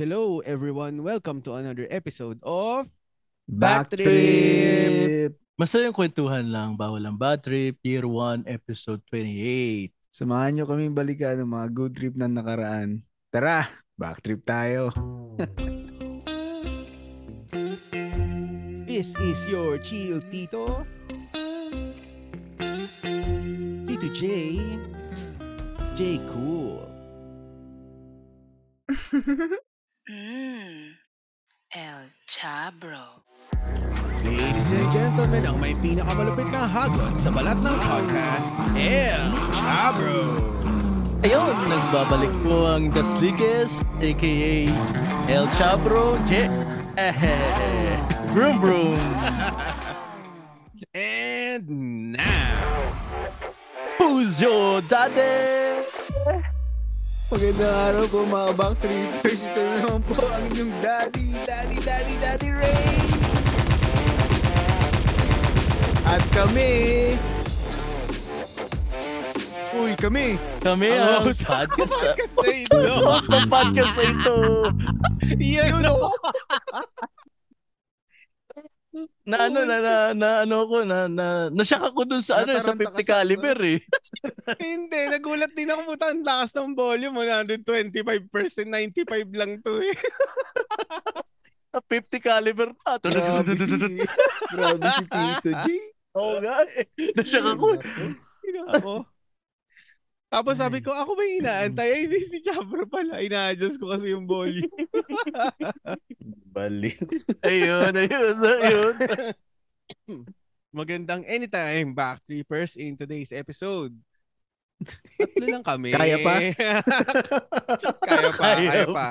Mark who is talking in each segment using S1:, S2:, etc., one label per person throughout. S1: Hello everyone, welcome to another episode of
S2: Backtrip!
S1: Backtrip!
S3: Masayang kwentuhan lang, bawal ang bad trip, year 1, episode 28.
S2: Samahan nyo kaming balikan ng mga good trip na nakaraan. Tara, backtrip tayo.
S1: This is your chill tito. Tito J. J Cool.
S4: Mm. El Chabro.
S1: Ladies and gentlemen, ang may pinakamalupit na hagot sa balat ng podcast, El Chabro.
S3: Ayun, nagbabalik po ang The Slickest, aka El Chabro J. Eh, broom broom.
S1: And now,
S3: Puzo Dade.
S2: Magandang araw po mga backtrippers. Ito na naman po ang inyong daddy, daddy, daddy, daddy Ray! At kami... Uy, kami!
S3: Kami
S1: Ang
S3: ang
S1: host
S3: podcast na.
S1: podcast na ito.
S3: Host ng podcast na ito.
S1: Yan o.
S3: Na ano, na, na, na ano ko, na, na, nasyak ako dun sa ano, sa
S2: Nataranta ka
S3: 50
S2: sa-
S3: caliber eh.
S1: Hindi, nagulat din ako puta ang lakas ng volume. 125%, 95 lang to eh.
S3: Sa 50 caliber pa.
S2: Grabe si, grabe si Tito J.
S3: Oo nga eh. Nasyak ako.
S1: Tingnan ako. Tapos sabi ko, ako ba yung inaantay? Ay, hindi si Chabro pala. Ina-adjust ko kasi yung volume.
S2: Balik.
S3: Ayun, ayun, ayun.
S1: Magandang anytime back trippers in today's episode. Tatlo lang kami.
S2: Kaya pa?
S1: kaya pa, kaya pa.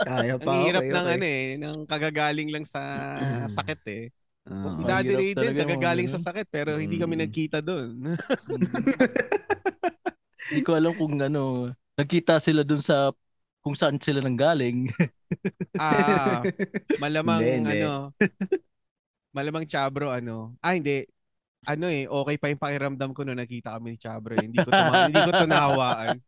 S2: Kaya pa.
S1: Ang hirap
S2: okay,
S1: ng
S2: okay.
S1: ano eh, ng kagagaling lang sa sakit eh.
S2: Ah,
S1: Si
S3: Ang
S1: Daddy
S3: hirap
S1: Ray din,
S3: talaga,
S1: kagagaling
S3: mga
S1: sa sakit pero hindi kami
S2: Mm.
S1: nagkita doon.
S3: Hindi ko alam kung ano, nagkita sila dun sa kung saan sila nanggaling.
S1: ah, malamang
S2: Hindi, hindi.
S1: ano, malamang Chabro ano. Ah, hindi. Ano eh, okay pa yung pakiramdam ko nung nakita kami ni Chabro. eh. Hindi ko tuma- hindi ko tunawaan.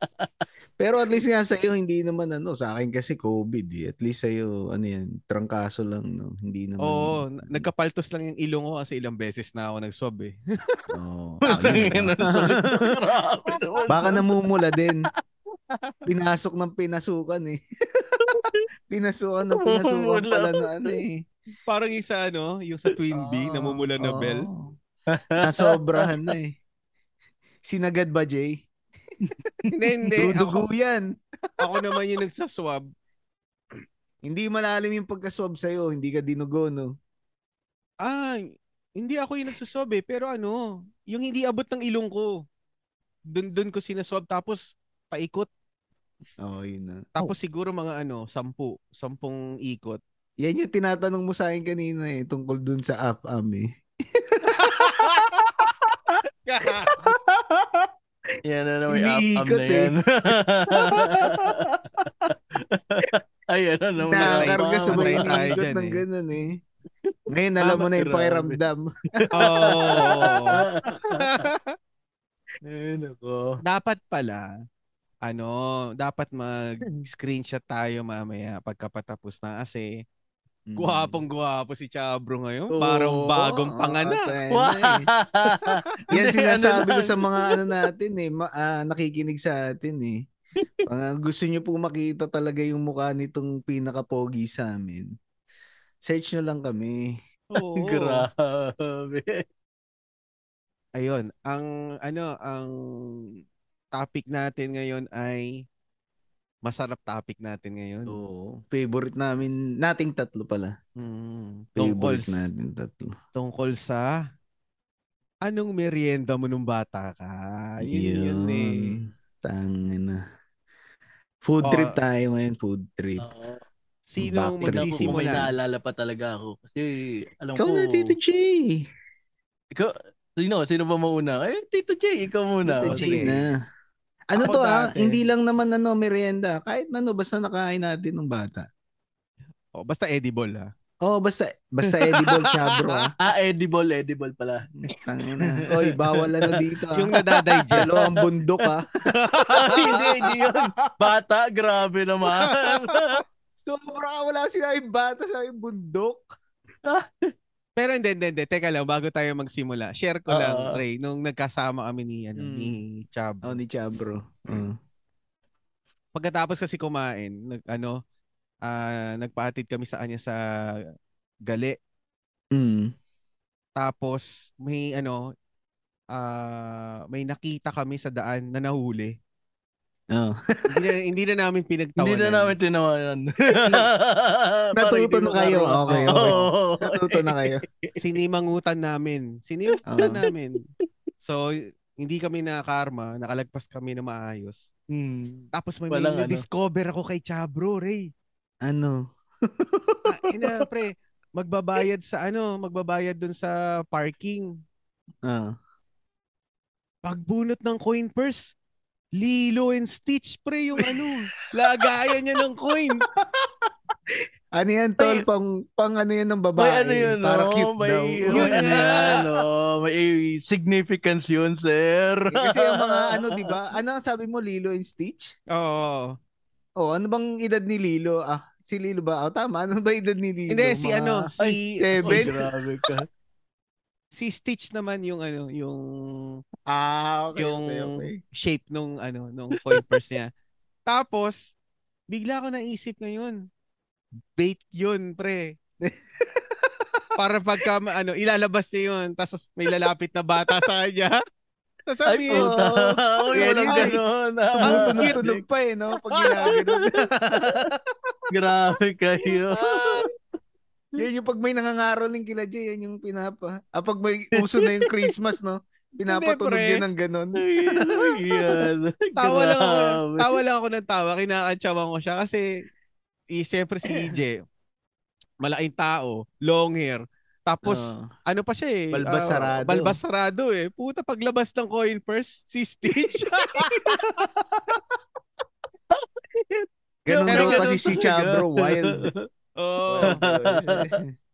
S2: Pero at least nga sa'yo, hindi naman ano, sa akin kasi COVID eh. At least sa'yo, ano yan, trangkaso lang, no? Hindi naman. ano.
S1: Oo, n- nagkapaltos lang yung ilong ko kasi ilang beses na ako nag-swab eh.
S2: Oo.
S3: Tangina,
S2: Ano,
S3: sa- Grabe naman.
S2: Baka namumula din. Pinasok ng pinasukan eh. pinasukan ng pinasukan
S3: Namumula.
S2: pala na ano eh.
S1: Parang yung sa ano, yung sa Twin B,
S2: Oo,
S1: namumula na
S2: oo.
S1: bell.
S2: Nasobrahan na eh. Sinagad ba, Jay?
S1: Hindi, hindi.
S2: Dudugo
S1: Ako,
S2: yan.
S1: ako naman yung nagsaswab.
S2: Hindi malalim yung pagkaswab sa'yo. Hindi ka dinugo, no?
S1: Ah, hindi ako yung nagsaswab eh. Pero ano, yung hindi abot ng ilong ko. Doon doon ko sinaswab tapos paikot.
S2: Oo, yun na.
S1: Tapos siguro mga ano, sampu. Sampung ikot.
S2: Yan yung tinatanong mo sa akin kanina eh, tungkol dun sa app am eh.
S3: Yan na naman, up,
S2: Umiikot
S3: na
S2: eh.
S3: yan. Ayan na ano naman.
S2: Nakakarga
S1: tama,
S2: sa mga
S1: tama tayo
S2: iniikot
S1: dyan
S2: ng
S1: eh.
S2: ganun eh. Ngayon, alam mo na yung
S3: Grabe.
S2: pakiramdam.
S1: Oh.
S3: Ayun
S2: eh.
S3: ako.
S1: dapat pala, ano, dapat mag-screenshot tayo mamaya pagkapatapos na kasi Hmm. guwapong Mm. guwapo si Chabro ngayon. Parang
S2: Oo,
S1: bagong
S2: oo,
S1: panganak.
S2: tayo
S3: Wow.
S2: na eh. Yan
S3: Hindi, ano
S2: sinasabi ko
S3: lang.
S2: sa mga ano natin eh, ma- ah, nakikinig sa atin eh. Mga gusto nyo po makita talaga yung mukha nitong pinaka-pogi sa amin. Search nyo lang kami.
S1: Oo.
S3: Grabe.
S1: Ayun, ang ano, ang topic natin ngayon ay masarap topic natin ngayon.
S2: Oo. Favorite namin, nating tatlo pala.
S1: Mm, tungkol,
S2: Favorite
S1: s-
S2: natin tatlo.
S1: tungkol sa anong merienda mo nung bata ka? Yun, yun, eh.
S2: Tangina. Food
S1: Oh.
S2: trip tayo ngayon, food trip.
S3: Oo.
S1: Sinong
S2: Bakit?
S3: Tignan ko kung may
S1: magsisimula?
S3: naalala pa talaga ako. Kasi alam
S2: Ikaw
S3: ko.
S2: na, Tito Jay.
S3: Ikaw, sino? Sino ba mauna? Eh, Tito J, ikaw muna.
S1: Oh,
S2: Tito Jay
S1: sige.
S2: na. Ano
S1: Ako
S2: to ah,
S1: dati.
S2: hindi lang naman ano, merienda. Kahit ano, basta nakain natin ng bata.
S1: Oh, basta edible ha.
S2: Oh, basta basta edible chabro ah.
S3: Ah, edible, edible pala.
S2: Tangina. Oy, bawal ano dito ah.
S1: Yung nadadigest.
S2: Dalawang bundok ah.
S3: hindi, hindi yun. Bata, grabe naman.
S2: Sobra wala sila yung bata sa yung bundok.
S1: Pero hindi, hindi, hindi. Teka lang, bago tayo magsimula. Share ko lang,
S3: Oo.
S1: Ray, nung nagkasama kami ni, ano,
S2: Mm.
S1: ni Chab.
S2: Oh, ni Chabro. Mm.
S1: Pagkatapos kasi kumain, nag, ano, ah, nagpaatid kami sa kanya sa gali.
S2: Mm.
S1: Tapos, may, ano, ah, may nakita kami sa daan na nahuli.
S2: Oh.
S1: hindi, na, hindi na namin pinagtawanan.
S3: Hindi na namin tinawanan.
S2: Natuto na kayo. Okay, okay.
S3: Oo.
S2: Natuto na kayo.
S1: Sinimangutan namin. Sinimangutan
S2: Oo.
S1: namin. So, hindi kami na karma. Nakalagpas kami na maayos.
S3: Hmm.
S1: Tapos may,
S3: Walang
S1: may
S3: ano.
S1: discover ako kay Chabro, Ray.
S2: Ano?
S1: Ah, ina, pre, magbabayad sa ano, magbabayad dun sa parking.
S2: Ah.
S1: Pagbunot ng coin purse, Lilo and Stitch, pre, yung ano. Lagayan niya ng coin.
S2: Ano yan, tol? Pang, pang ano yan ng babae?
S3: May ano yun, no?
S2: Para cute
S3: may,
S2: daw. eh.
S3: Yun yan, no? May significance yun, sir.
S2: Eh, kasi ang mga ano, di ba? Ano ang sabi mo, Lilo and Stitch?
S1: Oo.
S2: Oh, ano bang edad ni Lilo? Ah, si Lilo ba? Oh, tama. Ano ba edad ni Lilo?
S1: Hindi, si
S2: Mga-
S1: ano, si,
S2: seven.
S1: si,
S3: grabe ka.
S1: si Stitch naman yung ano, yung
S2: Ah, okay,
S1: yung
S2: okay, okay.
S1: shape nung ano, nung coin purse niya. Tapos, bigla ko naisip ngayon, bait yun, pre. Para pagka ma- ano, ilalabas niya yun, tapos may lalapit na bata sa kanya. Tapos sabi,
S3: Ay, puta.
S2: oh,
S3: Uy, walang
S2: ay.
S3: ganun. ah.
S2: Tumutunog-tunog pa eh, no? Pag ginagano.
S3: Grabe kayo.
S2: yan yung pag may nangangaroling kila Jay, yan yung pinapa. Ah, pag may uso na yung Christmas, no? Pinapatunog
S1: Hindi, pre.
S2: yun ng ganun.
S3: Ay, yan.
S1: Tawa lang ako.
S3: Grabe.
S1: tawa lang ako ng tawa, kinakantsawan ko siya kasi eh, siyempre si EJ, malaking tao, long hair. Tapos,
S2: Oh.
S1: ano pa siya eh?
S2: Balbas
S1: ah,
S2: sarado.
S1: balbas sarado eh. Puta, paglabas ng coin purse, si Stitch.
S2: ganun
S1: Pero
S2: daw
S1: ganun
S2: kasi si
S3: talaga.
S2: Chabro, wild. eh.
S1: oh.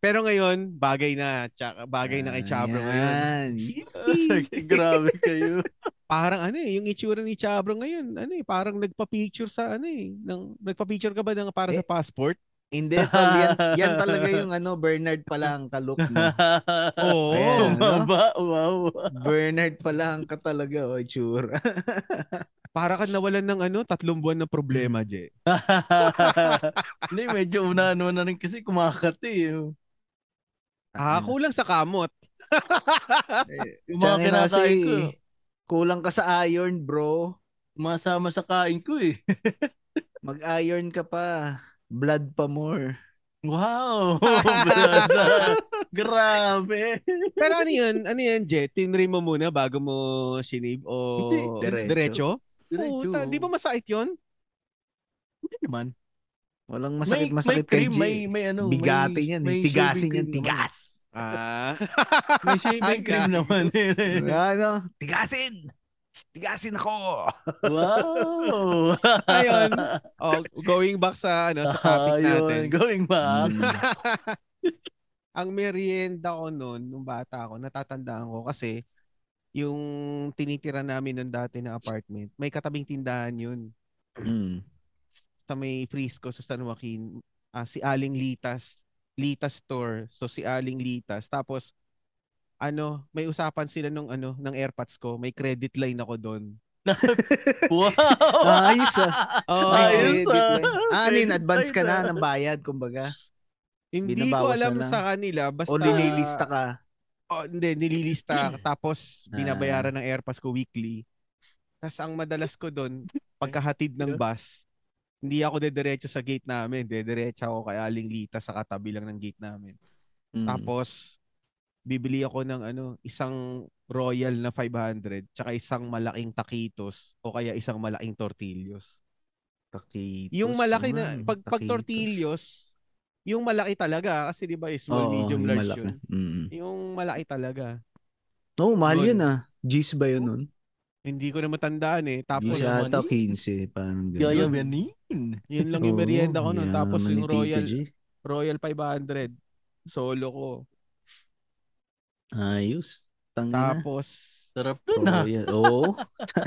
S1: Pero ngayon, bagay na. Tsaka, bagay na kay Chabro
S3: Ah,
S1: ngayon.
S2: Ayan.
S3: Grabe kayo.
S1: Parang ano eh, yung itsura ni Chabro ngayon, ano eh, parang nagpa-picture sa ano eh. Nang, nagpa-picture ka ba ng para
S3: Eh.
S1: sa passport?
S2: Hindi, tol. Yan, yan talaga yung ano, Bernard pala ang kalok mo.
S1: Oo.
S2: Ayan.
S3: Maba, wow.
S2: Bernard pala ang oh, katalaga, o, tsura.
S1: Para ka nawalan ng ano, tatlong buwan ng problema,
S3: Hmm.
S1: Je.
S3: Hindi, medyo una-ano na rin kasi kumakati. eh.
S1: Ah, kulang sa kamot.
S3: Yung mga
S2: Tsangin na
S3: kinakain
S2: kasi,
S3: ko,
S2: ah, Kulang ka sa iron, bro.
S3: masama sa kain ko eh.
S2: Mag-iron ka pa. Blood pa more.
S3: Wow! Oh, brother. Grabe!
S1: Pero ano yun? Ano yun, Je? Tinrim mo muna bago mo sinib
S3: Hindi,
S1: o
S2: diretso.
S1: diretso? Puta,
S3: Diretso.
S1: di ba masakit yun?
S3: Hindi Ano naman.
S2: Walang masakit
S3: May-
S2: masakit
S3: may
S2: kay
S3: cream,
S2: Jay.
S3: may, may ano,
S2: Bigate
S3: may,
S2: niyan.
S3: may
S2: eh. Tigasin yan.
S3: shaving cream
S2: Tigas.
S1: Ah.
S3: naman. May shaving cream naman. eh.
S2: ano? Tigasin! Tigasin ako!
S3: wow!
S1: Ayun. Oh, going back sa ano sa topic
S3: Ayun,
S1: natin.
S3: Going back.
S2: Mm.
S1: Ang merienda ko noon nung bata ako, natatandaan ko kasi yung tinitira namin noon dati na apartment, may katabing tindahan yun
S2: Mm.
S1: sa may Frisco sa San Joaquin, ah, si Aling Litas, Litas Store. So si Aling Litas. Tapos ano, may usapan sila nung ano, ng AirPods ko, may credit line ako doon.
S3: Wow!
S2: Ayos,
S1: Oh,
S2: May
S3: Ayos,
S2: credit
S3: ah.
S2: line. Ah, ano yun? Advance ka
S3: Credit
S2: na
S3: line.
S2: ng bayad, kumbaga.
S1: hindi ko
S2: binabawasan
S1: alam
S2: lang.
S1: sa kanila basta
S2: O linilista ka.
S1: Oh, hindi, nililista. tapos,
S2: Ah.
S1: binabayaran ng airpass ko weekly. Tapos, ang madalas ko doon, pagkahatid ng bus, hindi ako dediretso sa gate namin. Dediretso ako kay Aling Lita sa katabi lang ng gate namin.
S2: Mm.
S1: Tapos, bibili ako ng ano, isang royal na 500, tsaka isang malaking taquitos, o kaya isang malaking tortillos.
S2: Takitos
S1: Yung malaki na,
S2: naman.
S1: pag, pag
S2: Takitos.
S1: tortillos, yung malaki talaga, kasi di ba, is small,
S2: Oo,
S1: medium,
S2: yung
S1: large
S2: malaki.
S1: yun.
S2: Mm.
S1: Yung malaki talaga.
S2: No, mahal
S1: Yun.
S2: yun ah. G's ba yun nun?
S1: Hindi ko na matandaan eh. Tapos,
S2: G's
S3: yun.
S2: ata 15, parang ganun.
S3: Yaya Benin.
S1: yun lang yung merienda ko nun.
S2: nun.
S1: Tapos yung Royal Royal 500. Solo ko.
S2: Ayos.
S3: Hmm.
S2: Tangina.
S1: Tapos,
S3: Sarap nun ah.
S2: Royal. Oo.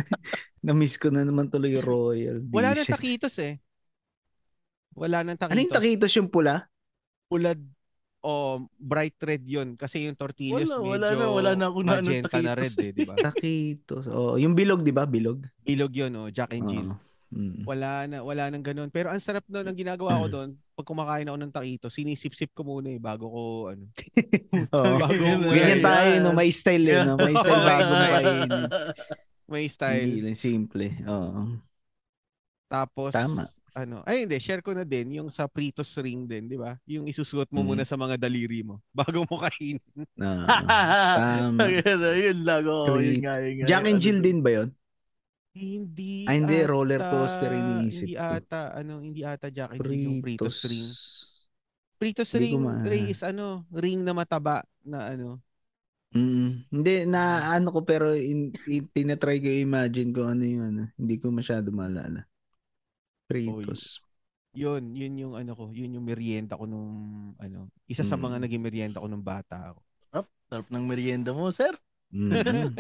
S2: Namiss ko na naman tuloy yung Royal.
S1: wala na
S2: Diesel.
S1: takitos eh. Wala nang taquitos.
S2: Ano yung taquitos yung pula?
S1: Pulad o bright red yun kasi yung tortillas
S3: Wala,
S1: medyo
S3: wala na, wala na akong na- ano,
S1: magenta na red
S3: taquitos.
S1: eh, di ba?
S2: Taquitos. Oh, yung bilog, di ba? Bilog.
S1: Bilog yun, oh, Jack and Jill.
S2: Oo. Mm.
S1: Wala na, wala nang ganun. Pero ang sarap nun, ang ginagawa ko doon, pag kumakain ako ng taquitos, sinisip-sip ko muna eh, bago ko, ano.
S2: Oo.
S1: Bago ko
S2: Ganyan
S1: kainin.
S2: tayo, no? May style eh, no? May style bago na kainin.
S1: May
S2: Hindi
S1: style.
S2: lang, simple. eh. Oo.
S1: Tapos,
S2: Tama.
S1: ano, ay hindi, share ko na din yung sa Pritos ring din, di ba? Yung isusuot mo
S2: Mm.
S1: muna sa mga daliri mo bago mo kainin.
S2: Oo.
S3: Tama.
S2: Tama.
S3: yun lang. Oh, yun nga, yun
S2: Um, Mm.
S3: nga.
S2: Jack and
S3: Ano
S2: Jill
S3: to?
S2: din ba yun?
S1: Hindi.
S2: Ah, hindi,
S1: ata-
S2: roller coaster iniisip
S1: Hindi
S2: ko.
S1: ata, ano, hindi ata Jack and Jill yung Pritos ring. Pritos
S2: Hindi ko
S1: ring,
S2: ma-
S1: Ray, is ano, ring na mataba na ano.
S2: Mm. Hindi, na ano ko pero in, in, tinatry ko imagine ko ano yun. ano. Hindi ko masyado maalala. Fritos.
S1: Yun, yun yung ano ko, yun yung merienda ko nung ano, isa sa mga
S2: Mm.
S1: naging merienda ko nung bata ako.
S3: Sarap ng merienda mo, sir.
S2: Mm.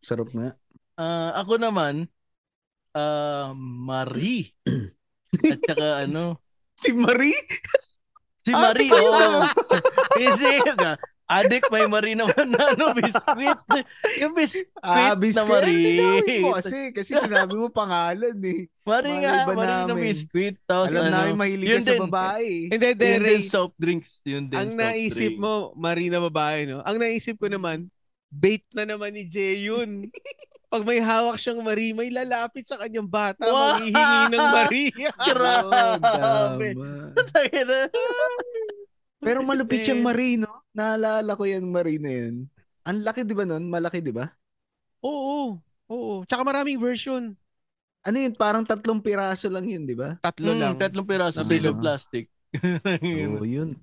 S2: Sarap nga.
S3: Ah, ako naman, ah, Marie. At saka ano,
S2: Si Marie?
S3: si
S2: Ah,
S3: Marie.
S2: tayo
S3: Oh, Isip na. Adik, may Marie naman na ano, biscuit. Yung biscuit.
S2: Ah,
S3: Wait na
S2: biscuit. Ay, hindi
S3: Marie.
S2: namin mo kasi, kasi sinabi mo pangalan eh.
S3: Marie nga,
S2: Malay ba
S3: Marie na
S2: namin?
S3: biscuit. Tapos
S2: Alam
S3: ano,
S2: namin mahilig
S3: yun
S2: ka sa
S3: din.
S2: babae. eh.
S1: Hindi, hindi,
S3: yun
S1: Ray.
S3: din soft drinks. Yun din
S1: Ang
S3: soft
S1: naisip
S3: drinks.
S1: mo, Marina babae, no? Ang naisip ko naman, bait na naman ni Jay yun. Pag may hawak siyang Marie, may lalapit sa kanyang bata,
S3: Wow!
S1: maghihingi ng Maria.
S2: Yun,
S3: Grabe.
S2: tama.
S3: Tangina.
S2: Pero malupit
S3: Eh.
S2: siyang Marie, no? Naalala ko yung Marie na yun. Ang laki, di ba nun? Malaki, di ba?
S1: Oo, oo. Tsaka maraming version.
S2: Ano yun? Parang tatlong piraso lang yun, di ba?
S1: Tatlo
S3: Mm,
S1: lang.
S3: Tatlong piraso sa
S1: Nabili.
S3: isang plastic.
S2: Oo, yun.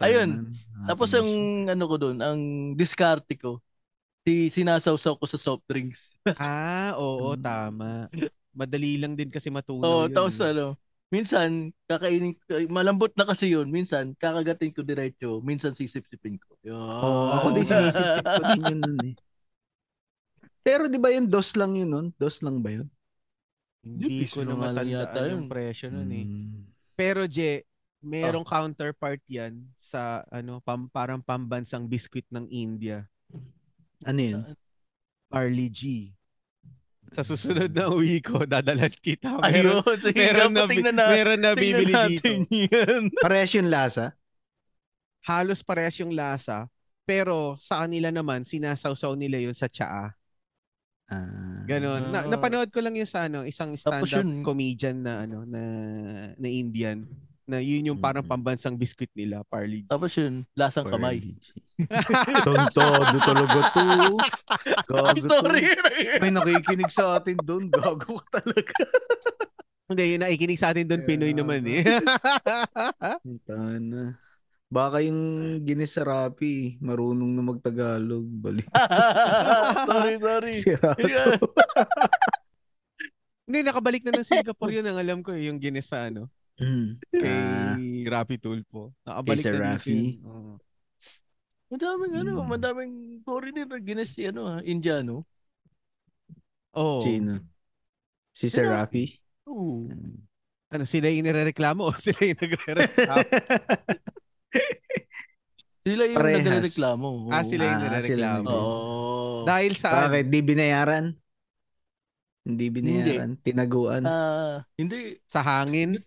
S2: tama.
S3: Ayun.
S2: Ah,
S3: Tapos
S2: Nakakamiss
S3: ang ano ko doon, ang diskarte ko, si sinasawsaw ko sa soft drinks.
S1: Ah, oo,
S2: Mm.
S1: tama. Madali lang din kasi
S3: Hmm. Oo,
S1: matunaw yun.
S3: tapos
S1: eh.
S3: ano, minsan kakainin malambot na kasi yun, minsan kakagatin ko diretso, minsan sisip-sipin ko. Yun.
S2: Oo, ako din sinisip-sip ko din yun nun eh. Pero di ba yun, dos lang yun nun? Dos lang ba yun?
S1: Hindi ko
S3: Piso
S1: na
S3: na nga lang yata
S1: matandaan yung
S3: yun. Hmm.
S1: presyo nun eh.
S2: Mm.
S1: Pero Je, merong
S3: Ah.
S1: counterpart yan sa ano, pam, parang pambansang biscuit ng India.
S2: Ano yun?
S1: Parley G. Sa susunod na uwi ko, dadalan kita.
S3: Ayun,
S1: Meron,
S3: sige,
S1: meron, na,
S3: dapat tingnan na,
S1: meron na
S3: tingnan
S1: bibili
S3: natin
S1: dito.
S3: yun.
S2: Pares yung lasa?
S1: Halos parehas yung lasa. Pero sa kanila naman, sinasawsaw nila yun sa tsaa.
S2: Ah.
S1: Ganon. Na,
S3: Ah.
S1: napanood ko lang yun sa ano, isang
S3: Tapos
S1: stand-up
S3: yun-
S1: comedian na ano na na Indian na yun yung parang
S2: Mm.
S1: pambansang biscuit nila, Parley G.
S3: Tapos yun, lasang kamay.
S2: Tontado talaga to.
S3: Ay,
S2: Gago to.
S3: sorry.
S2: May nakikinig sa atin doon. Gago ka talaga.
S1: Hindi, yun nakikinig sa atin doon,
S2: Kaya
S1: Pinoy
S2: nga,
S1: naman
S2: no?
S1: eh.
S2: Tana. Baka yung Guinness sa Rappi, marunong na magtagalog. Bali.
S3: sorry, sorry.
S2: Si Rato.
S3: Yeah.
S1: Hindi, nakabalik na ng Singapore yun ang alam ko eh, yung Guinness sa ano, kay
S2: Ah,
S1: Rafi Tulfo. Nakabalik
S2: kay Sir
S1: na dito
S2: Rafi.
S1: yun. Oo.
S3: Madaming ano,
S2: Mm.
S3: madaming foreigner na ginis si ano, ah, Indiano.
S1: Oo.
S2: sino? Si Sir
S3: Sino?
S2: Rafi?
S3: Oo.
S1: Ano, sila yung nirereklamo o sila yung nagre-reklamo?
S3: Sila yung
S2: Parehas.
S3: nagreklamo. Oo.
S1: ah, sila yung
S2: Ah, sila
S1: nirereklamo.
S2: nagre-
S3: Oo.
S1: Dahil
S3: Ah.
S1: sa ano,
S2: Bakit? Di binayaran? Hindi binayaran. Tinaguan.
S3: Ah, hindi
S1: sa hangin.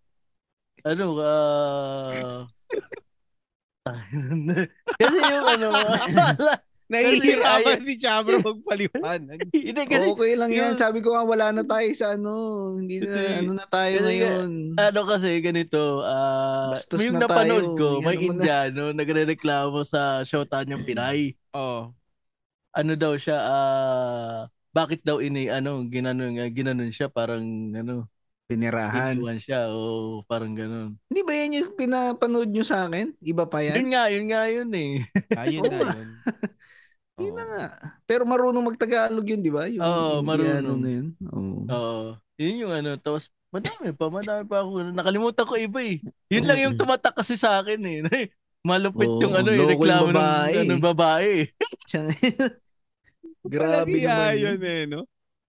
S3: ano ah kasi yung ano
S1: Nahihirapan
S3: ay-
S1: si Chabro magpaliwanag.
S3: hindi kasi
S2: Okay lang yan.
S3: yun-
S2: Sabi ko nga, wala na tayo sa ano. Hindi
S3: Kasi-
S2: na, ano na tayo
S3: kasi-
S2: ngayon.
S3: ano kasi ganito ah
S2: Bastos
S3: yung
S2: na
S3: napanood
S2: tayo.
S3: ko
S2: Yan
S3: may
S2: mo na.
S3: Indiano nagrereklamo sa Shota niyang Pinay
S1: Oo.
S3: ano daw siya ah bakit daw ini ano ginanon ginanon siya parang ano
S2: Pinirahan.
S3: iniwan siya o parang ganun
S2: Hindi ba yan yung pinapanood nyo sa akin? Iba pa yan?
S3: Yun nga, yun nga yun eh.
S1: Ayun na
S2: Oo.
S1: yun.
S2: Yun
S1: Oo.
S2: na nga. Pero marunong magtagalog yun, di ba? Yung
S3: Oo,
S2: Indiano
S3: marunong.
S2: na yun. Oo.
S3: Oo. yun yung ano, tapos madami pa, madami pa ako. Nakalimutan ko iba eh. Yun lang yung tumatak kasi sa akin eh. Malupit
S2: Oo,
S3: yung ano, yung
S2: loko yung
S3: reklamo ng
S2: babae.
S3: ano, babae. eh.
S2: Tiyan- Grabe
S1: Palagi
S2: naman.
S1: ah,
S2: yun.
S1: yun eh, no?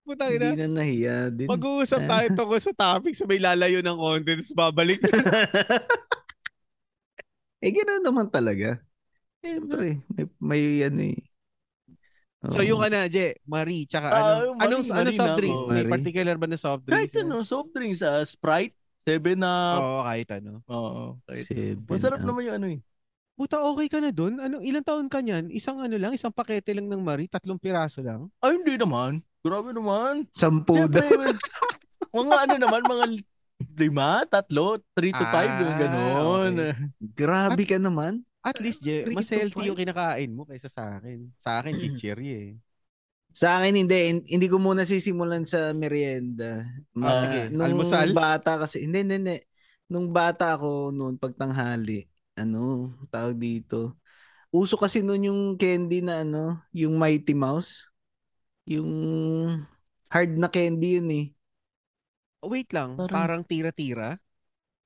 S1: Putang ina.
S2: Hindi Ah. na nahiya din.
S1: Mag-uusap tayo tungkol sa topic sa may lalayo ng konti tapos babalik.
S2: eh, gano'n naman talaga. Siyempre, may, may yan eh.
S1: so
S2: Oh, Oo.
S1: yung ano, Je, Marie, tsaka
S3: Ah,
S1: ano,
S3: yung Marie,
S1: anong, ano soft
S3: Marie na
S1: drinks?
S3: ako.
S1: May
S2: oh. Marie.
S1: particular ba na soft
S3: Kahit
S1: drinks?
S3: ano, ah. soft drinks, ah, Sprite, 7 up.
S1: Oo, kahit ano.
S3: Oo, kahit.
S2: Oh. Seven
S3: Masarap
S2: up.
S3: naman yung ano eh.
S1: Puta, okay ka na dun? Anong, ilang taon ka niyan? Isang ano lang, isang pakete lang ng Marie, tatlong piraso lang?
S3: Ay, hindi naman. Grabe naman.
S2: Sampu daw.
S3: Siyempre, mga ano naman, mga lima, tatlo, three to five, yung
S1: Ah,
S3: ganon.
S2: Grabe ka naman.
S1: At least, Je,
S2: Three
S1: mas
S2: to
S1: healthy
S2: five.
S1: yung kinakain mo kaysa sa akin. Sa akin, chichiri eh.
S2: Sa akin hindi, Hin- hindi ko muna sisimulan sa merienda.
S1: Ah, sige. Almusal?
S2: bata kasi, hindi, hindi, hindi. Nung bata ako noon pagtanghali, ano, tawag dito. Uso kasi noon yung candy na ano, yung Mighty Mouse. Yung hard na candy yun eh.
S1: Oh, Wait lang,
S3: Parang-
S1: parang tira-tira?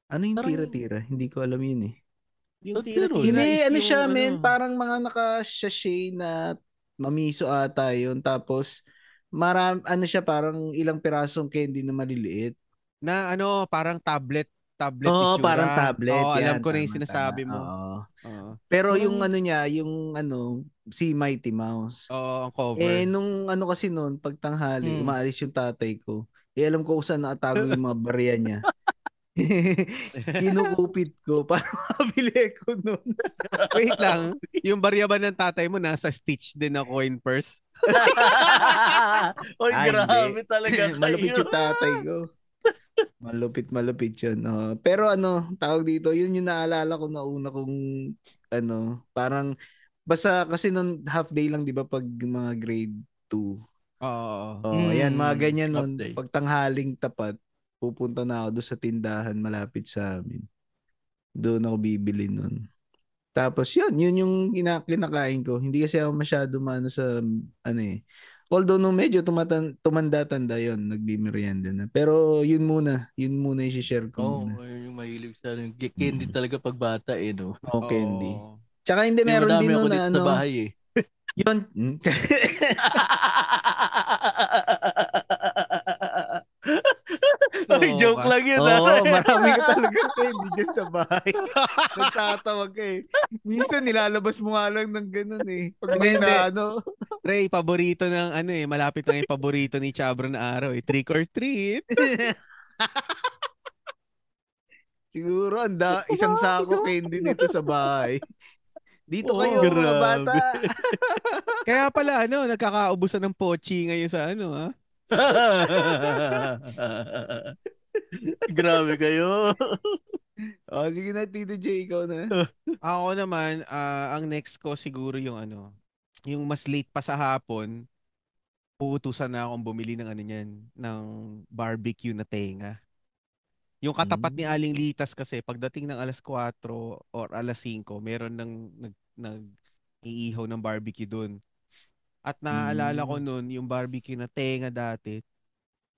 S2: Ano yung
S3: Parang-
S2: tira-tira? Hindi ko alam yun eh.
S1: Yung
S3: Oh, tira.
S1: tira-tira
S2: Hindi,
S1: is
S2: ano
S1: yung
S2: siya, men.
S1: ano,
S2: Parang mga naka-sachet na mamiso ata yun. Tapos, maram, ano siya, parang ilang pirasong candy na maliliit.
S1: Na ano, parang tablet. Tablet
S2: Oo,
S1: itsura.
S2: parang tablet.
S1: Oo, alam
S2: Yan,
S1: ko na yung
S2: tama,
S1: sinasabi
S2: tama.
S1: mo. Hmm.
S2: Oo.
S1: Oo.
S2: Pero
S3: Parang-
S2: yung ano niya, yung ano, si Mighty Mouse.
S1: Oo, ang cover.
S2: Eh, nung ano kasi noon, pagtanghali,
S1: Hmm.
S2: umaalis yung tatay ko. Eh, alam ko kung saan nakatago yung mga barya niya. Kinukupit ko para mabili ko noon.
S1: Wait lang, yung barya ba ng tatay mo nasa stitch din na coin purse?
S3: Oy,
S2: Ah, hindi.
S3: grabe talaga kayo.
S2: malupit yung tatay ko. Malupit, malupit yun. oo. pero ano, tawag dito, yun yung naalala ko na una kong, ano, parang, basta kasi nun half day lang, di ba, pag mga grade 2.
S1: Oo.
S2: Oh,
S3: Hmm,
S2: yan, mga ganyan
S3: half
S2: nun.
S3: day.
S2: Pag tanghaling tapat, pupunta na ako doon sa tindahan malapit sa amin. Doon ako bibili nun. Tapos yun, yun yung ina- kinakain ko. Hindi kasi ako masyado maano sa, ano eh. Although nung medyo tumatan, tumanda-tanda yun, nagbimerienda na. Pero yun muna, yun muna yung share ko
S3: Oo,
S2: muna.
S3: yun yung mahilig sa ano. Candy talaga pag bata eh, no?
S2: Oh, candy.
S1: Oo.
S2: Tsaka hindi, meron
S3: Madami
S2: din
S3: ako
S2: nun na
S3: dito
S2: ano.
S3: sa bahay eh.
S2: Yun. hmm?
S3: Ay,
S1: Oo,
S3: joke
S1: ba?
S3: lang yun.
S2: Oo,
S3: ah.
S2: marami ka talaga candy dyan sa bahay. Nagtatawag ka eh. Minsan nilalabas mo nga lang ng ganun eh. Pag may
S1: Hindi, hindi.
S2: na ano.
S1: Ray, paborito ng ano eh, malapit na yung paborito ni Chabro na araw eh. Trick or treat.
S2: Siguro anda, isang sako candy dito sa bahay. Dito
S3: Oo,
S2: kayo mga
S3: grabe.
S2: bata.
S1: Kaya pala ano, nagkakaubusan ng pochi ngayon sa ano ha.
S3: Grabe kayo.
S2: O sige na Tito J, ikaw na.
S1: Ako naman, ah, ang next ko siguro yung ano, yung mas late pa sa hapon, putusan na akong bumili ng ano niyan, ng barbecue na tenga. Yung katapat ni Aling Litas kasi pagdating ng alas 4 or alas 5, meron ng nag, nag iihaw ng barbecue doon. At naaalala ko noon yung barbecue na tenga dati,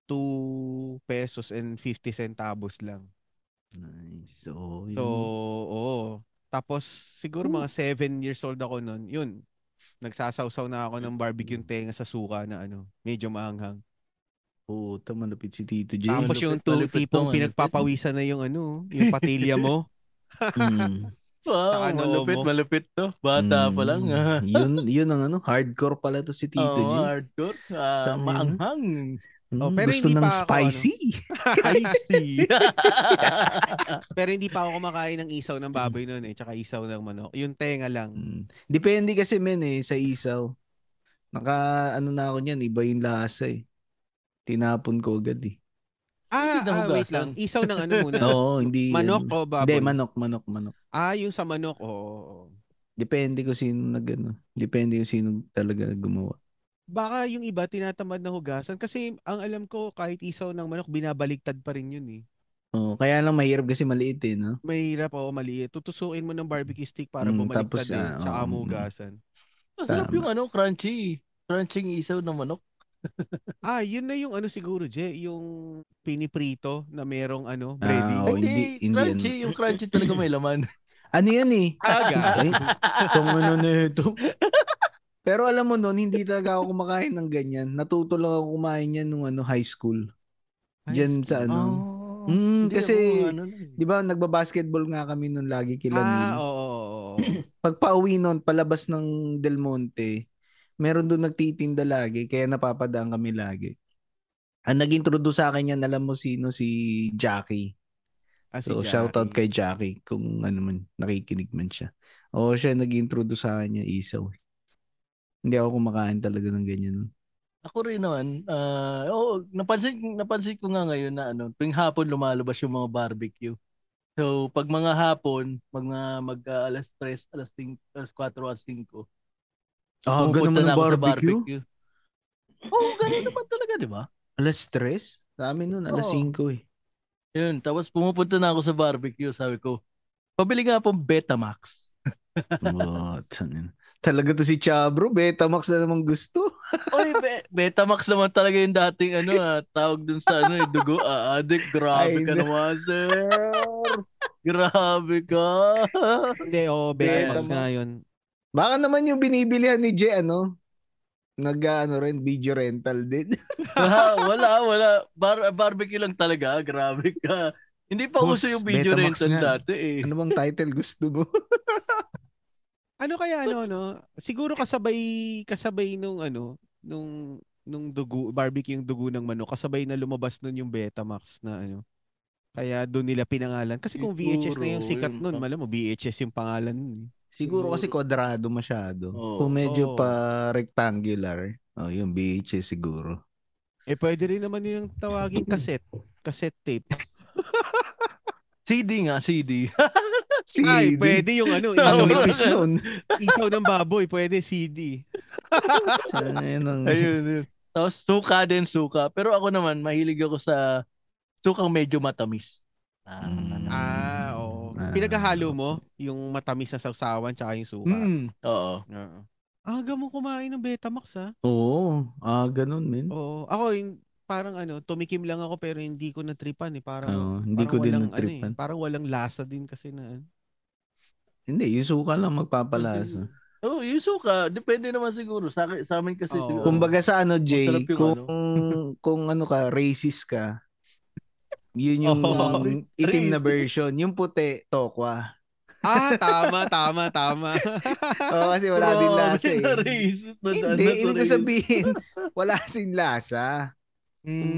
S1: 2 pesos and 50 centavos lang.
S2: Nice. So,
S1: So, oo. Tapos, siguro mga seven years old ako nun. Yun, nagsasawsaw na ako ng barbecue tenga sa suka na ano, medyo maanghang.
S2: puta, malapit si Tito J.
S1: Tapos
S3: malupit,
S1: yung two
S3: malupit
S1: tipong
S3: naman,
S1: pinagpapawisan na yung ano, yung patilya mo.
S2: Mm.
S3: Wow,
S1: Saka noo
S3: malupit,
S1: mo.
S3: malupit to. Bata pa lang. ah.
S2: Mm. yun, yun ang ano, hardcore pala to si Tito
S3: Oo,
S2: J.
S3: hardcore. Ah,
S2: Tangina.
S3: maanghang.
S2: Mm,
S1: Oh, pero
S2: gusto
S1: hindi
S2: ng
S1: pa ako,
S2: spicy.
S3: Spicy.
S1: Pero hindi pa ako kumakain ng isaw ng baboy nun eh, tsaka isaw ng manok. Yung tenga lang.
S2: Mm. Depende kasi men eh, sa isaw. Naka ano na ako niyan, iba yung lasa eh. Tinapon ko agad eh.
S1: Ah,
S3: Hindi na
S1: ah, wait
S3: hugasan.
S1: lang. Isaw ng ano muna.
S2: Oo, hindi.
S1: Manok
S2: ano.
S1: o
S2: Hindi,
S1: baboy?
S2: manok, manok, manok.
S1: ah, yung sa manok. Oo.
S2: Depende ko sino nag ano. Depende yung sino talaga gumawa.
S1: Baka yung iba tinatamad na hugasan kasi ang alam ko kahit isaw ng manok binabaligtad pa rin yun eh.
S2: Oo, kaya lang mahirap kasi maliit eh, no?
S1: Mahirap o maliit. Tutusuin mo ng barbecue stick para
S2: Mm,
S1: bumaliktad
S2: tapos,
S1: eh,
S2: ah,
S1: tsaka
S2: oo, mm.
S1: mugasan.
S3: Masarap
S2: Tama.
S3: yung ano, crunchy. Crunching isaw ng manok.
S1: Ah, yun na yung ano siguro, Je, yung piniprito na merong ano,
S2: Ah,
S1: breading.
S2: oo.
S1: Ay,
S2: hindi- hindi
S3: crunchy. Yung crunchy talaga may laman.
S2: Ano yan eh?
S1: Aga.
S2: Ay, itong ano na ito. Pero alam mo noon, hindi talaga ako kumakain ng ganyan. Natuto lang ako kumain yan nung ano, high school. Diyan sa ano.
S3: Oh,
S2: Mm,
S3: hindi
S2: kasi,
S3: ako ano na eh.
S2: di ba, nagbabasketball nga kami noon lagi kila
S1: Ah,
S2: Neil.
S1: oo, oo, oo.
S2: Pag pauwi noon, palabas ng Del Monte, meron doon nagtitinda lagi, kaya napapadaan kami lagi. Ang nag-introduce sa akin yan, alam mo sino, si Jackie.
S1: Ah, si
S2: So,
S1: Jackie.
S2: shout out kay Jackie kung ano man, nakikinig man siya. Oo, siya nag-introduce sa akin niya, isaw. Hindi ako kumakain talaga ng ganyan. nun.
S3: Ako rin naman, ah, oo, napansin, napansin ko nga ngayon na ano, tuwing hapon lumalabas yung mga barbecue. So, pag mga hapon, pag mga mag ah, alas 3, alas, 5, alas 4, alas 5,
S2: Ah, ganun man ang barbecue?
S3: Oo, oh, ganun naman talaga, di ba?
S2: Alas tres? Sa amin nun, alas
S3: Oo.
S2: 5 eh.
S3: Yun, tapos pumupunta na ako sa barbecue, sabi ko, pabili nga pong Betamax.
S2: What? Talaga to si Chabro, Betamax na namang gusto.
S3: Oy, Be- Betamax naman talaga yung dating ano, ah, tawag dun sa ano, eh, dugo, ah, adik, grabe
S2: Ay,
S3: ka
S2: na-
S3: naman, sir. Grabe ka.
S1: Hindi, oo, Betamax
S2: Betamax.
S1: nga yun.
S2: Baka naman yung binibilihan ni Jay, ano? Nag ano rin, video rental din.
S3: Ah, wala, wala. Bar- barbecue lang talaga. Grabe ka. Hindi pa
S2: Boss,
S3: uso yung video
S2: Betamax
S3: rental
S2: nga.
S3: dati eh.
S2: ano bang title gusto mo?
S1: Ano kaya ano ano? Siguro kasabay kasabay nung ano, nung nung dugo, barbecue yung dugo ng manok, kasabay na lumabas nun yung Betamax na ano. Kaya doon nila pinangalan. Kasi kung VHS na yung
S3: Siguro,
S1: sikat
S3: yun
S1: nun,
S3: pa.
S1: malam mo, VHS yung pangalan nun. eh.
S2: Siguro kasi
S3: Siguro.
S2: kwadrado masyado.
S3: Oo.
S2: Kung
S1: Oo.
S2: medyo pa rectangular. Oh, yung BHS siguro.
S1: Eh, pwede rin naman yung tawagin cassette. Cassette tape.
S3: CD nga, CD.
S2: CD.
S1: Ay, pwede yung ano,
S2: Ang
S1: isaw,
S2: nipis nun.
S1: isaw ng baboy, pwede CD.
S2: Ayun ang-
S3: Ayun, yun. Tapos suka din, suka. Pero ako naman, mahilig ako sa sukang medyo matamis. Ah,
S2: Mm.
S1: Ah, oo.
S2: Ah.
S1: Pinaghahalo mo yung matamis na sausawan tsaka yung suka.
S2: Hmm.
S3: mm, oo.
S1: Oo. Aga mo kumain ng Betamax ha?
S2: Oo. Ah, ganun, men.
S1: Oo. Ako, yung, parang ano, tumikim lang ako pero hindi ko natripan eh. Parang,
S2: Oo, hindi
S1: parang
S2: ko din
S1: walang,
S2: natripan.
S1: Ano, eh, parang walang lasa din kasi na. ano.
S2: Hindi, yung suka lang magpapalasa.
S3: Oh, yung suka, depende naman siguro. Sa, akin- sa amin kasi
S1: Oo.
S3: siguro.
S2: Kumbaga sa ano, Jay,
S3: Masarap yung
S2: kung, kung ano ka, racist ka, yun yung
S1: Oo.
S2: itim na
S3: Racist.
S2: version. Yung puti, tokwa.
S1: Ah, tama, tama, tama.
S2: Oo, kasi wala din
S3: Grabe
S2: lasa eh.
S3: na racist na daan
S2: Hindi,
S3: na
S2: ibig ko
S3: racist.
S2: sabihin, wala sin lasa. Kung,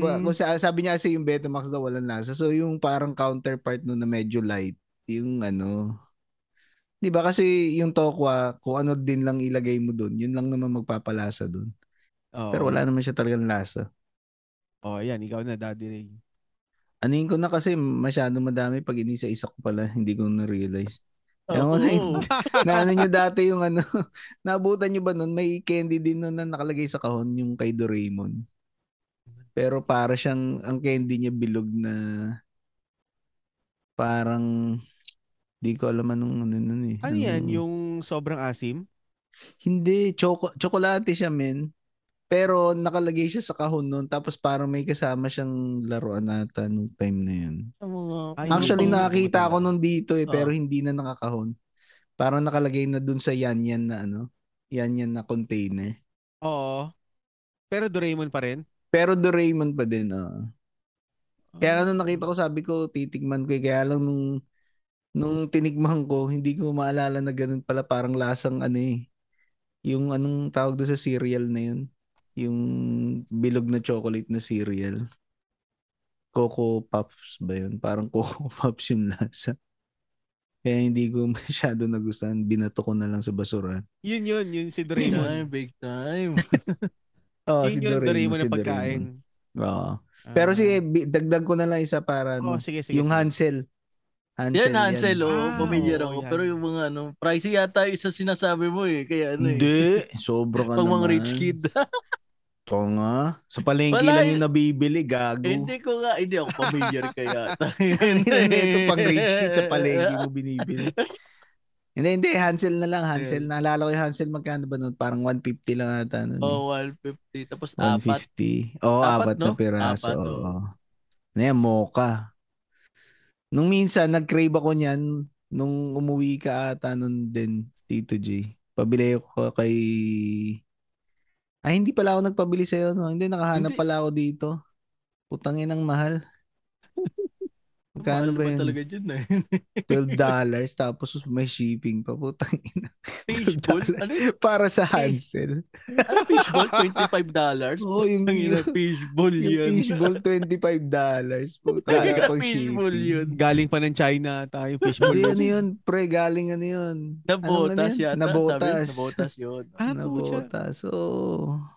S2: ba-
S3: Mm.
S2: kung sa, sabi niya kasi yung Betamax daw walang lasa. So yung parang counterpart nun na medyo light, yung ano, 'di ba kasi yung tokwa, kung ano din lang ilagay mo dun, yun lang naman magpapalasa dun.
S1: Oo.
S2: Pero wala naman siya talagang lasa.
S1: Oh, yan, ikaw na Daddy Ray.
S2: Anin ko na kasi masyado madami pag inisa-isa ko pala, hindi ko na-realize. Ewan ko na yun.
S3: Oo.
S2: na ano nyo dati yung ano, nabutan nyo ba nun, may candy din nun na nakalagay sa kahon, yung kay Doraemon. Pero para siyang, ang candy niya bilog na parang, di ko alam anong ano nun eh.
S1: Ano yan,
S2: Anong-
S1: yung sobrang asim?
S2: Hindi, choco, chocolate siya men. Pero nakalagay siya sa kahon nun, tapos parang may kasama siyang laruan ata nung time na yun.
S3: Ang mga-
S1: Ay,
S2: Actually,
S1: yung-
S2: nakakita ako nun dito eh,
S3: Oo.
S2: pero hindi na nakakahon. Parang nakalagay na dun sa yan-yan na ano, yan-yan na container.
S1: Oo. Pero Doraemon pa rin?
S2: Pero Doraemon pa din, oo. Kaya nung nakita ko, sabi ko, titikman ko eh. Kaya lang nung, nung tinikman ko, hindi ko maalala na ganun pala, parang lasang ano eh. Yung anong tawag doon sa cereal na yun? Yung bilog na chocolate na cereal. Coco Pops ba yun? Parang Coco Pops yung lasa. Kaya hindi ko masyado nagustuhan. Binato ko na lang sa basura.
S1: Yun yun, yun si
S3: Big
S1: Doraemon.
S3: time, big time.
S2: Oh,
S1: yun yun, Doraemon na pagkain.
S2: Oo.
S1: Ah.
S2: Pero sige, bi- dagdag ko na lang isa para ano,
S1: Oh, sige, sige.
S2: yung
S1: sige.
S2: Hansel. Hansel.
S3: Yan, Hansel,
S1: Ah,
S3: oo, familiar
S1: oo,
S3: ako.
S1: yan.
S3: Pero yung mga ano, pricey yata yung isa sinasabi mo eh. Kaya ano eh.
S2: Hindi, sobra ka
S3: Pang mga
S2: naman.
S3: rich kid.
S2: Tonga. Sa palengke lang
S3: Wala eh.
S2: yung nabibili, gago.
S3: Eh, hindi ko nga, hindi ako familiar kaya.
S2: Ito pang rich kid sa palengke mo binibili. Hindi, hindi. Hansel na lang. Hansel. Naalala ko yung Hansel magkano ba nun? Parang 150 lang ata nun. eh.
S3: Oh, 150. Tapos apat.
S2: 150. Oo, oh,
S3: Apat,
S2: apat, na
S3: no?
S2: piraso.
S3: Apat, oh.
S2: oo.
S3: oo.
S2: Ano yan, mocha. Nung minsan, nag-crave ako niyan. Nung umuwi ka ata nun din, Tito J. Pabili ako kay... Ay, hindi pala ako nagpabili sa'yo, no? Hindi, nakahanap
S3: Hindi.
S2: pala ako dito. Putangin ang mahal. Magkano
S3: Mahal
S2: ba
S3: naman
S2: yun?
S3: talaga dyan eh.
S2: $12 tapos may shipping pa. Putangin.
S3: Fishbowl? Ano yun?
S2: Para sa
S3: Hey.
S2: Hansel.
S3: Ano fishbowl? $25? dollars?
S2: Oo, yung,
S3: Ang ina,
S2: yung,
S3: fishbowl
S2: yung
S3: yun.
S2: fishball, $25. Puta ano
S3: Ang ina,
S2: pang
S3: fishbowl
S2: shipping.
S3: yun.
S1: Galing pa ng China tayo fishbowl.
S2: Hindi, ano yun, pre, galing ano yun.
S3: Nabotas
S2: Anong ano yun?
S3: yata.
S2: Nabotas.
S3: Sabi, nabotas yun.
S1: Ah,
S2: Ano
S1: pucha.
S2: Nabota. So,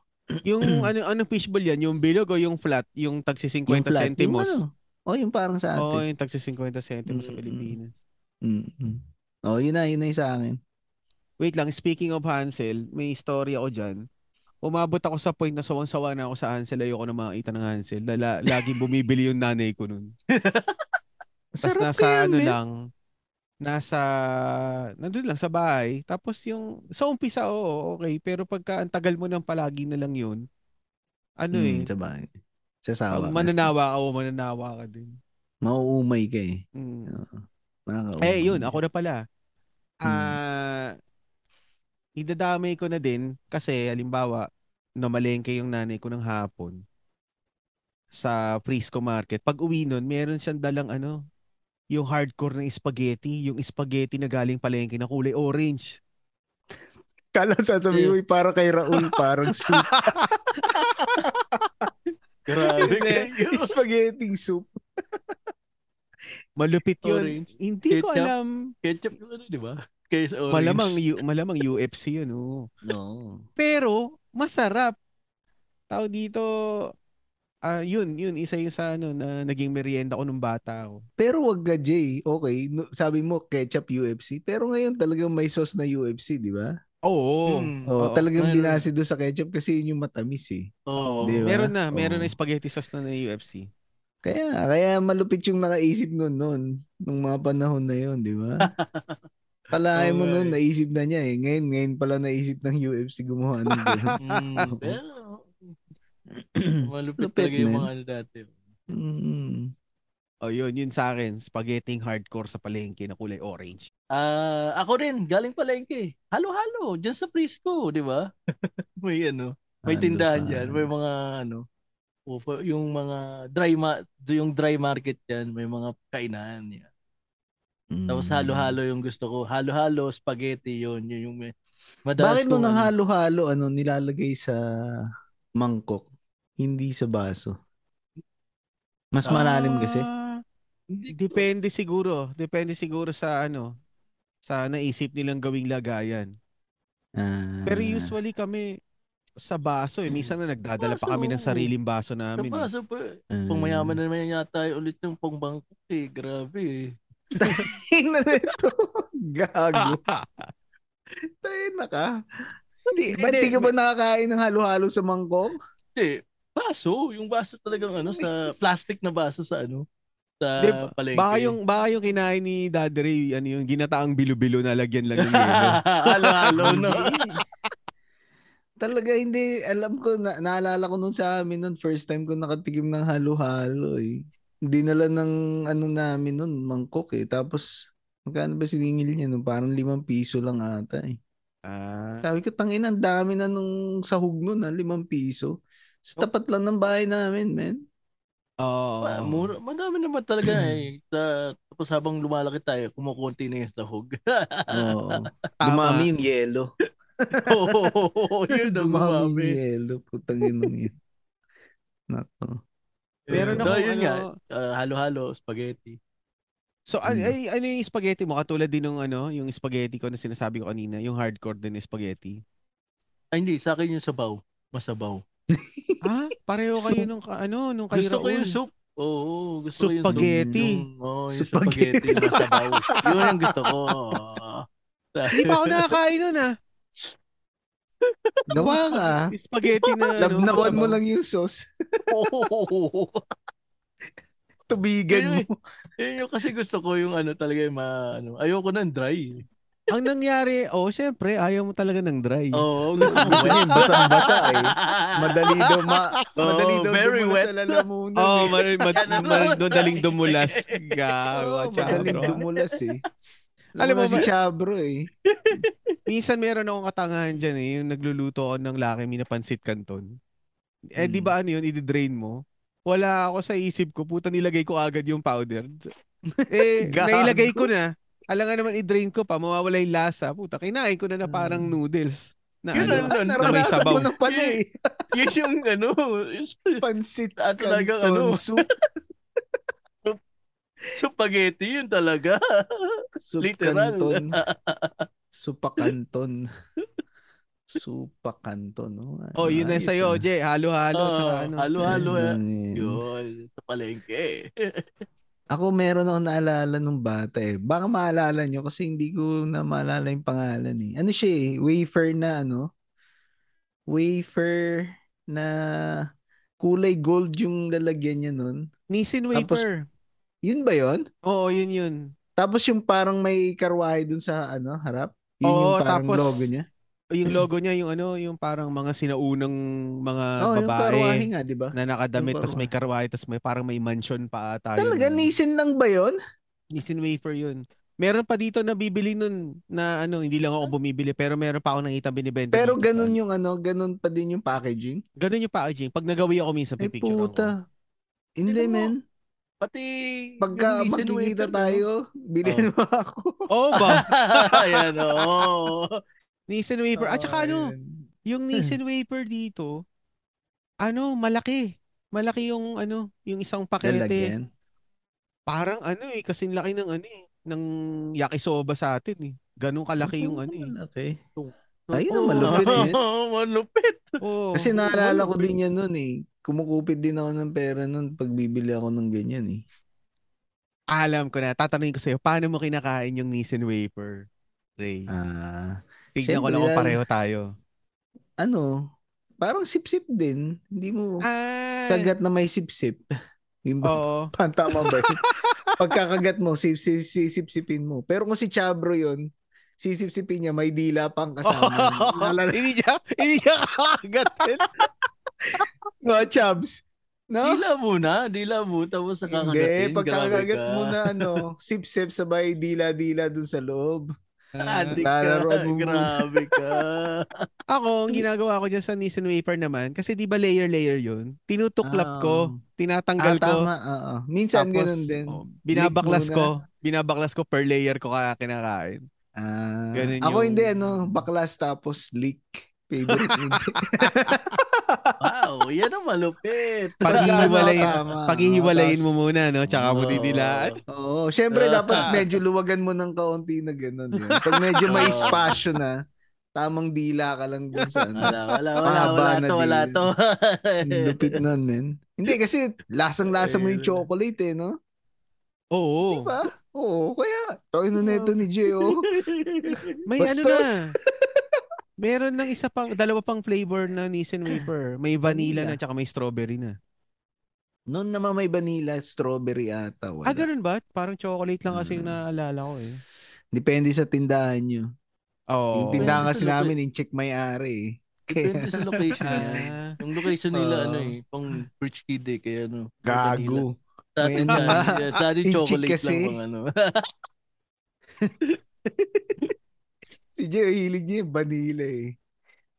S1: Yung ano ano fishbowl yan, yung bilog o yung flat, yung tagsi 50
S2: yung flat, Yung
S1: centimos.
S2: ano, oh, yung parang sa
S1: Oo,
S2: atin.
S1: yung tagsi 50 centimos sa
S2: Mm-mm.
S1: Pilipinas.
S2: Mm-mm. Oh, yun na, yun na yung sa akin.
S1: Wait lang, speaking of Hansel, may story ako dyan. Umabot ako sa point na sawang-sawa na ako sa Hansel. Ayoko na makita ng Hansel. Dala, lagi bumibili yung nanay ko nun. Tapos
S2: Sarap
S1: nasa
S2: kaya, eh.
S1: ano
S2: men.
S1: lang, nasa, nandun lang sa bahay. Tapos yung, sa umpisa, oo, okay. Pero pagka ang tagal mo ng palagi na lang yun, ano
S2: Mm,
S1: eh,
S2: sa bahay. Sasawa.
S1: pag
S2: ka.
S1: mananawa ka o mananawa ka din.
S2: Mauumay ka eh.
S1: Mm.
S2: Nakakaumay.
S1: Eh, yun, ako na pala.
S2: Hmm.
S1: Ah, Hmm. idadamay ko na din kasi halimbawa, namalengke yung nanay ko ng hapon sa Frisco Market. Pag uwi nun, meron siyang dalang ano, yung hardcore na spaghetti, yung spaghetti na galing palengke na kulay orange.
S2: Kala sasabihin mo, "Uy, para kay Raul, parang soup.
S3: Grabe
S1: Hindi.
S3: kayo.
S2: Spaghetti soup.
S1: Malupit yun.
S3: Orange.
S1: Hindi ko
S3: Ketchup.
S1: alam.
S3: Ketchup yung ano, di ba? Case orange.
S1: Malamang, U- malamang UFC yun. oo.
S2: No.
S1: Pero masarap. Tao dito ah yun, yun isa yung sa ano na naging merienda ko nung bata ako.
S2: Pero wag ka, Jay. Okay, no- sabi mo, ketchup UFC. Pero ngayon talagang may sauce na UFC, di ba?
S1: Oo.
S3: Hmm.
S2: Oh,
S1: Oo.
S2: talagang
S3: Ayun,
S2: binasi doon sa ketchup kasi yun yung matamis eh.
S3: Oo.
S2: Di ba?
S1: Meron na, meron na
S2: Oo.
S1: spaghetti sauce na na UFC.
S2: Kaya, kaya malupit yung nakaisip nun noon, nung mga panahon na yun, di ba? Palay mo
S3: Oo nga
S2: noon,
S3: eh.
S2: naisip na niya eh. Ngayon, ngayon pala naisip ng UFC gumawa ng ganun.
S3: Mm, pero, malupit
S2: Lupit,
S3: talaga yung
S2: man.
S3: mga ano dati.
S2: Mm.
S1: Oh, yun, yun sa akin, spaghetti hardcore sa palengke na kulay orange.
S3: Ah, ako rin, galing palengke. Halo-halo, dyan sa Frisco, di ba? may ano, may
S2: Ano
S3: tindahan
S2: pa?
S3: dyan, may mga ano, upo- yung mga dry ma- yung dry market dyan, may mga kainan yan.
S2: Mm.
S3: Tapos halo-halo yung gusto ko. Halo-halo, spaghetti yun, yun yung may, madalas
S2: Bakit mo
S3: kong
S2: nang
S3: ano.
S2: halo-halo ano, nilalagay sa mangkok, hindi sa baso? Mas malalim kasi.
S1: Ah,
S3: Hindi ko-
S1: Depende siguro, depende siguro sa ano sa naisip nilang gawing lagayan.
S2: Ah.
S1: Pero usually kami sa baso eh. Minsan na nagdadala pa
S3: Baso,
S1: kami ng
S3: oo.
S1: sariling baso namin.
S3: Diba,
S1: Eh.
S3: so, pa-
S2: Ah.
S3: pang mayaman na naman yata eh, ulit yung pang Bangkok eh. Grabe eh.
S2: Ina nito.
S1: Ah,
S2: Gago. Tayo na ka. Hindi, ba't
S1: Hindi,
S2: di ka ba nakakain ng halo-halo sa mangkok?
S3: Hindi, baso. Yung baso talagang ano, sa plastic na baso sa ano, sa
S1: Di
S3: palengke.
S1: Baka yung, baka yung kinain ni Daddy Ray, ano yung ginataang bilo-bilo na lagyan lang ng yelo.
S3: Halo-halo, no?
S2: Hindi. Talaga hindi. Alam ko, na, naalala ko nun sa amin nun, first time ko nakatikim ng halo-halo eh. Dinala ng ano namin nun, mangkok eh. Tapos, magkano ba siningil niya nun? Parang limang piso lang ata eh.
S1: Ah,
S2: Sabi ko, tangin, ang dami na nung sahog nun ha, limang piso. Sa tapat lang ng bahay namin, men.
S1: oo.
S3: Ah, Mura, madami naman talaga eh. Sa, tapos habang lumalaki tayo, kumukunti na yung sahog. Ah.
S2: Oo.
S1: Tama.
S2: Dumami yung yelo.
S3: Oo, yun ang
S2: Dumami
S3: dumami.
S2: yung yelo. Putang ina mo yun. Nako.
S1: Meron
S3: So,
S1: ako ano.
S3: yun nga. Ah, halo-halo, spaghetti.
S1: So
S2: Mm.
S1: ano, ay, ano yung spaghetti mo? Katulad din ng ano, yung spaghetti ko na sinasabi ko kanina, yung hardcore din na spaghetti.
S3: Ay, hindi. Sa akin yung sabaw. Masabaw.
S1: ah, pareho kayo
S2: So-
S1: nung ka- ano, nung kay
S3: Gusto ko
S1: Raul.
S3: yung soup. Oo, gusto ko yung soup.
S1: Spaghetti.
S3: Yung, oh, yung
S2: Spaghetti.
S3: spaghetti, yung masabaw. Yun ang gusto ko.
S1: Hindi pa ako nakakain nun ah.
S2: Gawa ka.
S1: Spaghetti na ano,
S2: Labnawan mo
S1: masabaw.
S2: lang yung sauce.
S3: Oo.
S2: Tubigan
S3: Yun
S2: mo.
S3: Yun yung kasi gusto ko yung ano talaga yung ma, ano, ayoko ng dry.
S1: Ang nangyari, oh, syempre, ayaw mo talaga ng dry.
S3: Oo, gusto ko.
S2: Gusto niya yung basang-basa eh. Madali daw ma...
S3: Oo,
S2: madali daw
S3: very
S2: dumulas
S3: wet.
S2: sa lalamunan
S1: Oh,
S2: eh.
S1: mad- mad-
S3: Ano?
S1: mad- madaling dumulas. Gago,
S2: Oo,
S1: tsaka
S2: madaling
S1: bro.
S2: dumulas eh.
S1: Alam mo
S2: si
S1: ba-
S2: Chabro eh.
S1: Minsan meron akong katangahan dyan eh, yung nagluluto ako ng laki na pansit kanton. Eh, di
S2: Mm.
S1: ba ano yun, i-drain mo? Wala ako sa isip ko, puta nilagay ko agad yung powder. Eh,
S2: Gago.
S1: nailagay ko na. Alam nga naman, i-drain ko pa, mawawala yung lasa. Puta, kinain ko na na parang
S2: Mm.
S1: noodles. Na
S3: Yun
S1: ano,
S3: ang-
S2: Ah,
S3: na may
S2: naranasan
S1: sabaw.
S2: mo na pala eh.
S3: Yan yung ano, sp-
S2: Pansit
S3: Ah, talagang
S2: canton
S3: ano.
S2: soup.
S3: spaghetti yun talaga.
S2: Soup
S3: Literal.
S2: canton. Supakanton. Supakanton. No?
S1: oh, yun na
S2: Ayos,
S1: sa'yo,
S2: ah.
S1: Jay. Halo-halo.
S3: Oo,
S1: tsaka ano.
S3: halo-halo.
S2: Ayun,
S3: eh.
S2: ayun.
S3: Yun, sa palengke.
S2: Ako meron ako naalala nung bata eh. Baka maalala nyo kasi hindi ko na maalala yung pangalan eh. Ano siya eh? Wafer na ano? Wafer na kulay gold yung lalagyan niya nun.
S1: Nisin
S2: Tapos-
S1: wafer.
S2: Yun ba yun?
S1: Oo, yun yun.
S2: Tapos yung parang may karwahe dun sa ano harap. Yun
S1: Oo,
S2: yung parang
S1: tapos-
S2: logo niya.
S1: Yung logo niya, yung ano, yung parang mga sinaunang mga
S2: Oo, yung karwahe
S1: babae
S2: nga, di ba?
S1: na nakadamit,
S2: yung
S1: tas may karwahe, tas may parang may mansion pa ata. yun.
S2: Talaga, nisin lang ba yun?
S1: Nisin wafer yun. Meron pa dito na bibili nun na ano, hindi lang ako bumibili pero meron pa ako nakita binibenta.
S2: Pero
S1: dito.
S2: ganun yung ano, ganun pa din yung packaging.
S1: Ganun yung packaging. Pag nagawi ako minsan,
S2: Ay
S1: pipicturean ko.
S2: puta. Hindi
S3: Tignan mo,
S2: men.
S3: Pati
S2: Pagka
S3: yung Nissan
S2: magkikita
S3: Waiter,
S2: tayo, bilhin mo ako.
S1: Oo
S3: ano?
S1: ba?
S3: Ayan, oo.
S1: Nissin wafer. At saka ano, yung Nissin wafer dito, ano, malaki. Malaki yung ano, yung isang pakete.
S2: Lalagyan.
S1: Parang ano eh, kasing laki ng ano eh, ng yakisoba sa atin eh. Ganun kalaki yung ano eh.
S2: Okay.
S1: Tung-
S2: Ayun ang
S1: Oo.
S2: malupit eh.
S3: Oo, malupit.
S1: Oo.
S2: Kasi naalala ko din yan noon eh. Kumukupit din ako ng pera noon pag bibili ako ng ganyan eh.
S1: Alam ko na, tatanungin ko sa'yo, paano mo kinakain yung Nissin wafer? Ray,
S2: Ah,
S1: tignan ko
S2: syempre
S1: lang kung
S2: yan.
S1: pareho tayo.
S2: ano, parang sip-sip din. Hindi mo
S1: Ah, Oh.
S2: kagat na may sip-sip. Yung ba?
S1: Oo.
S2: Tama ba yun? Pagkakagat mo, sip- sip- sisip-sipin mo. Pero kung si Chabro yun, sisip-sipin niya, may dila pang kasama. Naalala
S1: hindi niya, hindi niya kakagatin.
S2: mo, Chabs? No?
S3: Dila muna, dila mo, tapos sa kakagatin.
S2: Hindi,
S3: grabe
S2: pagkakagat
S3: ka.
S2: mo na ano, sip-sip sabay dila-dila dun sa loob.
S3: Adik
S2: Lalaro
S3: ka,
S2: mo muna.
S3: grabe ka.
S1: Ako, ang ginagawa ko dyan sa Nissan Wafer naman, kasi di ba layer-layer yun, tinutuklap ko, tinatanggal ko,
S2: Ah, tama. oo. Minsan
S1: tapos
S2: ganun din.
S1: oh, binabaklas
S2: Link
S1: ko, binabaklas ko per layer ko kaya kinakain.
S2: Ah,
S1: Ganun
S2: ako
S1: yung-
S2: hindi ano, baklas tapos leak. Favorite ko.
S3: Wow, yan ang malupit.
S1: Paghihiwalay,
S2: Tama, tama.
S1: paghihiwalayin
S2: Ah, Oo,
S1: mo muna, Ah. no? Tsaka mo
S3: Oo.
S1: didilaan.
S2: Oo, syempre dapat medyo luwagan mo ng kaunti na ganun. Yun. Pag medyo may
S3: Oo.
S2: espasyo na, tamang dila ka lang dun sa ano.
S3: Wala, wala, wala,
S2: Mahaba
S3: wala
S2: na
S3: to, wala
S2: din.
S3: to.
S2: Ang Lupit nun, men. Hindi, kasi lasang-lasa mo yung chocolate eh, no?
S1: Oo.
S2: Diba? Oo, kaya, tayo na neto ni J.O.
S1: May ano
S2: Bastos.
S1: na. Meron ng isa pang, dalawa pang flavor na Nissan Wafer. May vanilla
S2: Vanilla.
S1: na tsaka may strawberry na.
S2: Noon naman may vanilla, strawberry ata. Wala.
S1: Ah, ganun ba? Parang chocolate lang kasi yung
S2: Mm.
S1: naaalala ko eh.
S2: Depende sa tindahan nyo.
S1: Oo.
S2: Yung
S3: Depende
S2: tindahan kasi
S3: sa lugar.
S2: namin, in-check may-ari eh.
S3: Depende sa location yan.
S1: Ah.
S3: Yung location nila,
S2: Oo.
S3: ano eh, pang rich kid eh, kaya ano. Manila.
S2: Gago.
S3: Sa
S2: May
S3: atin,
S2: ano.
S3: sa atin- sa atin
S2: Inchik
S3: chocolate
S2: kasi.
S3: lang pang ano.
S2: Si J.O. hilig niya yung vanilla eh.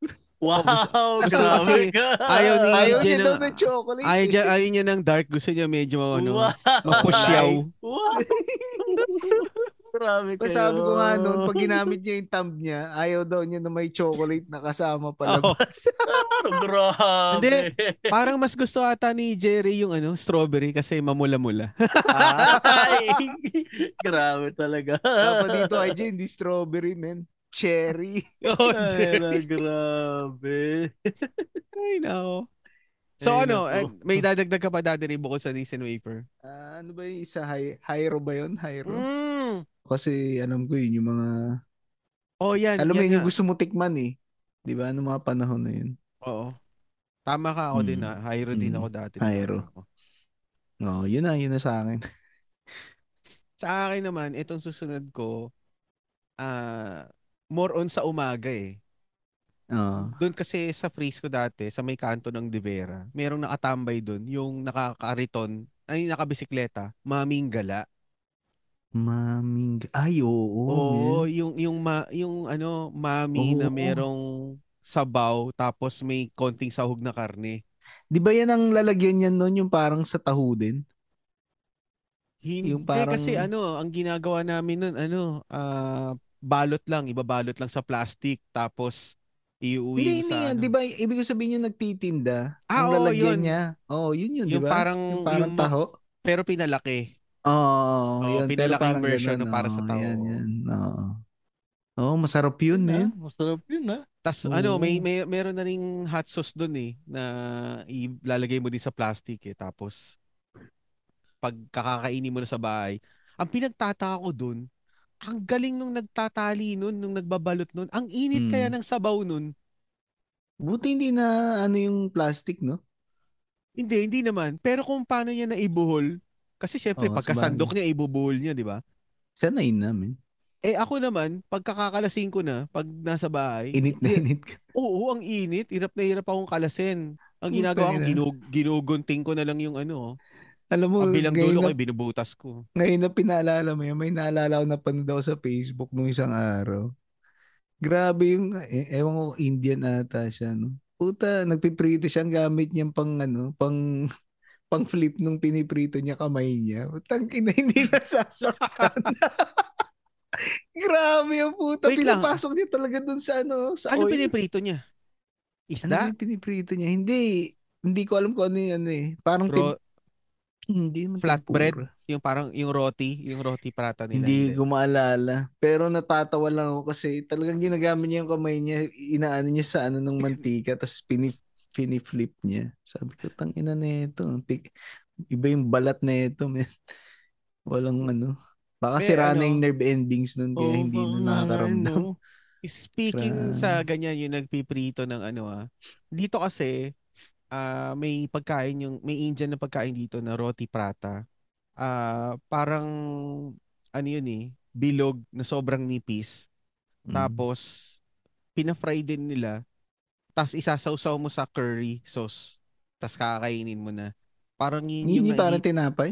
S3: Wow,
S1: gusto ko
S3: grabe
S1: kasi
S3: ka.
S1: ayaw ni-
S2: Ayaw ano,
S1: Jay
S2: niya daw
S1: na-
S2: ng chocolate
S1: Ayaw,
S2: eh.
S1: niya, ayaw niya ng dark. Gusto niya medyo ano,
S3: Wow.
S1: mapusyaw.
S3: Wow. grabe kayo.
S2: Tapos sabi ko nga noon, pag ginamit niya yung thumb niya, ayaw daw niya na may chocolate na kasama pala.
S1: Oo.
S3: Grabe.
S1: Hindi. Parang mas gusto ata ni Jerry yung ano, strawberry kasi mamula-mula.
S2: Ah,
S3: Ay, grabe talaga.
S2: dapat dito, IJ, hindi strawberry, men. Cherry.
S1: oh,
S3: Ay, na,
S1: Jerry.
S3: grabe.
S1: Ay, nako. So
S3: Ay,
S1: ano,
S3: nako.
S1: eh, may dadagdag ka pa dati rin bukod sa Nissan Wafer?
S2: Ah, ano ba yung isa? Hy- Hyro ba yun? Hyro?
S1: Mm.
S2: Kasi alam ko yun, yung mga...
S1: Oh, yan.
S2: Alam mo
S1: yan
S2: yun,
S1: nga.
S2: yung gusto mo tikman eh. Di ba? Ano mga panahon na yun?
S1: Oo. Tama ka ako din
S2: Mm.
S1: na. Hyro din
S2: Mm.
S1: ako dati. ano
S2: Hyro. Oo, Oh, yun na, yun na sa akin.
S1: Sa akin naman, itong susunod ko, ah more on sa umaga eh.
S2: Oo.
S1: Doon kasi sa freeze ko dati, sa may kanto ng De Vera, merong nakatambay doon, yung nakakariton, ay nakabisikleta, maming gala.
S2: Maming... Ay, oo.
S1: Oo,
S2: Oh, man.
S1: yung yung ma, yung ano, mami
S2: Oo,
S1: na
S2: oo.
S1: merong sabaw tapos may konting sahog na karne.
S2: Di ba yan ang lalagyan niyan noon? Yung parang sa taho din?
S1: Hindi
S2: Yung parang-
S1: kasi ano, ang ginagawa namin nun, ano, ah, balot lang, ibabalot lang sa plastic tapos iuwi
S2: Hindi,
S1: mo
S2: hindi
S1: sa
S2: yan.
S1: ano.
S2: Di ba, ibig ko sabihin yung nagtitinda,
S1: Ah,
S2: ang
S1: oo,
S2: lalagyan
S1: yun.
S2: niya. Oo, yun yun, di
S1: Yung
S2: ba?
S1: parang
S2: yung parang
S1: yung-
S2: taho.
S1: pero pinalaki.
S2: Oo,
S1: Oo,
S2: yun. Pero
S1: pinalaking
S2: parang
S1: version
S2: ganun,
S1: na para sa
S2: oo,
S1: taho.
S2: Yan, yan. Oo. Oo, masarap yun,
S3: Yun,
S2: man.
S3: ah. Masarap yun, ha?
S1: Tapos ano, may,
S2: Oo.
S1: may meron na ring hot sauce doon eh na ilalagay mo din sa plastic eh. Tapos pag kakakainin mo na sa bahay, ang pinagtataka ko doon, ang galing nung nagtatali nun, nung nagbabalot nun. Ang init
S2: Hmm.
S1: kaya ng sabaw nun.
S2: Buti hindi na ano yung plastic, no?
S1: Hindi, hindi naman. Pero kung paano niya naibuhol, kasi syempre
S2: Oo,
S1: pagkasandok niya, ibubuhol niya, di ba?
S2: Sana yun namin.
S1: Eh ako naman, pagkakakalasing ko na, pag nasa bahay,
S2: Init na init ka.
S1: Oo, ang init. Hirap na hirap akong kalasin. Ang
S2: Puta
S1: ginagawa ko,
S2: ina.
S1: ginug- ginugunting ko na lang yung ano.
S2: Alam mo,
S1: Kabilang dulo ko, eh,
S2: ngayon na,
S1: binubutas ko.
S2: ngayon na pinaalala mo yun, may naalala ko na panood ako sa Facebook nung isang araw. Grabe yung, eh, ewan ko, Indian ata siya, no? Puta, nagpiprito siya ang gamit niyang pang, ano, pang, pang flip nung piniprito niya kamay niya. Putang ina, hindi nasasaktan. Grabe yung puta.
S1: Wait lang.
S2: Pinapasok niya talaga dun sa ano, sa
S1: Ano
S2: oil.
S1: piniprito niya?
S2: Ano
S1: Isda?
S2: ba yung piniprito niya? Hindi. Hindi ko alam kung ano yun ano eh. Parang
S1: Ro-
S2: tim- hindi naman
S1: flatbread
S2: tempura.
S1: yung parang yung roti, yung roti prata nila.
S2: Hindi ko maalala. Pero natatawa lang ako kasi talagang ginagamit niya yung kamay niya. Inaano niya sa ano ng mantika. Tapos pinip, piniflip niya. Sabi ko, tang ina na ito. ang tik- Iba yung balat na ito, man. Walang ano. Baka
S1: May
S2: sira na
S1: ano-
S2: yung nerve endings nun kaya
S3: Oo,
S2: hindi
S3: baka
S2: na nakakaramdam.
S3: Oh, ano.
S1: Speaking
S2: Grabe.
S1: sa ganyan yung nagpiprito ng ano ah. Dito kasi ah, may pagkain yung may Indian na pagkain dito na roti prata. Ah, parang ano yun eh, bilog na sobrang nipis.
S2: Mm.
S1: Tapos, pina-fry din nila. Tapos, isasawsaw mo sa curry sauce. Tapos, kakainin mo na. Parang yun yung...
S2: Hindi parang
S1: nai-
S2: tinapay?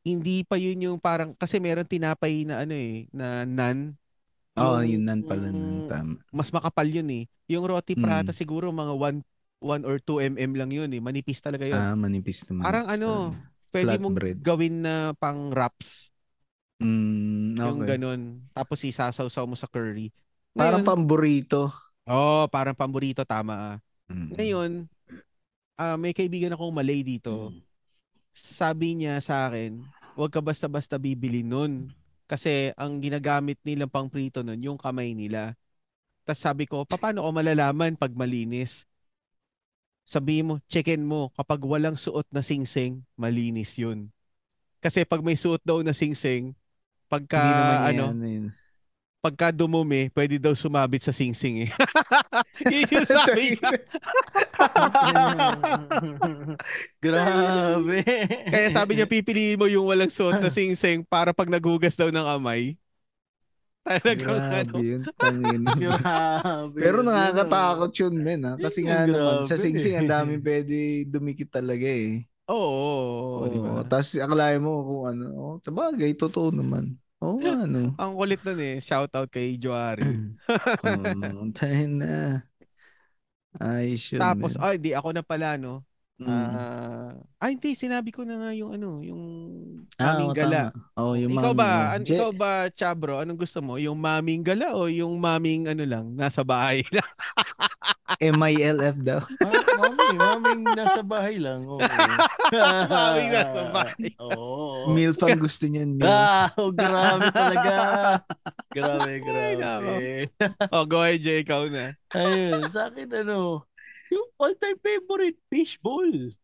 S1: hindi pa yun yung parang... Kasi meron tinapay na ano eh, na nan. Mm.
S2: Oo, oh, yun nan pala nun.
S1: yung
S2: Tama.
S1: Mas makapal yun eh. Yung roti
S2: Mm.
S1: prata siguro mga 1 1 or 2 mm lang yun eh. Manipis talaga yun.
S2: Ah, manipis na manipis.
S1: Parang ano,
S2: tama.
S1: Pwede mong
S2: flatbread.
S1: gawin na pang wraps.
S2: Mm, okay.
S1: Yung ganun. Tapos isasawsaw mo sa curry.
S2: Parang
S1: Ngayon-
S2: pamburito.
S1: Oh, parang pamburito tama ah.
S2: Mm.
S1: Ngayon, ah may kaibigan akong Malay dito.
S2: Mm.
S1: Sabi niya sa akin, huwag ka basta-basta bibili nun. Kasi ang ginagamit nilang pang prito nun, yung kamay nila. Tapos sabi ko, paano ko malalaman pag malinis? Sabi mo, checkin mo, kapag walang suot na singsing, malinis yun. Kasi pag may suot daw na singsing, pagka,
S2: Hindi naman niya
S1: ano,
S2: ano yun.
S1: pagka dumumi, pwede daw sumabit sa singsing eh. yun yung sabi niya.
S3: ano, Grabe.
S1: Kaya sabi niya, pipiliin mo yung walang suot na sing-sing para pag naghugas daw ng kamay. Talagang ano.
S2: Grabe yun. tangin.
S3: Grabe.
S2: Pero nakakatakot yun, men. Ha? Kasi
S3: Yun
S2: nga
S3: yung
S2: naman, sa
S3: grabe.
S2: singsing, ang dami pwede dumikit talaga eh.
S1: Oo. diba?
S2: Oo,
S1: di ba?
S2: Tapos akalain mo kung ano. Oh, sabagay, totoo naman. Oo nga, ano.
S1: Ang kulit nun eh. Shout out kay Joari.
S2: Oo, tayo na. Ayos yun,
S1: Tapos, ah,
S2: men.
S1: ay, di ako na pala, no?
S2: Mm.
S1: Ah, ay, hindi. Sinabi ko na nga yung ano, yung
S2: Ah,
S1: maming
S2: oo,
S1: gala.
S2: tama. Oo, yung
S1: ikaw
S2: mami,
S1: ba,
S2: oo.
S1: an-
S2: Je-
S1: ikaw ba, Chabro, anong gusto mo? Yung maming gala o yung maming ano lang, nasa bahay lang?
S2: MILF daw.
S3: Ma- mami, maming nasa bahay lang. Oo.
S2: Ah.
S1: maming nasa bahay.
S3: Oo.
S2: Milf ang gusto niyan. Milf.
S3: Oh. Ah, oh, grabe talaga. Grabe,
S1: Ay, nako.
S3: grabe.
S1: O, Oh, go ahead, Jay, ikaw na.
S3: Ayun, sa akin ano, yung all-time favorite, fishball.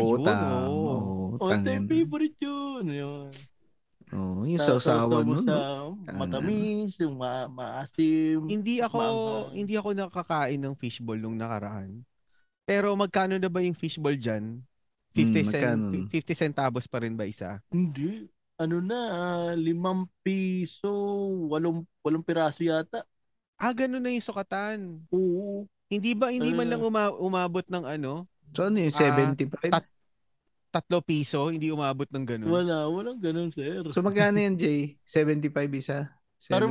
S1: Ah,
S2: oo,
S1: yun,
S2: tama.
S1: oo.
S2: Oo,
S3: All-time
S2: tangin.
S3: favorite yun. Yun.
S2: Oo, yung
S3: Sasawa
S2: sausawan
S3: mo
S2: nun.
S3: sa
S2: no? Ah,
S3: matamis, yung ma maasim.
S1: Hindi ako
S3: Maanghang.
S1: hindi ako nakakain ng fishball nung nakaraan. Pero magkano na ba yung fishball diyan? 50
S2: Hmm,
S1: cent
S2: magkano?
S1: 50 centavos pa rin ba isa?
S3: Hindi. Ano na, ah, limang piso, walong, walong piraso yata.
S1: Ah, ganun na yung sukatan.
S3: Oo.
S1: Hindi ba hindi man
S3: Ah.
S1: lang uma- umabot ng ano?
S2: So ano yung
S1: Ah,
S2: 75?
S1: tat- tatlo piso, hindi umabot ng ganun.
S3: Wala, walang ganun, sir.
S2: So magkano yan, Jay? 75 isa?
S3: Parang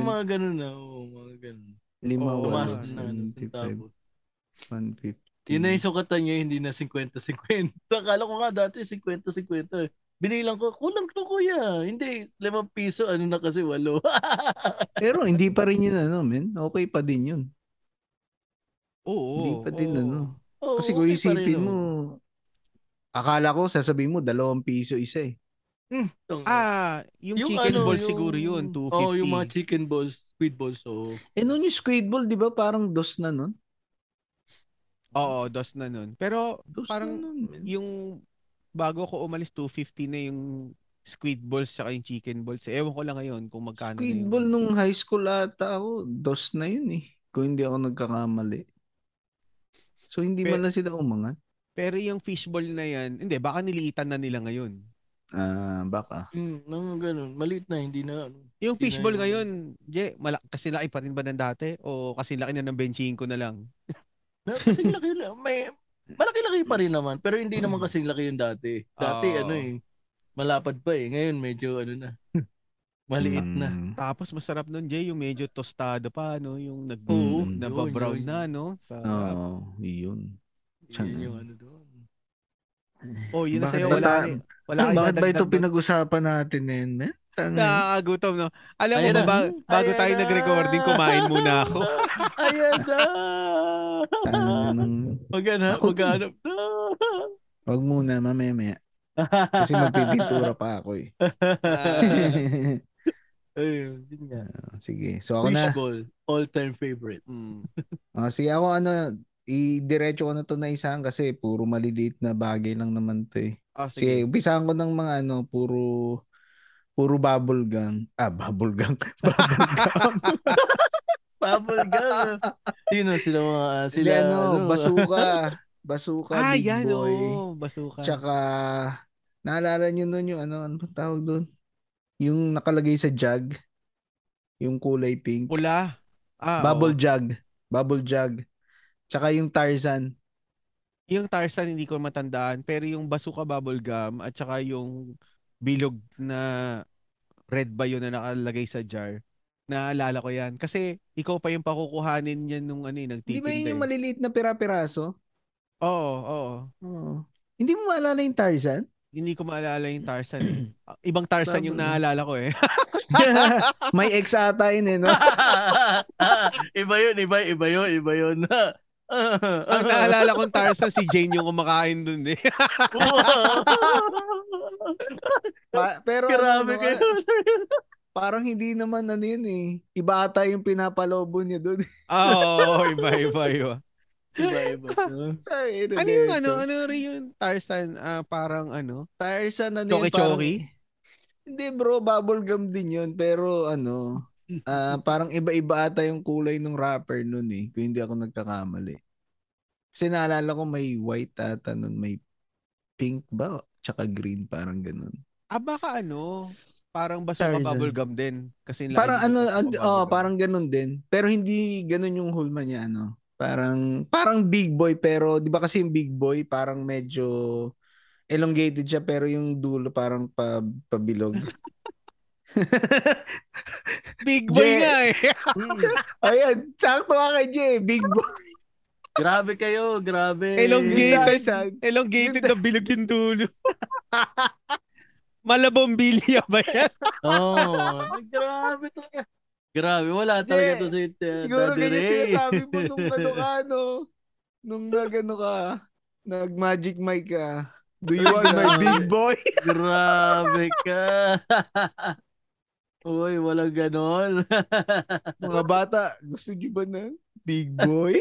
S2: Seven- Oh,
S3: mga ganun na, oo, mga ganun.
S2: lima,
S1: Oo,
S2: walo,
S3: Umas
S1: wala.
S3: na, ano,
S2: 75,
S3: centavo.
S2: 150.
S3: Yun na yung sukatan niya, hindi na 50-50. Akala ko nga dati 50-50. eh. Binilang ko, kulang to kuya. Hindi, 5 piso, ano na kasi, walo.
S2: Pero hindi pa rin yun ano, men. Okay pa din yun.
S1: Oo.
S2: hindi pa din
S1: oo.
S2: ano.
S3: Oo,
S2: Kasi kung
S3: okay pa rin,
S2: isipin
S3: oh.
S2: mo, akala ko sasabihin mo dalawang piso isa eh.
S3: Hmm, tanga.
S1: Ah, yung, chicken
S3: ano,
S1: ball siguro yun, 250.
S3: Oo, yung mga chicken balls, squid balls, so
S2: Eh noon yung squid ball, di ba parang dos na nun?
S1: Oo, dos na nun. Pero
S2: Dos
S1: Parang
S2: na nun, men.
S1: yung bago ko umalis, 250 na yung squid balls saka yung chicken balls. eh. Ewan ko lang ngayon kung magkano na
S2: Squid
S1: yun.
S2: ball nung high school ata ako, dos na yun eh. Kung hindi ako nagkakamali. So hindi
S1: Pe-
S2: man lang sila umangat.
S1: Pero yung fishball na yan, hindi, baka niliitan na nila ngayon.
S2: Ah, baka.
S3: Hmm, mga ganun. Maliit na, hindi na, ano.
S1: Yung
S3: Hindi na
S1: fishball
S3: yun.
S1: ngayon, je, mala- kasi laki pa rin ba ng dati? O kasi laki na ng 25 na lang?
S3: Na- Kasing laki na, may, malaki-laki pa rin naman, pero hindi naman kasing laki yung dati. Dati,
S1: Oo.
S3: ano eh, malapad pa eh. Ngayon, medyo, ano na, maliit na.
S1: Hmm.
S2: Mm.
S1: Tapos masarap nun, Jay, yung medyo tostado pa, no? Yung nag
S3: Oo,
S2: Mm.
S1: na
S3: yun,
S1: brown
S3: yun.
S1: na, no? Sa,
S2: Oo, yun. Tiyan,
S3: Yun
S2: eh.
S3: yung ano doon.
S1: oh, yun na
S2: Bakit
S1: sa'yo.
S2: ba
S1: Wala,
S2: ta-
S1: ka- wala ka
S2: Bakit ba
S1: idadagdag
S2: ito Hmm.
S1: doon?
S2: pinag-usapan natin na yun, men? Tangina.
S1: Nakakagutom, no? Alam mo
S3: Ayan
S1: ba,
S3: na.
S1: ba- bago
S3: Ayan
S1: tayo
S3: na.
S1: nag-recording, kumain muna ako.
S3: Ayan na.
S2: Tangina nung-
S3: Maghanap,
S2: Ako din.
S3: maghanap na.
S2: Wag muna, mamaya maya. Kasi magpipintura pa ako
S1: Ah.
S2: eh.
S3: Ayun, yun nga.
S2: Oh, Sige, so ako na.
S3: Fishball, all-time favorite.
S1: Mm.
S2: Ah, sige, ako ano, idiretso ko na to na isang kasi puro maliliit na bagay lang naman to eh.
S1: Ah,
S2: Sige,
S1: sige.
S2: umpisahan ko ng mga ano, puro puro bubble gum. Ah, bubble gum. bubble gum.
S3: Bubble gum. Sino sila mga ah, sila
S2: Sila ano, basuka. Basuka,
S1: ah,
S2: big
S1: yan,
S2: boy.
S1: oo. Basuka.
S2: Tsaka, naalala nyo nun yung ano, ano bang tawag doon? Yung nakalagay sa jug. Yung kulay pink.
S1: Pula. Ah,
S2: Bubble
S1: oo.
S2: jug. Bubble jug. Tsaka yung Tarzan.
S1: Yung Tarzan, hindi ko matandaan. Pero yung basuka bubble gum at saka yung bilog na red ba yun na nakalagay sa jar. Naalala ko yan. Kasi ikaw pa yung pakukuhanin niyan nung ano, eh,
S2: Hindi
S1: nagtitinda.
S2: ba yun yung
S1: eh.
S2: maliliit na pira-piraso?
S1: Oo, oo.
S2: Oo. Hindi mo maalala yung Tarzan?
S1: Hindi ko maalala yung Tarzan. eh. Ibang Tarzan yung
S2: Bubble.
S1: naalala ko eh.
S2: May ex ata yun eh, no?
S3: iba yun, iba, iba yun, iba yun.
S1: Ang naalala kong Tarzan, si Jane yung kumakain dun eh.
S2: Pa- pero ano,
S3: Grabe
S2: no,
S3: kayo.
S2: parang hindi naman ano yun eh. Iba ata yung pinapalobo niya doon.
S1: Ah, Oo, iba, iba, iba.
S3: iba, iba.
S1: Ano yung ano? Ano rin yung Tarzan? Ah, parang ano?
S2: Tarzan ano yun? Parang,
S1: Choki-choki?
S2: Hindi bro, bubblegum din yun. Pero ano, ah, parang iba-iba ata yung kulay ng wrapper nun eh. Kung hindi ako nagkakamali. Kasi naalala ko may white ata nun, may pink ba? Tsaka green, parang ganun.
S1: Ah, baka ano? Parang basuka
S2: Tarzan.
S1: bubblegum din. Kasi laki
S2: Parang
S1: ng
S2: ano,
S1: basuka
S2: ad-
S1: bubblegum.
S2: oh, parang ganun din. Pero hindi ganun yung hulma niya, ano. Parang, parang big boy, pero di ba kasi yung big boy, parang medyo elongated siya, pero yung dulo parang pa, pabilog.
S1: Big boy
S2: Jet.
S1: nga eh.
S2: Ayan, sakto ka kay Jay, big boy.
S3: grabe kayo, grabe.
S1: Elongated.
S2: Tarzan.
S1: Elongated na bilog yung dulo. Malabombilya ba yan?
S3: Oh, grabe talaga. Grabe, wala talaga to si uh,
S2: Siguro
S3: Daddy
S2: ganyan
S3: Ray.
S2: sinasabi mo nung ano ka, ano, nung nagano ka, nag-magic mic ka. Do you want my big boy?
S3: grabe ka. Uy, walang ganon.
S2: Mga bata, gusto niyo ba ng big boy?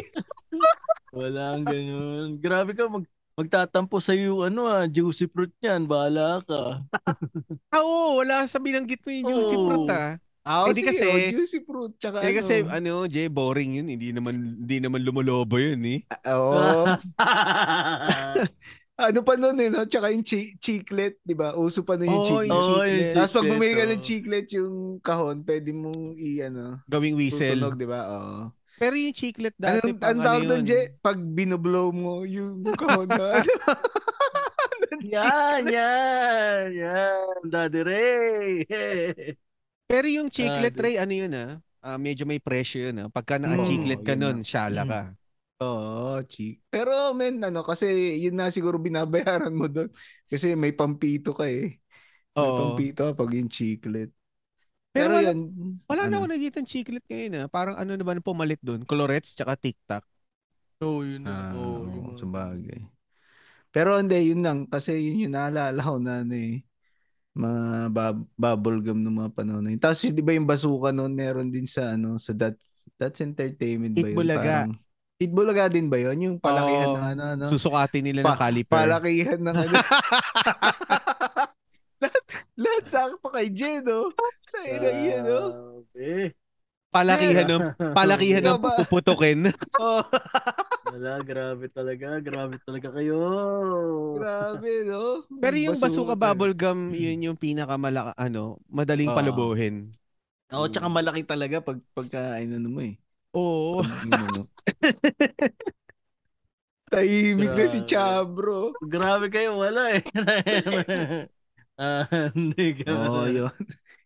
S3: walang ganon. Grabe ka, mag magtatampo sa iyo ano ah, juicy fruit niyan, bahala ka.
S1: Ah, oo, wala sa binanggit mo yung juicy
S3: Oo.
S1: fruit ah.
S2: Ah,
S1: Eh, di
S2: sige,
S1: kasi-
S2: oh, juicy fruit, tsaka
S1: Eh,
S2: ano.
S1: kasi ano, Jay, boring yun. Hindi naman hindi naman lumulobo yun eh.
S2: Oo. ano pa nun eh, no? tsaka yung chi- chiclet, di ba? Uso pa nun yung
S1: Oo,
S2: chiclet.
S1: yung
S3: Oo,
S1: chiclet.
S2: Tapos pag bumili ka
S3: oh.
S2: ng chiclet, yung kahon, pwede mong i, ano,
S1: Gawing whistle.
S2: tutunog, di ba? Oo.
S1: Pero yung chiclet dati
S2: Anong,
S1: pang
S2: ang tawag
S1: ano
S2: doon,
S1: yun?
S2: Je? Pag binublow mo yung kahon na.
S3: Yan, yan, yan. Daddy Ray.
S1: Pero yung chiclet
S3: Ah,
S1: tray, ano yun ah? Ah, medyo may presyo yun ah. Pagka naka-chiclet
S2: Oo,
S1: ka
S2: yun
S1: nun, syala
S2: Mm.
S1: ka.
S2: Oo, chick. Pero men, ano, kasi yun na siguro binabayaran mo doon. Kasi may pampito ka eh. May
S1: Oo.
S2: pampito ka pag yung chiclet.
S1: Pero
S2: Pero,
S1: wala-
S2: yun,
S1: Wala na
S2: ano,
S1: ako nakikita ng chiclet ngayon ah. Parang ano na ba na pumalit dun? Colorets tsaka tic-tac.
S3: So, Oh, yun
S2: Ah,
S3: na. Oo, yung
S2: oo,
S3: mga-
S2: sabagay. Pero hindi, yun lang. Kasi yun yung naalala ko na ano eh. Mga bab- bubble gum ng mga panahon na yun. Tapos yun, di ba yung bazooka noon, meron din sa ano, sa That's, That's Entertainment ba yun?
S1: Itbulaga.
S2: Parang, Itbulaga din ba yun? Yung palakihan
S1: Oo.
S2: ng ano, ano?
S1: Susukatin nila ng
S2: Pa-
S1: caliper.
S2: Palakihan ng ano. lahat, lahat sa akin pa kay Jen, no? Kailan yun, no?
S3: Grabe.
S1: palakihan
S3: Yeah.
S1: ng palakihan ng
S2: Ikaw ba?
S1: puputukin.
S2: Oh,
S3: Wala, grabe talaga. Grabe talaga kayo.
S2: grabe, no?
S1: Pero yung bazooka
S2: eh.
S1: bubble gum, yun yung pinakamalaka ano, madaling
S3: Ah.
S1: palubuhin.
S2: Oo, tsaka malaki talaga pag pagka ano mo eh.
S1: Oo.
S2: Pag inano. Tahimik na si
S3: Grabe.
S2: Chabro.
S3: Grabe kayo, wala eh. Ah, hindi ka.
S2: Oo, Oh, yun.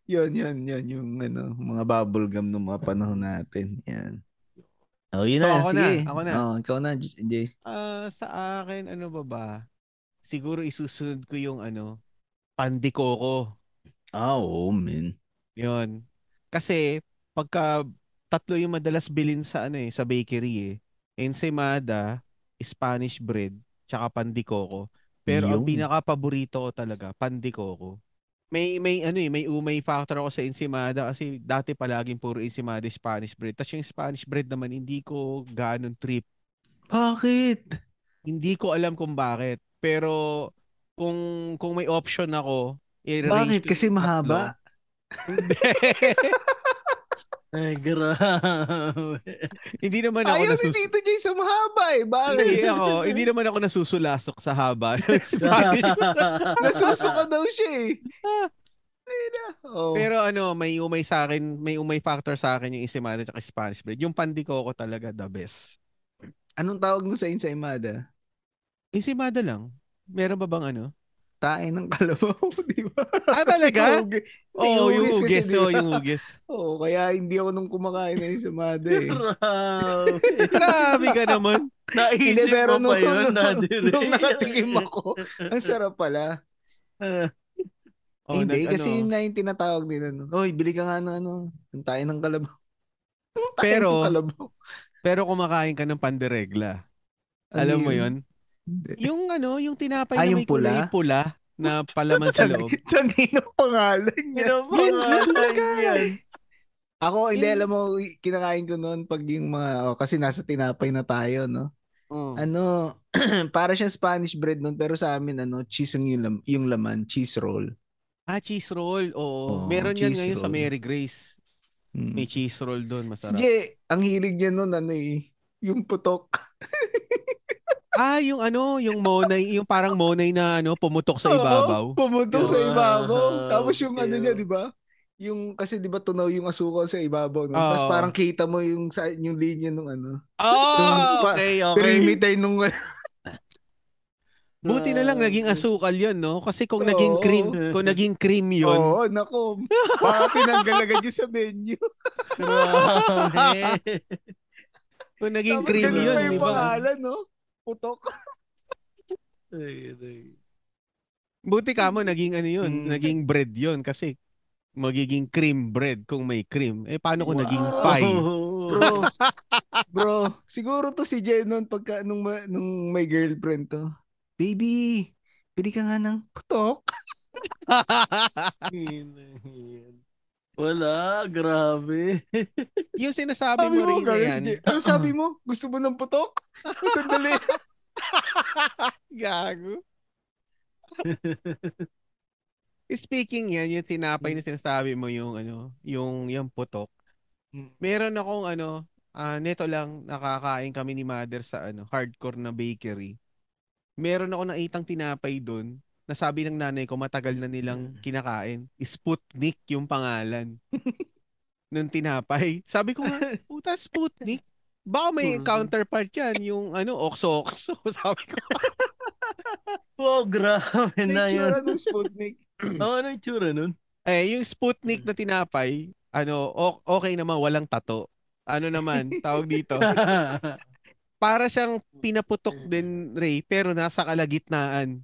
S2: Yun, yun, yun. Yung ano, mga bubble gum ng mga panahon natin. Yan. Oh, yun
S1: So,
S2: na.
S1: ako na,
S2: sige.
S1: ako na.
S2: Oh, ikaw na, J- Jay.
S1: Ah, sa akin ano ba ba? Siguro isusunod ko yung ano, pandikoko.
S2: Ah, Oo, man.
S1: Yun. Kasi pagka tatlo yung madalas bilin sa ano eh, sa bakery eh. Ensaymada, Spanish bread, tsaka pandikoko. Pero ang
S2: Yun.
S1: pinaka-paborito ko talaga, pandikoko. May may ano eh, may umay factor ako sa ensaymada kasi dati palaging puro ensaymada Spanish bread. Tapos yung Spanish bread naman hindi ko ganun trip.
S2: Bakit?
S1: Hindi ko alam kung bakit. Pero kung kung may option ako, i-range
S2: Bakit?
S1: ko
S2: Kasi
S1: yung tatlo.
S2: mahaba?
S1: Hindi.
S3: Ay, grabe.
S1: Hindi naman ako
S2: Ayaw ni
S1: nasusu-
S2: Tito Jay sa mahaba eh.
S1: Hindi
S2: Bakit?
S1: ako, hindi naman ako nasusulasok sa haba ng Spanish.
S2: Nasusuka daw siya eh. Ayun na. Oh.
S1: Pero ano, may umay sa akin, may umay factor sa akin yung Isimada at Spanish bread. Yung pandikoko talaga the best.
S2: Anong tawag mo sa ensaymada?
S1: Isimada lang. Meron ba bang ano?
S2: Tae ng kalabaw, di ba?
S1: Ah,
S2: Kasi
S1: talaga?
S2: mahugis. Hindi,
S1: Oo, oh, yung
S2: hugis
S1: hugis.
S2: kasi, di
S1: Oo,
S2: ba?
S1: yung hugis.
S2: Oo, kaya hindi ako nung kumakain ng ensaymada eh.
S3: Grabe.
S1: Grabe ka naman.
S3: Naisip
S2: Hindi, pero nung,
S3: mo pa yun,
S2: nung,
S3: Daddy
S1: eh.
S3: Ray.
S2: nung nakatikim ako, ang sarap pala.
S1: Oh,
S2: hindi,
S1: nag-
S2: kasi
S1: ano.
S2: yun na yung tinatawag nila. nun. Oy, bili ka nga ng ano, ng tae ng kalabaw. Ang tae
S1: Pero-
S2: ng kalabaw.
S1: Pero kumakain ka ng panderegla. Alam mo yun?
S2: Hindi.
S1: Yung ano, yung tinapay
S2: Ano Ah,
S1: na
S2: yung
S1: may kulay
S2: pula? Ano
S1: pula na palaman sa loob.
S2: Sanin ang pangalan niya.
S3: Sino pa
S1: Yun,
S3: nga
S1: yun talaga.
S3: yan?
S2: Ako, hindi,
S1: Yun.
S2: alam mo, kinakain ko noon pag yung mga, oh, kasi nasa tinapay na tayo, no?
S1: Mm.
S2: Ano, para siyang Spanish bread noon, pero sa amin, ano, cheese ang yung, lam- yung laman, cheese roll.
S1: Ah, cheese roll. Oo.
S2: Oo,
S1: Meron yan
S2: Oh, cheese
S1: ngayon sa
S2: roll.
S1: Mary Grace.
S2: Mm.
S1: May cheese roll doon,
S2: Si
S1: masarap.
S2: Jay, ang hilig niya noon, ano eh, yung putok.
S1: Ah, yung ano, yung monay, yung parang monay na ano, pumutok sa ibabaw.
S2: Oo, pumutok sa
S3: Wow.
S2: ibabaw. Tapos yung ano
S3: Ew.
S2: niya, di ba? Yung, kasi di ba tunaw yung asukal sa ibabaw. No? Tapos
S1: Oo.
S2: parang kita mo yung, sa, yung linya nung ano.
S1: Oh,
S2: pa-
S1: okay,
S2: Perimeter nung
S1: Buti na lang naging asukal 'yon, no? Kasi kung naging
S2: Oo.
S1: cream, kung naging cream 'yon.
S2: Oo, nako. Baka pinanggal agad yun sa menu.
S3: Grabe.
S1: Kung naging
S2: Tapos
S1: cream yun,
S2: ganun
S1: diba?
S2: pa yung
S1: di ba?
S2: pangalan, no? Putok.
S3: Ay, ay.
S1: Buti ka mo naging ano 'yun,
S3: Mm.
S1: naging bread 'yon kasi magiging cream bread kung may cream. Eh paano kung naging
S2: Wow.
S1: pie?
S2: Bro, bro, siguro to si Jen noon pagka nung, ma- nung may girlfriend to. Baby, pili ka nga ng putok.
S3: Wala, grabe.
S1: yung sinasabi
S2: Sabi
S1: mo
S2: mo,
S1: rin na
S2: gano'n si
S1: yan.
S2: Jay. Ano sabi mo? Gusto mo ng putok? Sandali.
S1: Gago. Speaking yan, yung tinapay na sinasabi mo yung ano, yung yung putok. Meron akong ano, ah, neto lang nakakain kami ni Mother sa ano, hardcore na bakery. Meron ako naitang tinapay doon. Nasabi ng nanay ko matagal na nilang kinakain. Sputnik yung pangalan nung tinapay. Sabi ko nga, puta Sputnik. Baka may
S3: Mhm.
S1: counterpart yan, yung ano, Oxo-Oxo. Sabi ko.
S2: Ano
S3: Wow, grabe na yun.
S2: ng Sputnik.
S3: Oh, ano yung tsura nun?
S1: Eh, yung Sputnik na tinapay, ano, o- okay naman, walang tato. Ano naman, tawag dito. Para siyang pinaputok din, Ray, pero nasa kalagitnaan.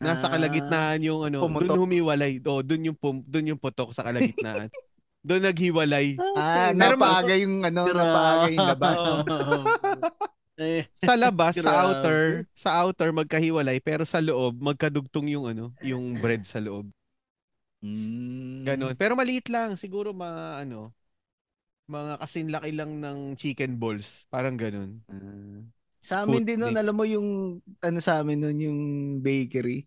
S1: Nasa
S2: Ah,
S1: kalagitnaan yung ano,
S2: pumutok.
S1: doon humiwalay. O, doon yung, pum, doon yung putok sa kalagitnaan. doon naghiwalay.
S2: Ah,
S1: Pero ma-
S2: napaaga yung ano, napaaga yung labas.
S3: eh,
S1: Sa labas, sa
S3: Grabe.
S1: outer, sa outer magkahiwalay, pero sa loob, magkadugtong yung ano, yung bread sa loob.
S2: Mm.
S1: Ganon. Pero maliit lang. Siguro mga ano, mga kasinlaki lang ng chicken balls. Parang ganon.
S2: Ah. Sa amin din nun,
S1: Sputnik.
S2: alam mo yung, ano sa amin nun, yung bakery.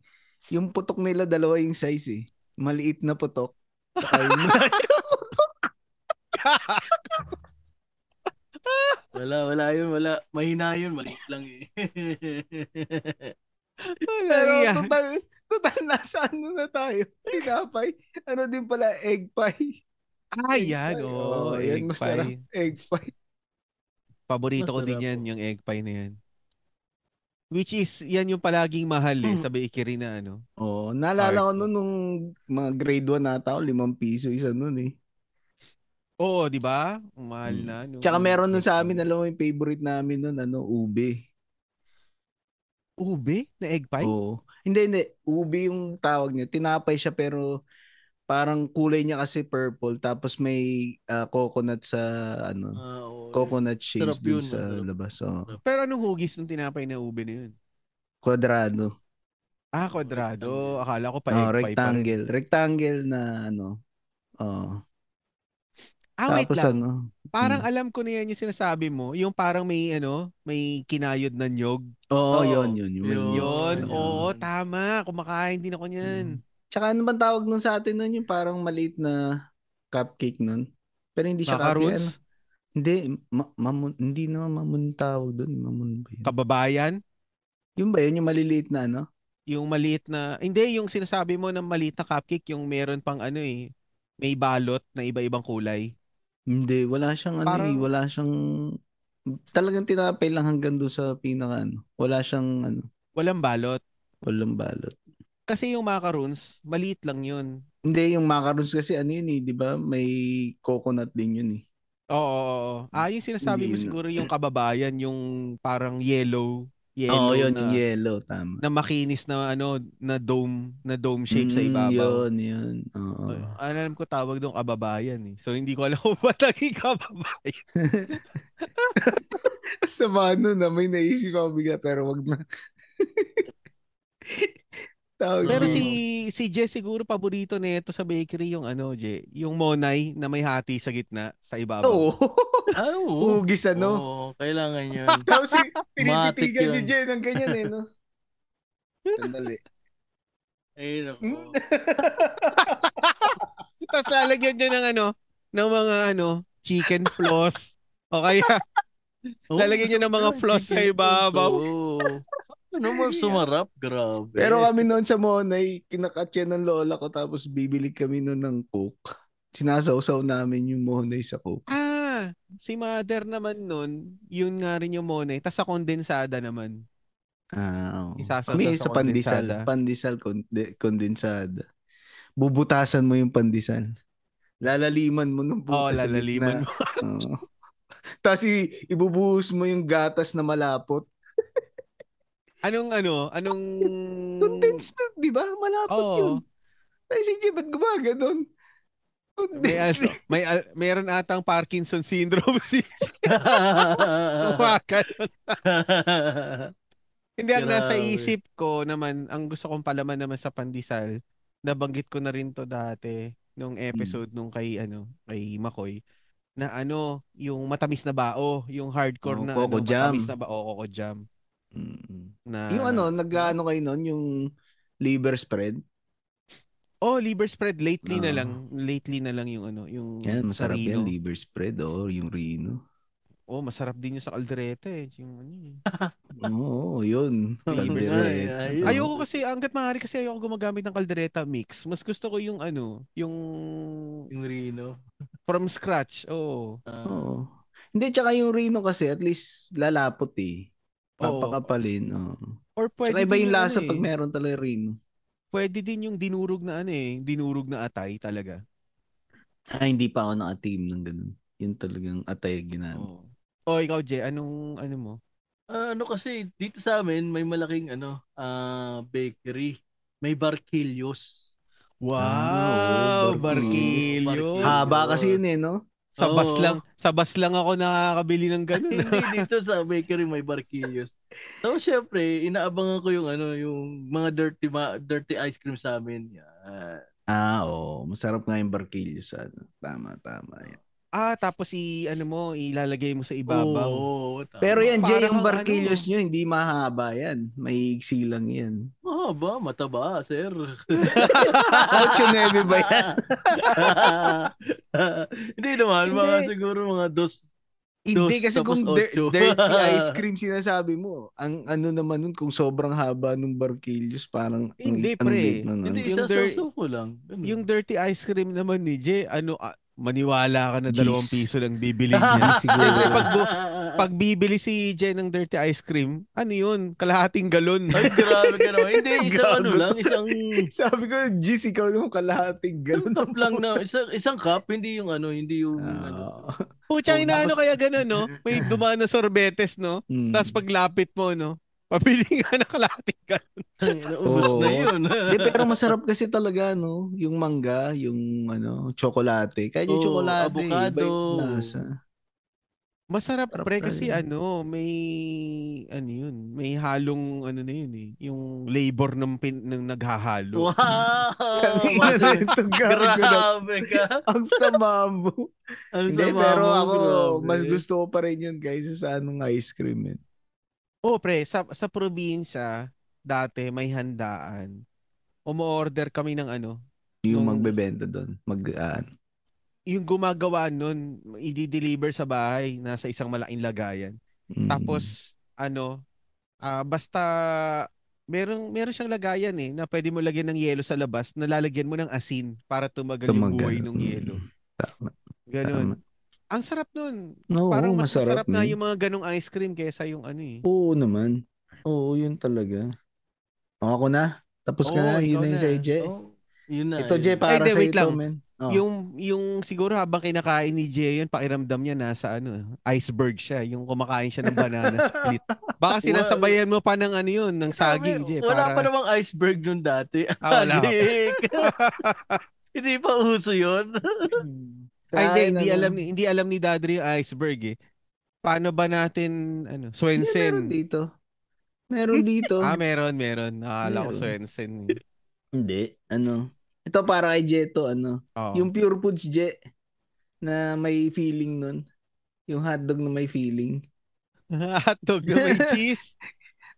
S2: Yung putok nila, dalawa yung size eh. Maliit na putok. Tsaka yung
S3: wala, wala yun, wala. Mahina yun, maliit lang eh.
S2: ah, Pero
S1: Yeah.
S2: total, total nasa ano na tayo. Tinapay. Ano din pala, egg pie.
S1: Ah, yan.
S2: pie.
S1: Oo,
S2: Oo, yan,
S1: egg
S2: masarap.
S1: pie.
S2: Egg pie.
S1: Paborito ko din
S3: Masarap
S1: yan, yung egg pie na yan. Which is, yan yung palaging mahal
S2: Hmm.
S1: eh, sa bakery na ano.
S2: Oo, naalala ko
S1: Art.
S2: nun nung mga grade 1 na tao, limang piso isa nun eh.
S1: Oo, di ba? Ang Mahal
S2: Mm.
S1: na. Ano,
S2: Tsaka meron nun
S1: egg
S2: sa
S1: pie.
S2: amin, alam mo yung favorite namin nun, ano, ube.
S1: Ube na egg pie?
S2: Oo. Hindi, hindi. Ube yung tawag niya. Tinapay siya pero parang kulay niya kasi purple tapos may ah, coconut sa ano,
S3: Ah, oo.
S2: coconut shapes
S3: Sarap
S2: dun
S3: yun,
S2: sa
S3: masarap.
S2: labas. Oo.
S1: Pero anong hugis ng tinapay na ube na yun?
S2: Kwadrado.
S1: Ah, kwadrado. Akala ko pa
S2: Oo,
S1: egg pie pa rin.
S2: Ah, rectangle. Rectangle na ano. Oo.
S1: Ah, wait
S2: tapos
S1: lang.
S2: ano?
S1: Parang alam ko na yan yung sinasabi mo. Yung parang may ano, may kinayod na nyog.
S2: Oo,
S3: Oo,
S2: yun, yun. Yun.
S3: yun.
S1: Yun,
S2: Yun.
S1: oo, tama. Kumakain din ako niyan.
S2: Tsaka ano bang tawag nun sa atin nun? Yung parang maliit na cupcake nun. Pero hindi siya cupcake. Ano?
S1: Macaroons,
S2: Hindi, ma- mamun- hindi naman mamun tawag dun. Mamun ba yun?
S1: kababayan,
S2: Yun ba yun? Yung maliliit na ano?
S1: yung maliit na, hindi, yung sinasabi mo na maliit na cupcake, yung meron pang ano eh, may balot na iba-ibang kulay.
S2: Hindi, wala siyang ano eh,
S1: Parang-
S2: wala siyang talagang tinapay lang hanggang doon sa pinaka ano. Wala siyang ano,
S1: Walang balot.
S2: walang balot.
S1: Kasi yung macaroons, maliit lang yun.
S2: Hindi, yung macarons kasi ano yun eh, di ba? May coconut din yun eh.
S1: Oo, oo, oo. Ah, yung sinasabi mo
S2: Hindi yun.
S1: siguro yung kababayan, yung parang yellow,
S2: Oo,
S1: yellow
S2: yun,
S1: na,
S2: yung yellow, tama.
S1: na makinis na ano, na dome, na dome shape sa
S2: Mm,
S1: ibabaw.
S2: Yun, yun. Oo.
S1: Ay, Ang alam ko tawag doon kababayan eh. So hindi ko alam kung ba't naging kababayan.
S2: Sama nun ano na may naisip ako bigla pero wag na. Tawag
S1: Pero
S2: dito.
S1: si si Jess siguro paborito nito sa bakery yung ano, Je, yung Monay na may hati sa gitna sa ibabaw.
S2: Oo.
S3: Ah, oo.
S2: Hugis ano.
S3: Oo, kailangan yun.
S2: Tapos si-
S3: Matik
S2: tinititigan ni
S3: yun.
S2: Jen ng ganyan eh, no? Sandali.
S3: Ay,
S2: Hmm?
S3: naku.
S1: Tapos lalagyan niya ng ano, ng mga ano, chicken floss. O kaya
S3: Oo,
S1: Lalagyan niya ng mga
S3: gusto ko
S1: floss
S3: yun,
S1: sa
S3: chicken floss,
S1: ibabaw.
S3: oo. Ano mo sumarap? Grabe.
S2: Pero kami noon sa Monay, kinakatya ng lola ko tapos bibili kami noon ng coke. Sinasawsaw namin yung Monay sa coke.
S1: ah, si mother naman nun, yun nga rin yung Monay. Tapos sa kondensada naman.
S2: Ah, oo.
S1: Isasawsaw
S2: Kami
S1: sa
S2: sa pandesal.
S1: kondensada.
S2: Pandesal konde- kondensada. Bubutasan mo yung pandesal. Lalaliman mo nung
S1: Oo,
S2: puta sa
S1: lalaliman
S2: gitna. Oo. Tapos i- ibubuhos mo yung gatas na malapot.
S1: Anong ano, anong...
S2: Condensed milk, di ba? Malapot
S1: Mm. Oo.
S2: yun. Ay, sige, ba't gumagano'n?
S1: May,
S2: Condensed
S1: as- may al- meron atang Parkinson syndrome si
S3: Ah.
S1: Wakan. Hindi ang nasa
S3: Grabe.
S1: isip ko naman, ang gusto kong palaman naman sa pandesal, nabanggit ko na rin to dati nung
S2: Hmm.
S1: episode nung kay ano, kay Makoy na ano, yung matamis na bao, yung hardcore
S2: Oh,
S1: na ano,
S2: Coco
S1: matamis
S2: Jam.
S1: na bao, Coco Jam.
S2: Mm.
S1: Na,
S2: Yung ano, nag-ano kayo nun, yung liver spread?
S1: Oh, liver spread lately na
S2: Oo.
S1: lang, lately na lang yung ano, yung
S2: Ah. Yan, masarap
S1: sarino.
S2: yan, liver spread. Oo, yung rino.
S1: Oh, masarap din yung sa kalderete, eh. yung ano. eh.
S2: Oo, yun.
S1: Liver
S2: eh. Kaldereta.
S3: spread, ayun.
S1: Ayoko kasi, hanggat maaari kasi ayoko gumagamit ng kaldereta mix. Mas gusto ko yung ano, yung
S3: Yung Rino.
S1: from scratch. oh, Oo.
S3: Ah,
S2: Oo. Hindi, tsaka yung rino kasi, at least lalapot eh. Papakapalin. oo.
S1: Or pwede
S2: Tsaka iba
S1: din
S2: yung
S1: ano
S2: lasa
S1: eh.
S2: pag meron talaga rin.
S1: Pwede din yung dinurog na ano eh, dinurog na atay talaga.
S2: Ah, hindi pa ako nakatim ng ganun. Yun talagang atay ang ginamit.
S1: Oo. Oh, ikaw, Jay, anong ano mo?
S3: Ah, ano kasi dito sa amin may malaking ano ah bakery. May barquillos.
S2: Ah,
S1: Wow,
S2: oo, barquillos.
S1: barquillos.
S2: Haba kasi yun eh, no?
S1: Sa bus
S3: Oo.
S1: lang, sa bus lang ako nakakabili ng ganun.
S3: Hindi dito sa bakery may barquillos. So syempre, inaabangan ko yung ano yung mga dirty ma- dirty ice cream sa amin. Yan.
S2: Ah, oo. Masarap nga yung barquillo sa ano. Tama, tama. Yan.
S1: ah, tapos i ano mo, ilalagay mo sa
S2: Oh.
S1: ibabaw.
S3: Oo, tama.
S2: Pero yan, Jay,
S1: Parang
S2: yung
S1: ang
S2: barquillos
S1: ano.
S2: nyo, hindi mahaba yan. May iksi lang yan.
S3: Mahaba, mataba, sir.
S2: Ocho neve ba yan?
S3: Hindi naman, mga
S2: Hindi.
S3: siguro mga dos.
S2: Hindi
S3: Dos,
S2: kasi
S3: tapos
S2: kung dir-
S3: ocho.
S2: dirty ice cream sinasabi mo, ang ano naman nun kung sobrang haba nung barquillos, parang ang-
S1: Hindi,
S2: ang
S1: pre.
S2: liit nun, ano.
S3: Hindi,
S1: Yung
S3: isa
S1: dir-
S3: sa ko lang. Ganun.
S1: Yung dirty ice cream naman ni Jay, ano, ah, maniwala ka na
S2: Jeez.
S1: dalawang piso lang bibili niya.
S2: siguro.
S1: Siyempre, pag, bu- pag bibili si Jay ng dirty ice cream, ano yun? Kalahating galon.
S3: Ay, grabe ka naman. Hindi, isang ano
S2: Gago
S3: lang,
S2: to.
S3: isang...
S2: Sabi ko, Jis, ikaw yung kalahating ganun.
S3: cup lang na, isang, isang cup, hindi yung ano, hindi yung... ano.
S2: Ah.
S1: Pucha,
S2: Oo,
S1: inaano
S2: tapos-
S1: kaya ganun, no? May dumaan na sorbetes, no?
S2: Mm.
S1: Tapos paglapit mo, no? Pabili ka na kalahating galon.
S3: Tangina, Ubus
S2: Oo.
S3: na yun.
S2: Di, Mm. pero masarap kasi talaga, no? Yung mangga, yung ano, tsokolate. Kahit yung
S3: Oo,
S2: tsokolate,
S3: avocado.
S2: iba yung lasa.
S1: Masarap,
S2: Sarap
S1: pre,
S2: talaga
S1: kasi
S2: yun.
S1: ano, may, ano yun, may halong, ano na yun, eh, yung labor ng, pin, ng naghahalo.
S3: Wow!
S2: Tangina na
S3: Master,
S2: ito, gago na.
S3: Grabe ka.
S2: Ang sama mo.
S3: Ang
S2: Hindi,
S3: sama
S2: pero
S3: mo,
S2: ako,
S3: grabe.
S2: mas gusto ko pa rin yun, guys, sa anong ice cream, eh.
S1: Oh, pre, sa sa probinsya dati may handaan. Umo-order kami ng ano,
S2: Yung
S1: Yung-
S2: magbebenta doon. Mag, ah,
S1: yung gumagawa nun, i-deliver sa bahay nasa isang malaking lagayan.
S2: mm.
S1: Tapos ano, ah, basta merong meron siyang lagayan eh na pwede mo lagyan ng yelo sa labas, nalalagyan mo ng asin para tumagal yung buhay
S2: Tumagal.
S1: ng yelo.
S2: mm. Tama.
S1: Ganun. Ang sarap nun.
S2: Oo,
S1: Parang mas masarap, na
S2: nun.
S1: yung mga ganong ice cream kaysa yung ano eh.
S2: Oo naman. Oo, yun talaga. O, ako na. Tapos ka
S1: Oo,
S2: na. Yun
S1: ikaw
S2: na yun
S1: na.
S2: sa'yo, Jay.
S3: Oh, yun na.
S2: Ito,
S3: yun
S2: Jay,
S3: na.
S2: para
S1: Ay, di,
S2: sa'yo
S1: wait
S2: ito,
S1: lang.
S2: man. Oh.
S1: Yung yung siguro habang kinakain ni Jay yun, pakiramdam niya nasa ano, iceberg siya, yung kumakain siya ng banana split. Baka sinasabayan mo pa ng ano yun, ng saging, Jay,
S3: Grabe, Wala
S1: para
S3: pa namang iceberg nun dati.
S1: Ah, wala pa.
S3: Agik. Hindi pa uso yun.
S1: Ay, hindi,
S2: Kain,
S1: hindi
S2: ano.
S1: alam ni hindi alam ni Dadri yung iceberg eh. Paano ba natin ano,
S2: Hindi, Meron
S1: Swensen?
S2: dito. Meron dito.
S1: Ah, meron, meron. Nakala ko
S2: Meron.
S1: Swensen.
S2: Hindi. Ano? Ito para kay Jay to, ano?
S1: Oh.
S2: Yung Pure Foods, Jay, na may feeling nun. Yung hotdog na may feeling.
S1: hotdog na may cheese.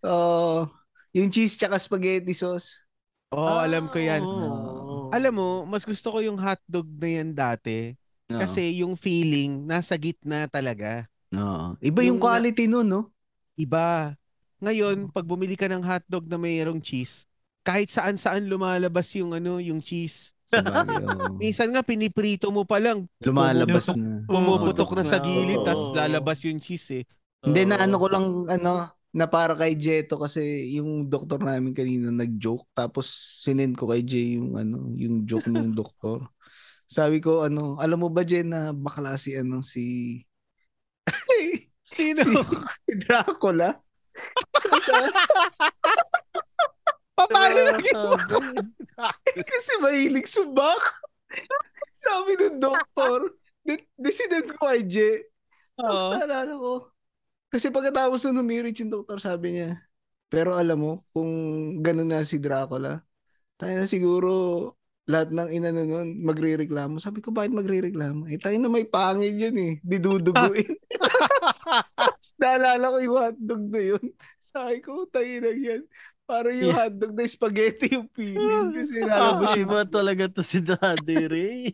S2: Oo. yung cheese tsaka spaghetti sauce.
S1: Oh, alam ko yan.
S2: Ah.
S3: Oo.
S1: Alam mo, mas gusto ko yung hotdog na yan dati
S2: Oo.
S1: kasi yung feeling nasa gitna talaga.
S2: Oo. Iba yung
S1: Yung-
S2: quality nun, no?
S1: Iba.
S2: Ah.
S1: Ngayon, pag bumili ka ng hotdog na mayroong cheese, kahit saan-saan lumalabas yung ano, yung cheese.
S2: Sabagay, oo.
S1: Minsan nga piniprito mo pa lang,
S2: Ah, Lumalabas na.
S1: pumuputok na sa
S3: Oo.
S1: gilid, tas
S3: Oo.
S1: lalabas yung cheese eh.
S2: Hindi na
S3: Oo.
S2: ano ko lang ano na para kay Jeto kasi yung doktor namin kanina nag-joke tapos sinend ko kay Jay yung ano yung joke ng doktor. Sabi ko ano, alam mo ba Jay na bakla si ano si
S1: Sino?
S2: si Dracula?
S1: Papayag!
S3: Grabe.
S2: kasi mahilig subak. Sabi ng doktor, di- di sinend ko kay Jay. Tapos
S1: Oo.
S2: naalala ko. Kasi pagkatapos nung numirich yung doktor, sabi niya, pero alam mo, kung ganun na si Dracula, tayo na siguro lahat ng inano nun, magre-reklamo. Sabi ko, bakit magre-reklamo? Eh, tayo na may pangil yun eh. Diduduguin. Tapos naalala ko yung hotdog na yun. Sabi ko, tayo na yan. Para yung hotdog na spaghetti yung feeling. Kasi lalabas
S3: Grabe
S2: yung...
S3: ba talaga to si Daddy Ray?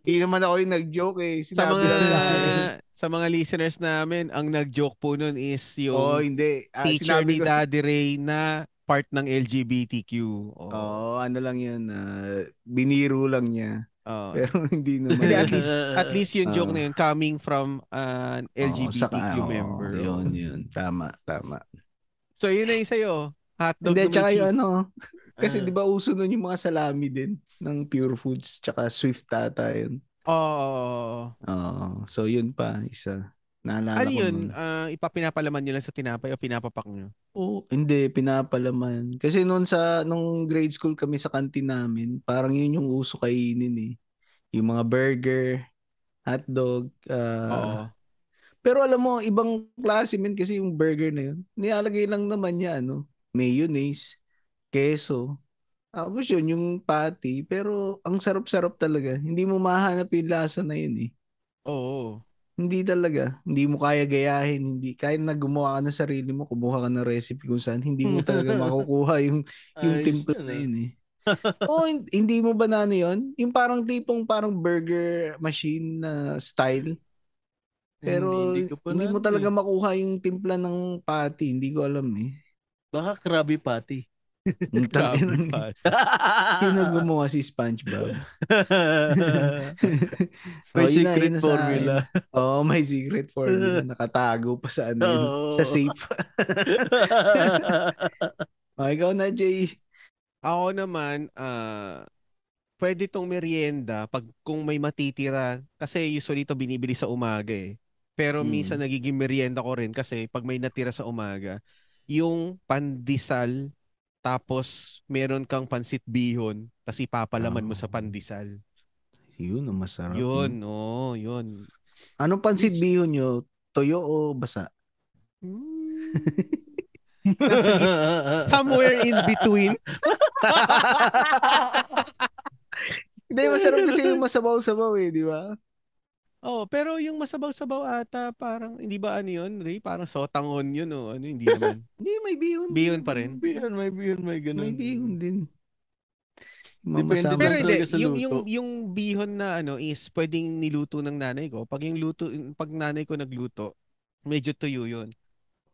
S2: Hindi naman ako yung nag-joke eh.
S1: Sa
S2: Sinabi
S1: mga
S2: lang sa akin.
S1: sa mga listeners namin, ang nag-joke po nun is
S2: Oo,
S1: yung
S2: hindi. Ah,
S1: teacher
S2: sinabi
S1: ni
S2: ko-
S1: Daddy Ray na part ng LGBTQ. Oo.
S2: Oo, ano lang yun. ah, biniro lang niya.
S1: Oo.
S2: Pero hindi ano, oh, naman.
S1: oh. Hindi, at least, at least yung joke
S2: Ah.
S1: na yun coming from an
S2: Oo, saka, oh,
S1: LGBTQ
S2: oo,
S1: member. Oh.
S2: yun, yun. Tama, tama.
S1: So, yun na yung sa'yo. Hotdog na
S2: Hindi,
S1: may
S2: tsaka yung
S1: cheese.
S2: ano, kasi
S3: Ah.
S2: di ba uso nun yung mga salami din ng Pure Foods, tsaka Swift tata yun.
S1: Oo, oo, oo, oo.
S2: Oo, so yun pa, isa. Naalala
S1: Ano
S2: ko
S1: yun?
S2: nun.
S1: Ah, ipapinapalaman nyo lang sa tinapay o pinapapak nyo?
S2: Oo, hindi, pinapalaman. Kasi noon sa, nung grade school kami sa kantin namin, parang yun yung uso kainin eh. Yung mga burger, hotdog, ah,
S1: Oo.
S2: Pero alam mo, ibang klase men kasi yung burger na yun. Nilalagay lang naman niya ano, mayonnaise, keso. Tapos yun, yung patty. Pero ang sarap-sarap talaga. Hindi mo mahanap yung lasa na yun eh.
S1: Oo.
S2: Hindi talaga. Hindi mo kaya gayahin. Hindi. Kahit na gumawa ka ng sarili mo, kumuha ka ng recipe kung saan, hindi mo talaga makukuha yung, yung
S3: Ayos
S2: timpla
S3: yun,
S2: na
S3: ah.
S2: yun eh. Oo, hin- hindi mo ba na ano yun? Yung parang tipong parang burger machine na style. Pero hindi,
S3: Hindi- hindi ko pa na
S2: mo
S3: ano
S2: talaga
S3: eh.
S2: makuha yung timpla ng pati. Hindi ko alam eh.
S3: Baka Krabby Patty.
S2: Ang tangin
S1: Grabe
S2: ng-
S1: pa.
S2: Yun ang gumawa si SpongeBob.
S3: May
S2: Oh, yun na-
S3: secret
S2: yun na sa
S3: formula.
S2: akin. Oo, oh, may secret formula. Nakatago pa sa ano yun.
S3: Oo.
S2: Sa safe. Oh, ikaw na, Jay.
S1: Ako naman, ah, pwede tong merienda pag kung may matitira. Kasi usually ito binibili sa umaga eh. Pero
S2: Mm.
S1: minsan nagiging merienda ko rin kasi pag may natira sa umaga, yung pandesal, tapos meron kang pansit bihon, tapos ipapalaman mo sa
S2: Oh.
S1: pandesal.
S2: Yun, ang masarap. eh.
S1: Yun, oo, yun.
S2: Anong pansit bihon nyo? Toyo o basa?
S1: Nasa- Hmm. Somewhere in between.
S2: Hindi, masarap kasi yung masabaw-sabaw eh, di ba?
S1: Oh, pero yung masabaw-sabaw ata parang hindi ba ano yun, Ray? Parang sotangon yun o ano, hindi naman.
S2: Hindi, may bihon.
S1: Bihon pa rin.
S3: Bihon, may bihon, may
S2: May
S3: ganun.
S2: bihon din.
S3: Depende
S2: Mamasama.
S1: Pero
S3: Mas
S1: hindi,
S3: talaga sa
S1: yung,
S3: luto.
S1: yung, yung bihon na ano is pwedeng niluto ng nanay ko. Pag yung luto, pag nanay ko nagluto, medyo tuyo yun.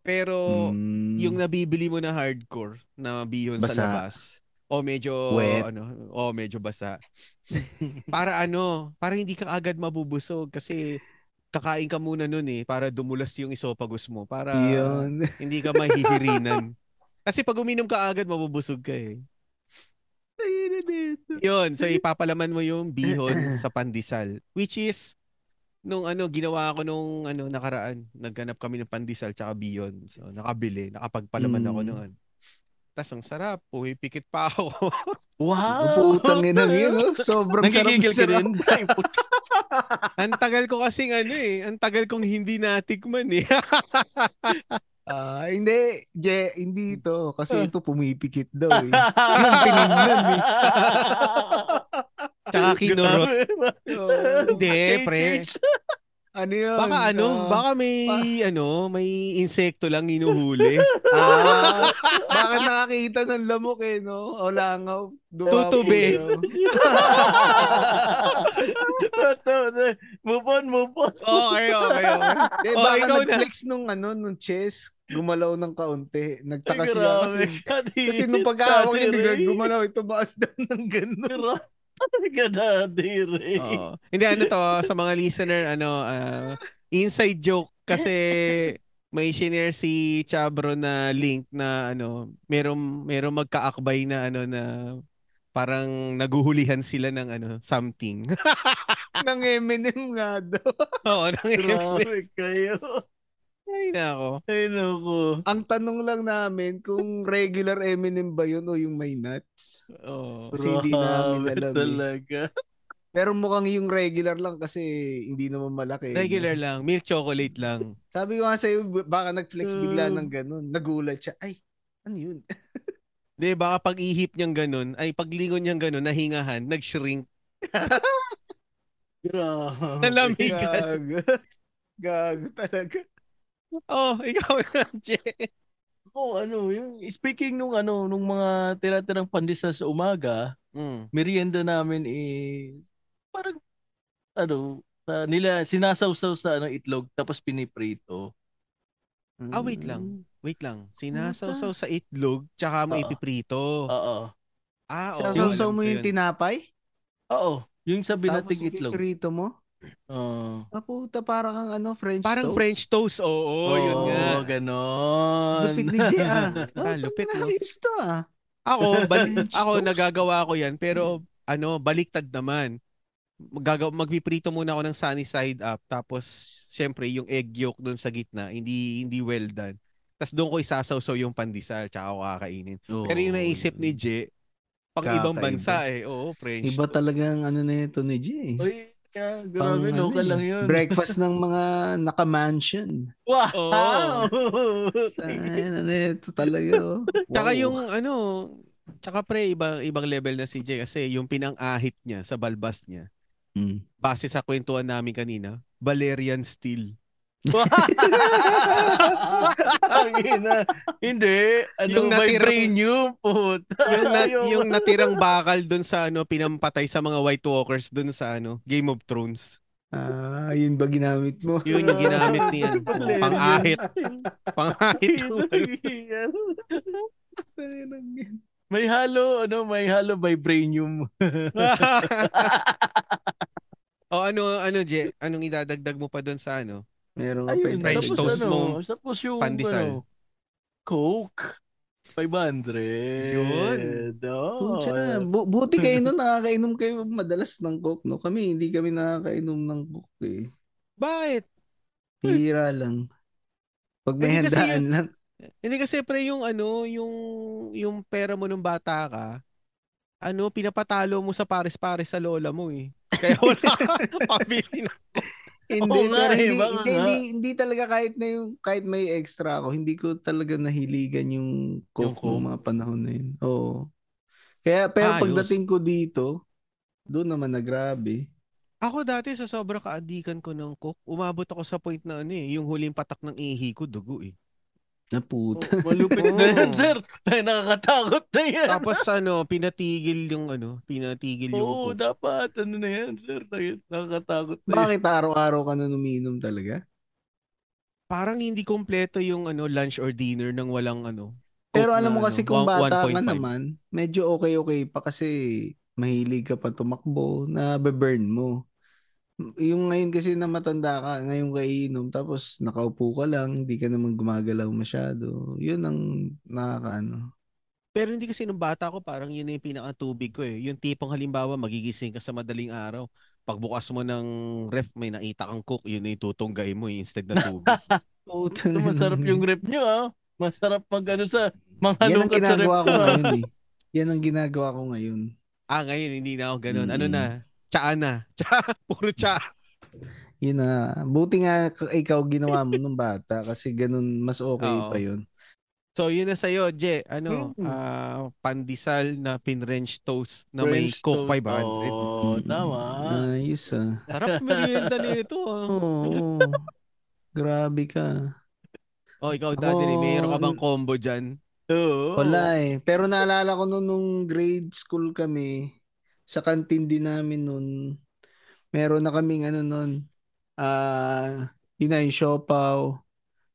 S1: Pero
S2: Mm.
S1: yung nabibili mo na hardcore na bihon
S2: Basa.
S1: sa labas, o medyo
S2: Wet.
S1: ano, o medyo basa. para ano, para hindi ka agad mabubusog kasi kakain ka muna nun eh para dumulas yung esophagus mo para
S2: Yun.
S1: hindi ka mahihirinan. kasi pag uminom ka agad mabubusog ka eh. Yun, so ipapalaman mo yung bihon sa pandesal. Which is, nung ano, ginawa ko nung ano, nakaraan. Nagganap kami ng pandesal tsaka bihon. So, nakabili. Nakapagpalaman ako
S2: Mm.
S1: noon. Tapos ang sarap. Pumipikit pa ako.
S3: Wow!
S2: Putang ina yun, no? Sobrang sarap.
S3: Oh. Nagigigil ka
S2: sarap.
S3: rin.
S1: ang tagal ko kasing ano eh. Ang tagal kong hindi natikman eh.
S2: Ah, hindi, Je, hindi ito. Kasi ito pumipikit daw eh.
S3: Yung
S2: tinignan eh.
S1: tsaka kinurot.
S2: Oo.
S1: Hindi, pre.
S2: Oh, ano yun?
S1: Baka ano,
S2: Ah,
S1: baka may ano, may insekto lang inuhuli.
S2: Ah, baka nakakita ng lamok eh, no? oh. O langaw. dumapo,
S1: Tutube.
S2: no?
S3: move on, move on.
S1: Okay, okay, okay.
S2: Hindi,
S1: Oh,
S2: baka
S1: ikaw na.
S2: nag-flex nung ano, nung chess. Gumalaw ng kaunti. Nagtaka
S3: Ay,
S2: siya
S3: grabe.
S2: kasi...
S3: Kadiri,
S2: Kasi nung pagkahawak niya, biglang
S3: kadiri.
S2: gumalaw. Tumaas daw ng ganun.
S3: Grabe, kadiri.
S1: Oo. Hindi ano to sa mga listener ano ah, inside joke kasi may share si Chabro na link na ano merong merong magkaakbay na ano na parang naguhulihan sila ng ano something.
S2: ng M&M nga daw.
S1: Oo, nang
S3: Grabe kayo.
S1: Ay nako.
S3: Ay, naku.
S2: Ang tanong lang namin kung regular M&M ba yun o yung may nuts.
S1: Oo.
S2: Kasi hindi namin
S3: Oh, Grabe
S2: alam eh.
S3: talaga.
S2: Pero mukhang yung regular lang kasi hindi naman malaki. no?
S1: Regular lang, milk chocolate lang.
S2: Sabi ko nga sa'yo, b- baka
S1: Hmm.
S2: nag-flex
S3: Mm.
S2: bigla ng ganun. Nagulat siya. Ay, ano yun?
S1: 'Di ba pag ihip niyang ganun, ay paglingon niyang ganun, nahingahan, nag-shrink,
S3: Grabe.
S1: nalamigan.
S2: Gago. Gago talaga.
S1: Oh, ikaw Jay.
S3: Oh, ano, yung speaking nung ano, nung mga tira-tirang pandesal sa umaga,
S1: Mm.
S3: merienda namin is parang ano, sa- nila sinasawsaw sa ano itlog tapos piniprito.
S1: Ah, wait
S2: Hmm.
S1: lang. Wait lang. Sinasawsaw
S3: Sinasawsaw
S1: sa itlog tsaka mo
S3: Oo.
S1: ipiprito.
S3: Oo.
S1: Ah, oo.
S2: Sasawsaw
S1: alam
S2: mo
S1: ko
S2: yung
S1: yun.
S2: tinapay?
S3: Oo. Yung sa binating
S2: Tapos
S3: itlog.
S2: iprito mo?
S3: Oo.
S2: Maputa, parang kang ano, French
S1: Parang
S2: toast.
S1: French toast. Oo, yun
S3: Oo,
S1: nga.
S3: ganon.
S2: Lupit ni Jay, ah.
S1: Ah, lupit, no?
S2: Gusto, ah.
S1: Ako, bal-
S2: French
S1: ako
S2: toast.
S1: nagagawa ko 'yan pero ano, baliktad naman. Magagaw magpiprito muna ako ng sunny side up tapos syempre yung egg yolk doon sa gitna, hindi hindi well done. Tapos doon ko isasawsaw yung pandesal tsaka ako kakainin. Pero yung naisip ni J, pang ibang
S2: Kakaiba.
S1: bansa eh. Oo, French.
S2: Iba
S1: toast.
S2: talagang ano na ito ni Jay.
S3: Uy, yeah,
S2: Pang
S3: grabe,
S2: ano
S3: local
S2: eh,
S3: lang yun.
S2: Breakfast ng mga naka-mansion.
S3: Wow!
S2: Ay, ano na ito talaga, oh.
S1: Tsaka
S2: Wow.
S1: yung ano, tsaka pre ibang ibang level na si J kasi yung pinang-ahit niya sa balbas niya.
S2: Mm.
S1: Base sa kwentuhan namin kanina, Valerian steel.
S3: Ang ina. Hindi. Ano
S1: Yung
S3: yung
S1: natira-
S3: vibranium? Puta.
S1: yung, nat-
S3: Ayaw.
S1: yung natirang bakal dun sa ano, pinampatay sa mga White Walkers dun sa ano, Game of Thrones.
S2: Ah, yun ba ginamit mo?
S1: Yun yung ginamit niya.
S3: Valerian.
S1: Pang-ahit. Pang-ahit.
S3: may halo, ano, may halo vibranium.
S1: o ano, ano, Je, anong idadagdag mo pa dun sa ano?
S2: Meron ka pa
S3: Ayun,
S2: yung
S1: French
S3: tapos
S1: toast
S3: ano,
S1: mo,
S3: tapos yung,
S1: pandesal.
S3: ano, Coke. 500.
S1: Yun.
S3: Oh,
S2: Pucha, bu- buti kayo nun, nakakainom kayo madalas ng coke, no? Kami, hindi kami nakakainom ng coke, eh.
S1: Bakit?
S2: Hira lang. Pag may
S1: Hindi kasi
S2: handaan lang.
S1: Hindi kasi pre yung ano, yung yung pera mo nung bata ka, ano, pinapatalo mo sa pares-pares sa lola mo eh. Kaya wala ka pabili na.
S2: Hindi, pero
S3: nga eh,
S2: hindi, hindi,
S3: baka nga.
S2: hindi, hindi talaga kahit na yung, kahit may extra ako, hindi ko talaga nahiligan yung coke,
S3: Coke?
S2: noong mga panahon na yun. Oo. Kaya, pero
S1: Ayos.
S2: pagdating ko dito, doon naman na grabe.
S1: Ako dati sa sobrang kaadikan ko ng coke, umabot ako sa point na ano eh, yung huling patak ng ihi ko, dugo eh.
S2: Naputa.
S3: Oh, malupit na
S1: Oo.
S3: yan, sir. Ay, nakakatakot na yan.
S1: Tapos ano, pinatigil yung ano, pinatigil yung
S3: Oo,
S1: coke.
S3: dapat. Ano na yan, sir? Ay, Nakakatakot na yan.
S2: Bakit araw-araw ka na umiinom talaga?
S1: Parang hindi kompleto yung ano, lunch or dinner ng walang ano. coke
S2: Pero
S1: na,
S2: alam mo kasi
S1: ano,
S2: kung
S1: one-
S2: bata ka
S1: 1.5.
S2: naman, medyo okay-okay pa kasi mahilig ka pa tumakbo, na burn mo. Yung ngayon kasi na matanda ka, ngayon ka iinom, tapos nakaupo ka lang, hindi ka naman gumagalaw masyado. Yun ang nakakaano.
S1: Pero hindi kasi nung bata ko, parang yun na yung pinakatubig ko eh. Yung tipong halimbawa, magigising ka sa madaling araw. Pagbukas mo ng ref, may nakita kang coke, yun na yung tutunggain mo eh, instead na tubig.
S2: Puta
S3: Ito,
S2: na
S3: masarap
S2: naman.
S3: yung rep nyo, ah. Masarap mag ano sa mga
S2: Yan ang
S3: lukat sa rep.
S2: ginagawa ko
S3: nyo, ah.
S2: ngayon eh. Yan ang ginagawa ko ngayon.
S1: ah, ngayon hindi na ako ganun. Ano
S2: Mm-mm.
S1: na? Tsaa na. Tsaa. Puro tsaa.
S2: Yun na. Buti nga ka- ikaw ginawa mo nung bata kasi ganun mas okay
S1: Oo.
S2: pa yun.
S1: So yun na sa'yo, Je. Ano?
S3: Mm.
S1: ah, pandesal na pinrench toast na may
S3: French
S1: coke
S3: toast.
S1: 500.
S3: Oo, tama.
S2: Ayos ah.
S1: Sarap merienda nito. ah.
S2: Oo. Grabe ka.
S1: Oh, ikaw dati,
S2: Ako-
S1: mayroon ka bang combo dyan?
S3: Oo.
S2: Wala eh. Pero naalala ko noon nung grade school kami, sa canteen din namin noon, meron na kaming ano noon, ah, yun na yung siopaw.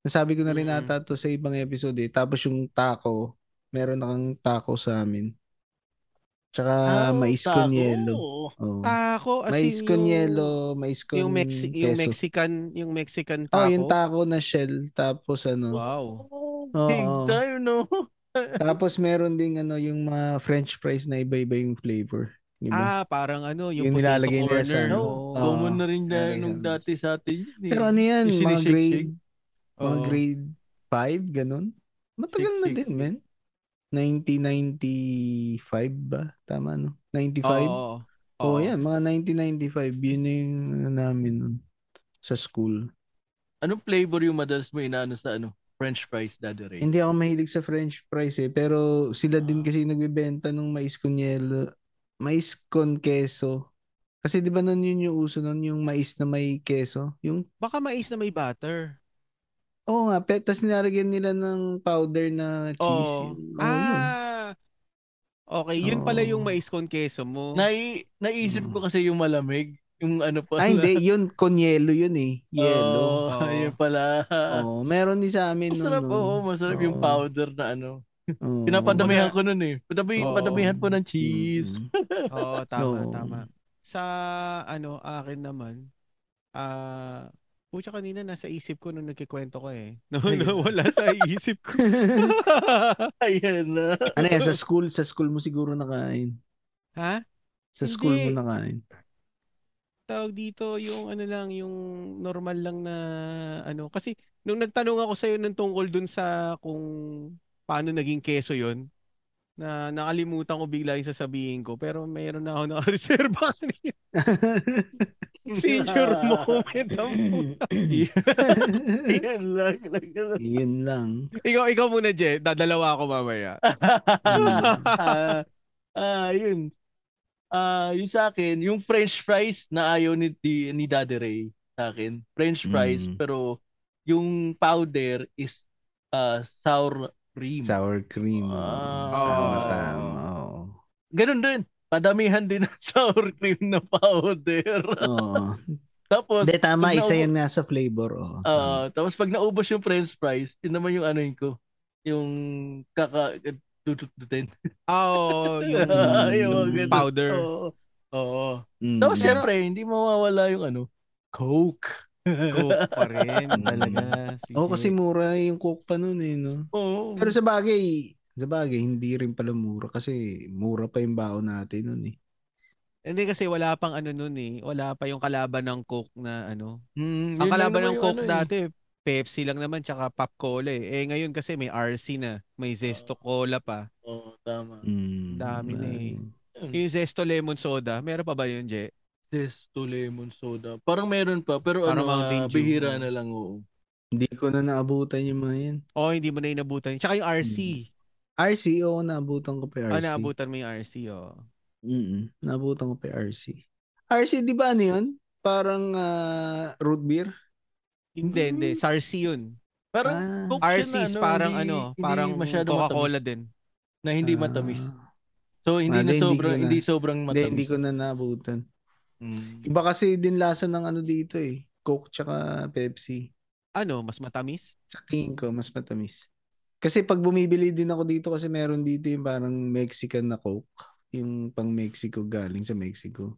S2: Nasabi ko na rin
S1: Mm.
S2: ata to sa ibang episode eh. Tapos yung taco, meron na kang taco sa amin. Tsaka
S3: Ah,
S2: mais
S3: taco.
S2: con yelo. Oo.
S1: Taco. oh, Ah, As
S2: Mais
S1: in
S2: con
S1: yung-
S2: yelo, mais con
S1: Yung, Mexi- yung
S2: peso.
S1: Mexican, yung Mexican taco.
S2: Oh, yung taco na shell. Tapos ano,
S1: Wow.
S3: Oo. Big
S2: Oo.
S3: time, no?
S2: Tapos meron ding ano yung mga french fries na iba-iba yung flavor. Di
S1: Ah,
S2: ba?
S1: parang ano, yung,
S2: Yung
S1: potato
S2: nilalagay nila sa
S1: corner.
S2: ano.
S3: No,
S1: Oo.
S2: Ah,
S3: common na rin
S2: meron
S3: dyan nung
S2: yan.
S3: dati sa atin. yun, eh.
S2: Pero ano yan,
S3: Yung
S2: mga
S3: sinishake-shake.
S2: grade, mga
S1: Oo.
S2: grade 5, ganun. Matagal na
S3: Shake,
S2: din,
S3: shake,
S2: men. 1995 ba? Tama, no? 95?
S1: Oo.
S2: Oo, yan. Mga 1995. Yun na yung ano namin nun sa school.
S3: Anong flavor yung madalas mo inaano sa ano? French fries, Daddy Ray.
S2: Hindi ako mahilig sa french fries eh. Pero sila din
S3: Ah.
S2: kasi nagbebenta ng mais con yelo, mais con queso. Kasi di ba nun yun yung uso nun, yung mais na may queso? Yung,
S1: Baka mais na may butter.
S2: oo nga, pe, tas nilalagyan nila ng powder na cheese.
S1: Oo.
S2: Yun. Oo, yun.
S1: ah. Okay, yun pala yung
S2: Oo.
S1: mais con queso mo.
S3: Nai, naisip ko kasi yung malamig. Yung ano pa.
S2: Ah, Mm. hindi. Yun, con yelo yun eh. Yelo.
S3: Oo,
S1: Oo.
S3: yun pala.
S2: Oo, meron din sa amin nun.
S3: Masarap,
S2: nun.
S3: oo. masarap yung
S2: Oo.
S3: powder na ano.
S2: Oo.
S3: Pinapadamihan ko nun eh. Padabi,
S1: Oo.
S3: Padamihan po ng cheese.
S2: Mm.
S1: Oo, tama,
S2: Oo.
S1: tama. Sa ano, akin naman, Ah, pucha kanina nasa isip ko nung nagkikwento ko eh. No,
S3: Ayun.
S1: no, wala sa isip ko.
S3: Ayan na.
S2: Ano yan, sa school, sa school mo siguro nakain.
S1: ha?
S2: Sa school
S1: Hindi.
S2: mo nakain.
S1: tawag dito yung ano lang yung normal lang na ano kasi nung nagtanong ako sa iyo ng tungkol dun sa kung paano naging keso yon na nakalimutan ko bigla yung sasabihin ko pero meron na ako na reserva kanina signature mo comment ang puta.
S3: Ayan lang. lang-
S2: Yun lang.
S1: ikaw ikaw muna Je dadalawa ako mamaya
S3: Ah, ah, yun. Ah, yun sa akin, yung french fries na ayaw ni, ni, ni Daddy Ray sa akin. French fries,
S2: Mm.
S3: pero yung powder is ah, sour cream.
S2: Sour cream.
S3: Ah.
S2: Tama, tama. Oo.
S3: Ganun din. Padamihan din ng sour cream na powder.
S2: Oo.
S3: Tapos,
S2: Hindi, tama.
S3: pag
S2: Isa
S3: naubo-
S2: yan nga sa flavor. Oo.
S3: ah, tapos pag naubos yung french fries, yun naman yung ano yun ko. Yung kaka... eh, Dududutin.
S1: oh yung
S3: Ayaw, ganun. Oh.
S1: powder
S3: Oo. Oo.
S2: Mm.
S3: Tapos syempre, hindi mawawala yung ano, Coke.
S1: coke pa rin talaga si
S2: Oo,
S1: Je.
S2: kasi mura yung coke pa nun eh, no?
S3: Oo.
S2: Pero sa bagay, sa bagay, hindi rin pala mura kasi mura pa yung baon natin nun eh.
S1: hindi kasi wala pang ano nun eh wala pa yung kalaban ng coke na ano
S3: Mm,
S1: Ang
S3: yun lang
S1: kalaban
S3: naman
S1: ng
S3: yung
S1: Coke
S3: ano eh.
S1: dati, Pepsi lang naman tsaka Pop Cola eh. Eh ngayon kasi may RC na, may Zesto Cola pa.
S3: Oo, tama.
S2: Mm.
S1: Dami na eh.
S3: Yun.
S1: Yung Zesto Lemon Soda, meron pa ba yun, Je?
S3: Zesto lemon soda. Parang meron pa, pero
S1: Parang
S3: ano,
S1: Mountain
S3: ah,
S1: Dew.
S3: bihira na lang. Oo.
S2: Hindi ko na naabutan yung mga yan.
S1: Oh, hindi mo na inabutan. Tsaka yung RC.
S2: RC, oo, naabutan ko
S3: Hmm.
S2: pa yung
S1: Ah,
S2: RC.
S1: naabutan mo yung RC, oh.
S2: Mm-mm. Naabutan ko pa yung RC. RC, di ba ano yun? Parang ah, root beer?
S1: Hindi,
S3: Hmm.
S1: hindi. SRC yun.
S3: Parang
S2: Ah,
S3: Coke siya
S1: RC
S3: na
S1: is
S3: ano,
S1: parang
S3: hindi-
S1: ano,
S3: hindi
S1: parang
S3: masyado
S1: Coca-Cola
S3: matamis.
S1: din.
S3: na hindi
S2: ah.
S3: matamis. So hindi
S2: Ah,
S3: na
S2: hindi, hindi
S3: sobrang
S2: ko na.
S3: hindi, sobrang
S2: Hindi,
S3: matamis.
S2: hindi ko na naabutan.
S3: Mm.
S2: Iba kasi din lasa ng ano dito eh. Coke tsaka Pepsi.
S1: Ano, mas matamis?
S2: Sa tingin ko, mas matamis. Kasi pag bumibili din ako dito kasi meron dito yung parang Mexican na Coke. Yung pang Mexico galing sa Mexico.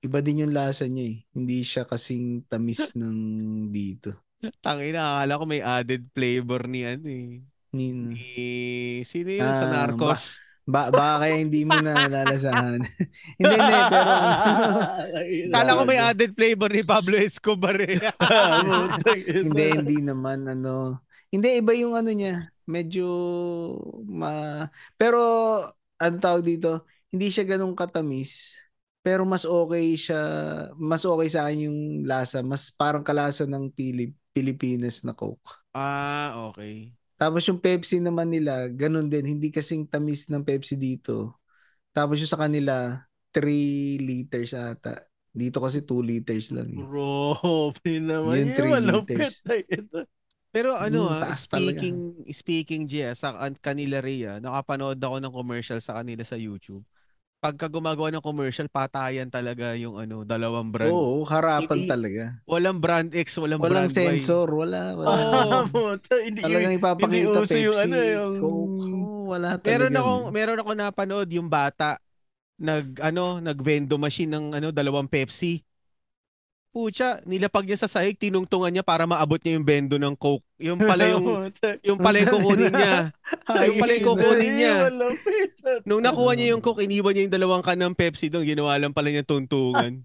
S2: Iba din yung lasa niya eh. Hindi siya kasing tamis ng dito.
S1: Tangina, akala ko may added flavor ni ano eh.
S3: Hmm.
S2: Ni,
S1: Ni... Sino yun sa
S2: Ah,
S1: Narcos?
S2: ba, baka kaya hindi mo na nalalasahan. hindi, hindi. Pero ano,
S1: Akala ko may added flavor ni Pablo Escobar eh.
S2: hindi,
S3: Diba?
S2: hindi naman ano. Hindi, iba yung ano niya. Medyo ma... Pero, ano tawag dito? Hindi siya ganun katamis. Pero mas okay siya, mas okay sa akin yung lasa. Mas parang kalasa ng Pili- Pilipinas na Coke.
S1: ah, okay.
S2: Tapos yung Pepsi naman nila, ganun din. Hindi kasing tamis ng Pepsi dito. Tapos yung sa kanila, 3 liters ata. Dito kasi 2 liters lang. eh.
S3: Bro,
S2: Yun,
S3: pinaman yun,
S2: three
S3: malupit
S2: liters.
S3: na ito.
S1: Pero ano,
S2: Mm,
S1: ah,
S2: taas talaga.
S1: speaking speaking Gia, sa kan- kanila Rhea, nakapanood ako ng commercial sa kanila sa YouTube. Pagka gumagawa ng commercial, patayan talaga yung ano, dalawang brand.
S2: Oo, harapan
S1: Hindi-
S2: talaga.
S1: Walang brand X, walang, brand
S2: Walang
S1: Y.
S2: sensor, wala, wala.
S3: Ah, puta, hindi
S2: Talagang ipapakita
S3: uso
S2: Pepsi,
S3: yung ano, yung-
S2: Coke. Oo, wala talaga.
S1: Meron akong meron ako napanood yung bata nag ano, nag-vendo machine ng ano, dalawang Pepsi. Pucha, nilapag niya sa sahig, tinungtungan niya para maabot niya yung bendo ng Coke. Yung pala yung yung pala yung kukunin niya. yung pala yung kukunin niya. Nung
S2: Ano
S1: nakuha niya yung coke, iniwan niya yung dalawang can ng Pepsi doon. Ginawa lang pala niya tuntungan.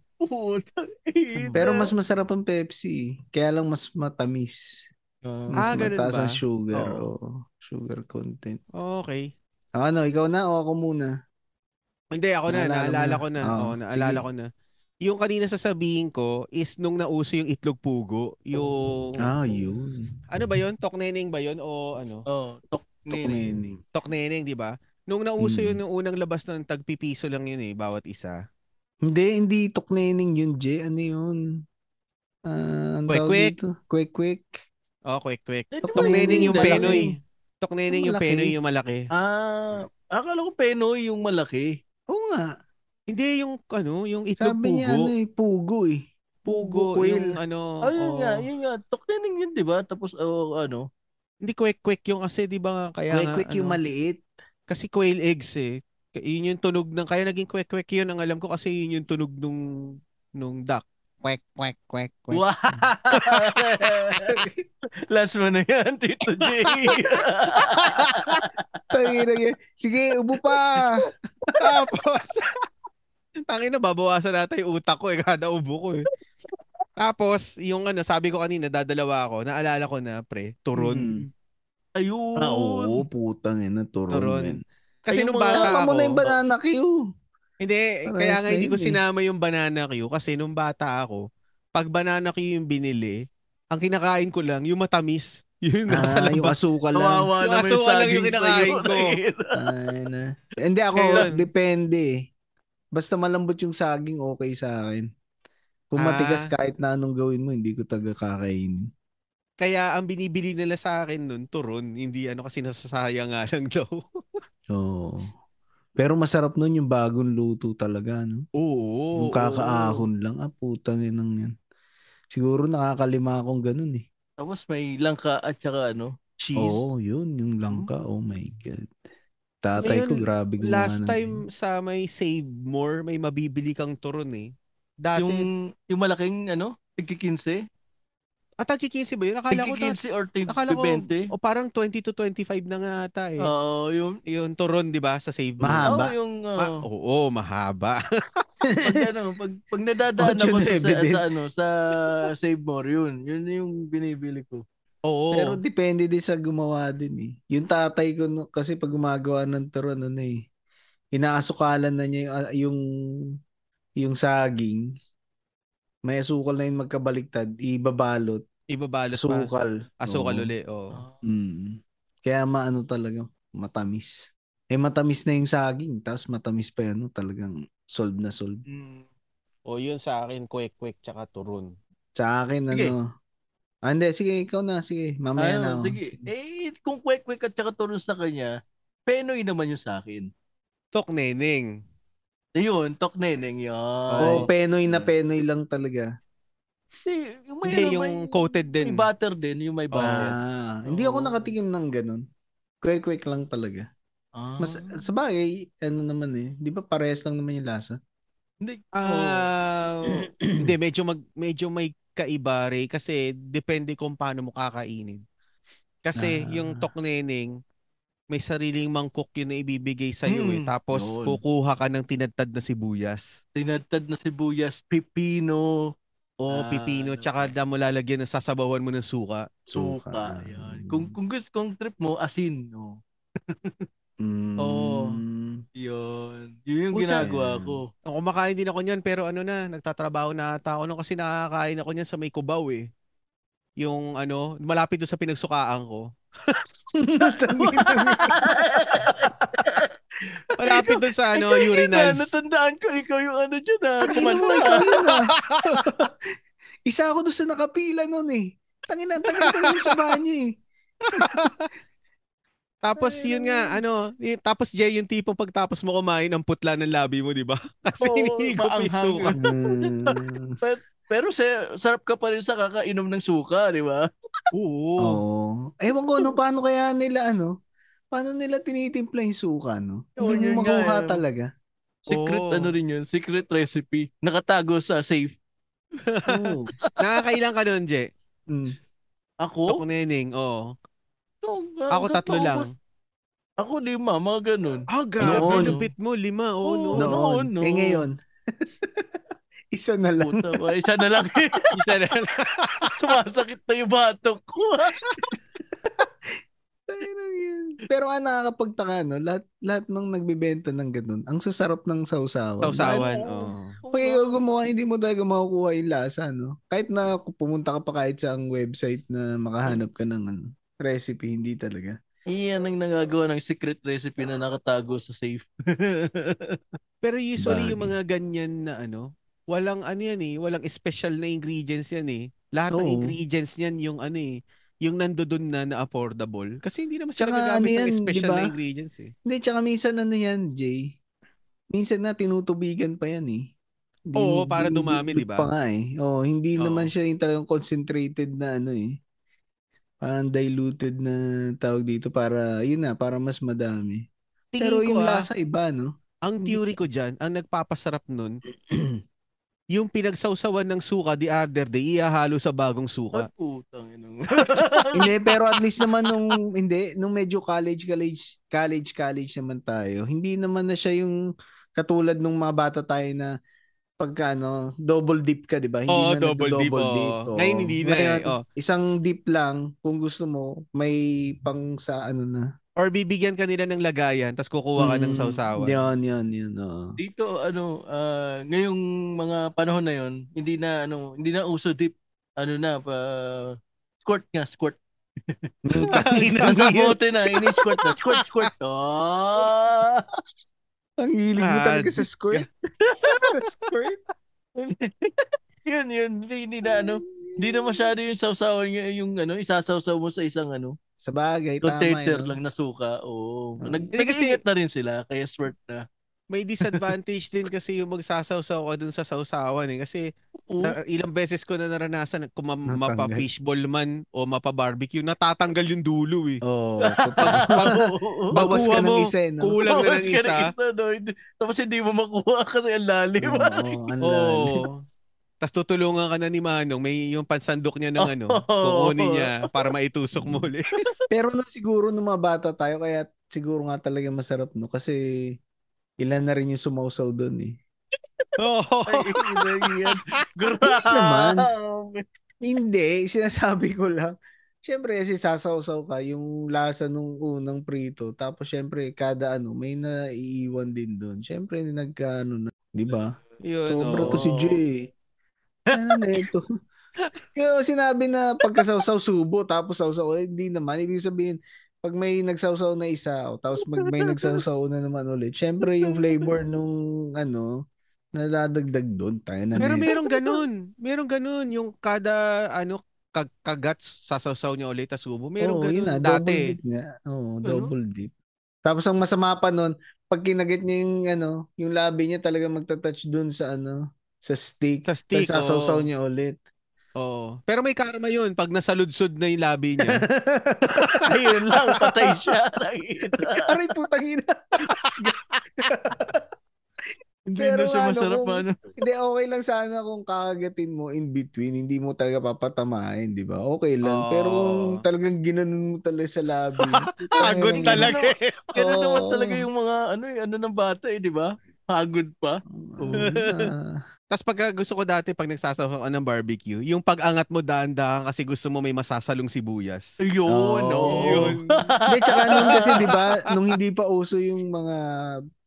S2: Pero mas masarap ang Pepsi. eh. Kaya lang mas matamis. Mas
S1: Ah, ganun ba?
S2: mataas ang sugar.
S1: Oo.
S2: oo. sugar content.
S1: Oh, Okay.
S2: Ah, Ano, ikaw na o ako muna?
S1: Hindi, ako na.
S2: Naalala
S1: Naalala
S2: mo na.
S1: ko na.
S2: Oo,
S1: Oo, naalala
S2: sige.
S1: ko na. Yung kanina sasabihin ko is nung nauso yung itlog pugo, yung...
S2: Ah, yun.
S1: Ano ba yun? Tokneneng ba yun? O ano?
S3: Oh, tok nini.
S2: Tukmening.
S1: Tokneneng, di ba? Nung nauso
S2: Mm.
S1: yun, yung unang labas ng tagpipiso lang yun eh, bawat isa.
S2: Hindi, hindi tukmening yun, Jay. Ano yun? Ah, ang tawag
S1: Kwek-kwek.
S2: dito? Kwek-kwek.
S1: Oh, quick, quick.
S3: Eh,
S1: Tokneneng yung
S3: malaki.
S1: penoy. Tokneneng yung
S2: Malaki.
S1: penoy, yung malaki.
S3: Ah, akala ko Penoy yung malaki.
S2: Oo nga.
S1: Hindi, yung ano, yung itlog
S2: Sabi niya
S1: pugo.
S2: ano eh, pugo eh.
S1: Pugo,
S2: Quail.
S1: yung ano.
S3: Oh,
S1: oo.
S3: yun nga, yun nga. Toknening yun, di ba? Tapos, oh, ano?
S1: Hindi quick-quick yung kasi, di ba nga, kaya nga,
S2: Kwek-kwek yung
S1: ano,
S2: maliit.
S1: kasi quail eggs eh. K- Yun yung tunog ng, kaya naging quick-quick yun, ang alam ko kasi yun yung tunog nung, nung duck. Kwek, kwek, kwek, kwek.
S3: Wow! Last mo na yan, Tito J.
S2: Tangina niya. Sige, ubo pa.
S1: Tapos, tangin na, babawasan natin yung utak ko eh, kada ubo ko eh. Tapos, yung ano, sabi ko kanina, dadalawa ako, naalala ko na, pre, turon.
S2: Hmm.
S3: Ayun.
S2: Ah, oo, putang ina, turon.
S1: Hmm. Turon.
S2: man.
S1: Kasi
S3: Ayun
S1: nung
S3: mga-
S1: bata
S2: Tama
S1: ako,
S2: mo na yung banana queue.
S1: Hindi,
S2: Parehas
S1: kaya nga
S2: na
S1: hindi
S2: yun
S1: ko
S2: eh.
S1: sinama yung banana Q kasi nung bata ako, pag banana Q yung binili, ang kinakain ko lang yung matamis. Yun nasa
S2: Ah, yung
S1: labas.
S2: asukal lang.
S3: Kawawa
S1: Yung aso,
S3: naman
S1: alam yung
S3: saging
S1: kinakain
S3: sa'yo.
S1: ko.
S2: Ay, na. Hindi ako,
S1: Ayun.
S2: depende. Basta malambot yung saging, okay sa akin. Kung
S1: Ah.
S2: matigas kahit na anong gawin mo, hindi ko taga kakainin.
S1: Kaya ang binibili nila sa akin nun, turon. Hindi ano kasi nasasayang nga lang daw.
S2: Oo. Pero masarap nun yung bagong luto talaga, no?
S1: Oo.
S2: Yung kakaahon lang. Ah, putang inang yan. Siguro nakakalima akong ganun eh.
S3: Tapos may langka at saka ano, cheese.
S2: Oo, Oh, yun. Yung langka. Oh my God.
S1: Hmm.
S2: Tatay
S1: Ngayon,
S2: ko, grabe gumawa
S1: Last
S2: ng-
S1: time sa may Save More, may mabibili kang turon eh. Dati, yung...
S3: Yung, yung malaking ano, tigki-15?
S1: at tagi 15 ah, ba yun? Akala ko, na,
S3: Tigki-15 or
S1: akala ko,
S3: tig-20?
S1: o parang 20 to 25 na nga ata eh.
S3: Oo, yung
S1: Yung turon, di ba, sa Save More.
S2: Mahaba.
S3: Oo, yung uh,
S1: Ma- oo, mahaba.
S3: pag ano, pag, pag nadadaan
S2: Audio na
S3: ako sa, sa,
S2: evident.
S3: sa ano, sa Save More, yun. Yun yung binibili ko.
S1: Oo.
S2: Pero depende din sa gumawa din eh. Yung tatay ko, no, kasi pag gumagawa ng turon, ano eh, inaasukalan na niya yung, ah, yung, yung saging. May asukal na yun magkabaliktad, ibabalot,
S1: ibabalot pa.
S2: asukal.
S1: Asukal
S2: Oo.
S1: uli. Oo.
S2: Mm. Kaya maano talaga, matamis. Eh matamis na yung saging, tapos matamis pa yan, no? talagang solve na solve.
S3: Mm.
S1: O yun sa akin, kwek-kwek tsaka turun.
S2: Sa akin,
S3: Sige.
S2: ano, ah, hindi, sige, ikaw na, sige, mamaya
S3: Ano,
S1: oh.
S2: na. ako.
S3: sige. Eh, kung kwek-kwek at saka turon sa kanya, Penoy naman yung sa akin.
S1: Tok neneng.
S3: Ayun, Tok Neneng yun.
S2: Oo,
S1: Oo.
S2: Oh, penoy na penoy lang talaga.
S3: Hindi, yung, may,
S1: Hindi,
S3: ano,
S1: yung
S3: may-
S1: coated din.
S3: May butter din, yung may butter.
S2: Ah, hindi ako
S3: Oo.
S2: nakatikim ng ganun. Quick-quick lang talaga.
S3: Ah.
S2: Mas sa bagay, ano naman eh, 'di ba parehas lang naman yung lasa?
S3: Hindi. oh, oo.
S1: Ah, hindi medyo mag medyo may kaiba Ray, kasi depende kung paano mo kakainin. Kasi
S2: Ah.
S1: yung tok neneng may sariling mangkok yun na ibibigay sa iyo eh.
S3: Hmm,
S1: Tapos
S3: yun.
S1: kukuha ka ng tinadtad na sibuyas.
S3: Tinatad na sibuyas, pipino,
S1: O
S3: Ah,
S1: pipino
S3: ano.
S1: tsaka damo lalagyan ng sasabawan mo ng suka.
S3: suka. Yan. Kung, kung gusto kong trip mo, asin. No?
S2: Mm.
S1: Oo.
S3: Oh. Yun. Yun yung
S1: Pucha.
S3: ginagawa ko.
S1: Ang kumakain din ako niyan pero ano na, nagtatrabaho na ata ako nun kasi nakakain ako niyan sa may Cubao eh. Yung ano, malapit doon sa pinagsukaan ko. Malapit doon sa ano,
S3: Ikaw yun, ah,
S1: urinals.
S3: Natandaan ko, ikaw yung ano dyan ah.
S2: Tangina mo
S3: kumanta.
S2: ikaw yun ah. Isa ako doon sa nakapila noon eh. Tangina, tangina tangina sa banyo eh.
S1: Tapos yun nga, ano, y- tapos Jay, yung tipong pagtapos mo kumain, ang putla ng labi mo, di ba? Kasi
S3: Oo,
S1: hinihigop yung
S3: maanghang.
S1: suka.
S2: Mm.
S3: Pero sa, sarap ka pa rin sa kakainom ng suka, di ba? Oh,
S1: Oo.
S2: Oo. Ewan ko ano paano kaya nila ano? Paano nila tinitimpla yung suka no?
S3: Oo,
S2: Hindi
S3: yun
S2: mo
S3: nga,
S2: makuha
S3: eh.
S2: talaga.
S3: Secret
S1: Oo.
S3: ano rin yun, secret recipe. Nakatago sa safe.
S2: Oo.
S1: Nakakailan ka nun, Jay?
S2: Mm.
S1: Tok
S3: Ako?
S1: neneng, oo.
S3: Oo, ah,
S1: Ako
S3: ganito
S1: tatlo
S3: ako.
S1: lang.
S3: Ako lima, mga ganun.
S1: Ah, grabe,
S2: Noon.
S1: lupit mo, lima, oo, noon.
S3: Oo. No.
S2: Noon.
S3: no.
S2: Eh ngayon. Isa na lang.
S3: Puta, ba, isa na lang.
S1: Isa na lang.
S3: Sumasakit na yung batok ko. ah.
S2: Pero ang nakakapagtaka, no? Lahat, lahat ng nagbibenta ng ganun, ang sasarap ng sausawan.
S1: Sausawan,
S3: Oo.
S1: oo.
S2: Pag ikaw gumawa, hindi mo talaga makukuha yung lasa, no? Kahit na pumunta ka pa kahit sa ang website na makahanap ka ng ano, recipe, hindi talaga.
S3: Iyan ang nagagawa ng secret recipe na nakatago sa safe.
S1: Pero usually yung
S2: Bagay.
S1: mga ganyan na ano, walang ano yan eh, walang special na ingredients yan eh. Lahat ng
S2: Oo.
S1: ingredients niyan yung ano eh, yung nandodon na na affordable. Kasi hindi naman sila
S2: Tsaka
S1: gagamit
S2: ano yan,
S1: ng
S2: di
S1: special
S2: ba?
S1: na ingredients eh.
S2: Hindi, tsaka minsan ano yan, Jay? Minsan na tinutubigan pa yan eh. Hindi-
S1: Oo, para
S2: hindi-
S1: dumami, di ba?
S2: Pa nga eh. Oo, hindi
S1: Oo.
S2: naman siya yung talagang concentrated na ano eh. Parang diluted na tawag dito para, yun na, para mas madami.
S1: Tingin
S2: Pero
S1: ko
S2: yung
S1: ah,
S2: lasa iba, no?
S1: ang theory ko dyan, ang nagpapasarap nun, yung pinagsawsawan ng suka the other day, ihahalo sa bagong
S3: Ay,
S2: Diba?
S1: suka.
S3: putang ina mo.
S2: hindi, pero at least naman nung, hindi, nung medyo college, college, college, college naman tayo, hindi naman na siya yung katulad nung mga bata tayo na pagka ano, double dip ka, di ba? Hindi
S1: Oo,
S2: na
S1: double dip.
S2: nagdo-double
S1: oo.
S2: oo.
S1: Ngayon hindi na eh.
S2: Ngayon,
S1: oo.
S2: Isang dip lang, kung gusto mo, may pang sa ano na.
S1: Or bibigyan ka nila ng lagayan, tapos kukuha ka ng
S2: Mm,
S1: sausawan.
S2: Yun, yun, yun. oo.
S3: Dito ano, ah, ngayong mga panahon na 'yon, hindi na ano, hindi na uso deep ano na pa squirt nga, squirt.
S1: Tangina
S3: Nasa
S1: mo.
S3: bote na, ini-squirt na. Squirt, squirt. Oh!
S2: Ang hiling mo
S1: Ah,
S2: talaga sa squirt. sa squirt.
S3: yun, yun. Hindi, hindi na ano. Hindi na masyado yung sawsawan yung, yung ano, isasawsaw mo sa isang ano,
S2: Sa bagay, tama Mm.
S3: container
S2: yun.
S3: lang na suka. Oo.
S2: Oo.
S3: Nag
S1: Hindi kasi-
S3: nag-iingat na rin sila, kaya squirt na.
S1: May disadvantage din kasi yung magsasawsaw ka dun sa sausawan eh. Kasi
S3: Oo.
S1: na- ilang beses ko na naranasan kung ma-
S2: Natanggal.
S1: mapa-fishball man o mapa-barbecue, natatanggal yung dulo eh.
S2: Oo, totoo.
S3: Oo.
S2: Bawas
S1: Bakuha
S2: ka
S1: mo,
S2: ng isa, eh, no?
S1: Kulang na
S3: Bawas
S1: ng
S3: ka ng
S1: isa.
S3: no? Tapos hindi mo makuha kasi ang lalim.
S2: Oo, oo, ang lalim.
S1: Oo. Tapos tutulungan ka na ni Manong, may yung pansandok niya ng ano,
S3: Oo.
S1: kukunin niya para maitusok mo ulit.
S2: Pero no, siguro nung mga bata tayo, kaya siguro nga talaga masarap, no? Kasi ilan na rin yung sumausaw doon, eh.
S1: Oo.
S3: Ay, hindi yan.
S2: Yes naman.
S3: Grabe.
S2: Hindi, sinasabi ko lang. Siyempre, kasi sasawsaw ka yung lasa nung unang prito. Tapos, siyempre, kada ano, may naiiwan din doon. Siyempre, nagkaano na. Di ba?
S1: Yun,
S2: Sobra
S1: oo.
S2: to si Jay. Ano na ito? Yung sinabi na pagkasawsaw subo, tapos sawsaw, eh, hindi naman. Ibig sabihin, pag may nagsawsaw na isa, o, tapos pag may nagsawsaw na naman ulit, syempre yung flavor nung ano, nadadagdag doon. Tayo na
S1: Pero
S2: nito.
S1: merong ganun. Merong ganun. Yung kada, ano, kag kagat, sasawsaw niya ulit, tas subo. Merong
S2: Oo,
S1: ganun
S2: yun na, double
S1: dati. Ano?
S2: dip nga. Oo, double dip. Tapos ang masama pa nun, pag kinagat niya yung ano, yung labi niya talaga magta-touch doon sa ano, sa steak.
S1: Sa
S2: Tapos
S1: stick.
S2: sasawsaw
S1: oo.
S2: niya ulit.
S1: Oo. Pero may karma yun. Pag nasaludsod na yung labi niya.
S3: Ayun lang, patay siya. Nakita.
S2: Aray putang ina.
S3: Hindi
S2: Pero
S3: na siya
S2: ano,
S3: masarap.
S2: kung-
S3: Ano.
S2: Hindi, okay lang sana kung kakagatin mo in between, hindi mo talaga papatamain, di ba? Okay lang.
S1: Oo.
S2: Pero kung talagang ginanon mo talaga sa labi.
S1: Pagod
S2: Tangina.
S1: talaga. eh.
S3: Ganun
S2: Oo.
S3: naman talaga yung mga ano, eh, ano ng bata eh, di ba? Pagod pa.
S2: Oo na.
S1: Tapos pag gusto ko dati, pag nagsasawsaw ako ng barbecue, yung pag-angat mo dahan-dahan kasi gusto mo may masasalong sibuyas.
S3: Ayun,
S2: Oo.
S3: oh, oo.
S1: Yun.
S2: Hindi, tsaka nung kasi, di ba, nung hindi pa uso yung mga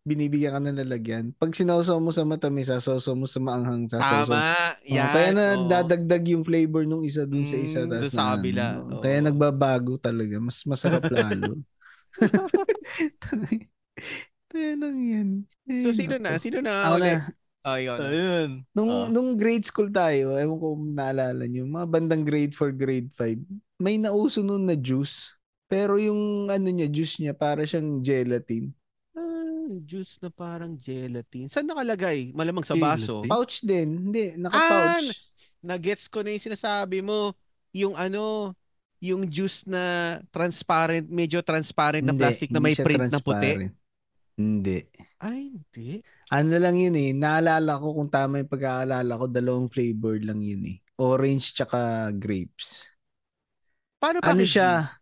S2: binibigyan ka ng lalagyan, pag sinawsaw mo sa mata, may sasawsaw mo sa maanghang sasawsaw.
S1: Tama.
S2: Oo,
S1: Yan.
S2: Oh, kaya na
S1: oo.
S2: dadagdag yung flavor nung isa dun sa
S1: Mm,
S2: isa.
S1: dun sa
S2: tas na-
S1: kabila,
S2: oo,
S1: oo.
S2: Kaya nagbabago talaga. Mas masarap lalo. Tayo lang yan. Eh,
S1: So, sino na?
S2: nako.
S1: Sino na
S2: Ako na.
S1: ulit? Oh, yun.
S3: Ayun.
S2: Nung,
S3: Ah.
S2: nung grade school tayo, ewan ko kung naalala nyo, mga bandang grade 4, grade 5, may nauso nun na juice. Pero yung ano niya, juice niya, para siyang gelatin.
S1: Ah, juice na parang gelatin. Saan nakalagay? Malamang sa baso.
S3: Gelatin?
S2: Pouch din. Hindi,
S1: Ah,
S2: naka-pouch.
S1: Nagets ko na yung sinasabi mo. Yung ano, yung juice na transparent, medyo transparent na
S2: Hindi,
S1: plastic na
S2: hindi
S1: may
S2: siya
S1: print na puti.
S2: transparent. Hindi.
S1: Ay, hindi.
S2: Ano lang yun eh, naalala ko kung tama yung pagkakaalala ko, dalawang flavor lang yun eh. Orange tsaka grapes.
S1: Paano
S2: Ano
S1: packaging?
S2: siya?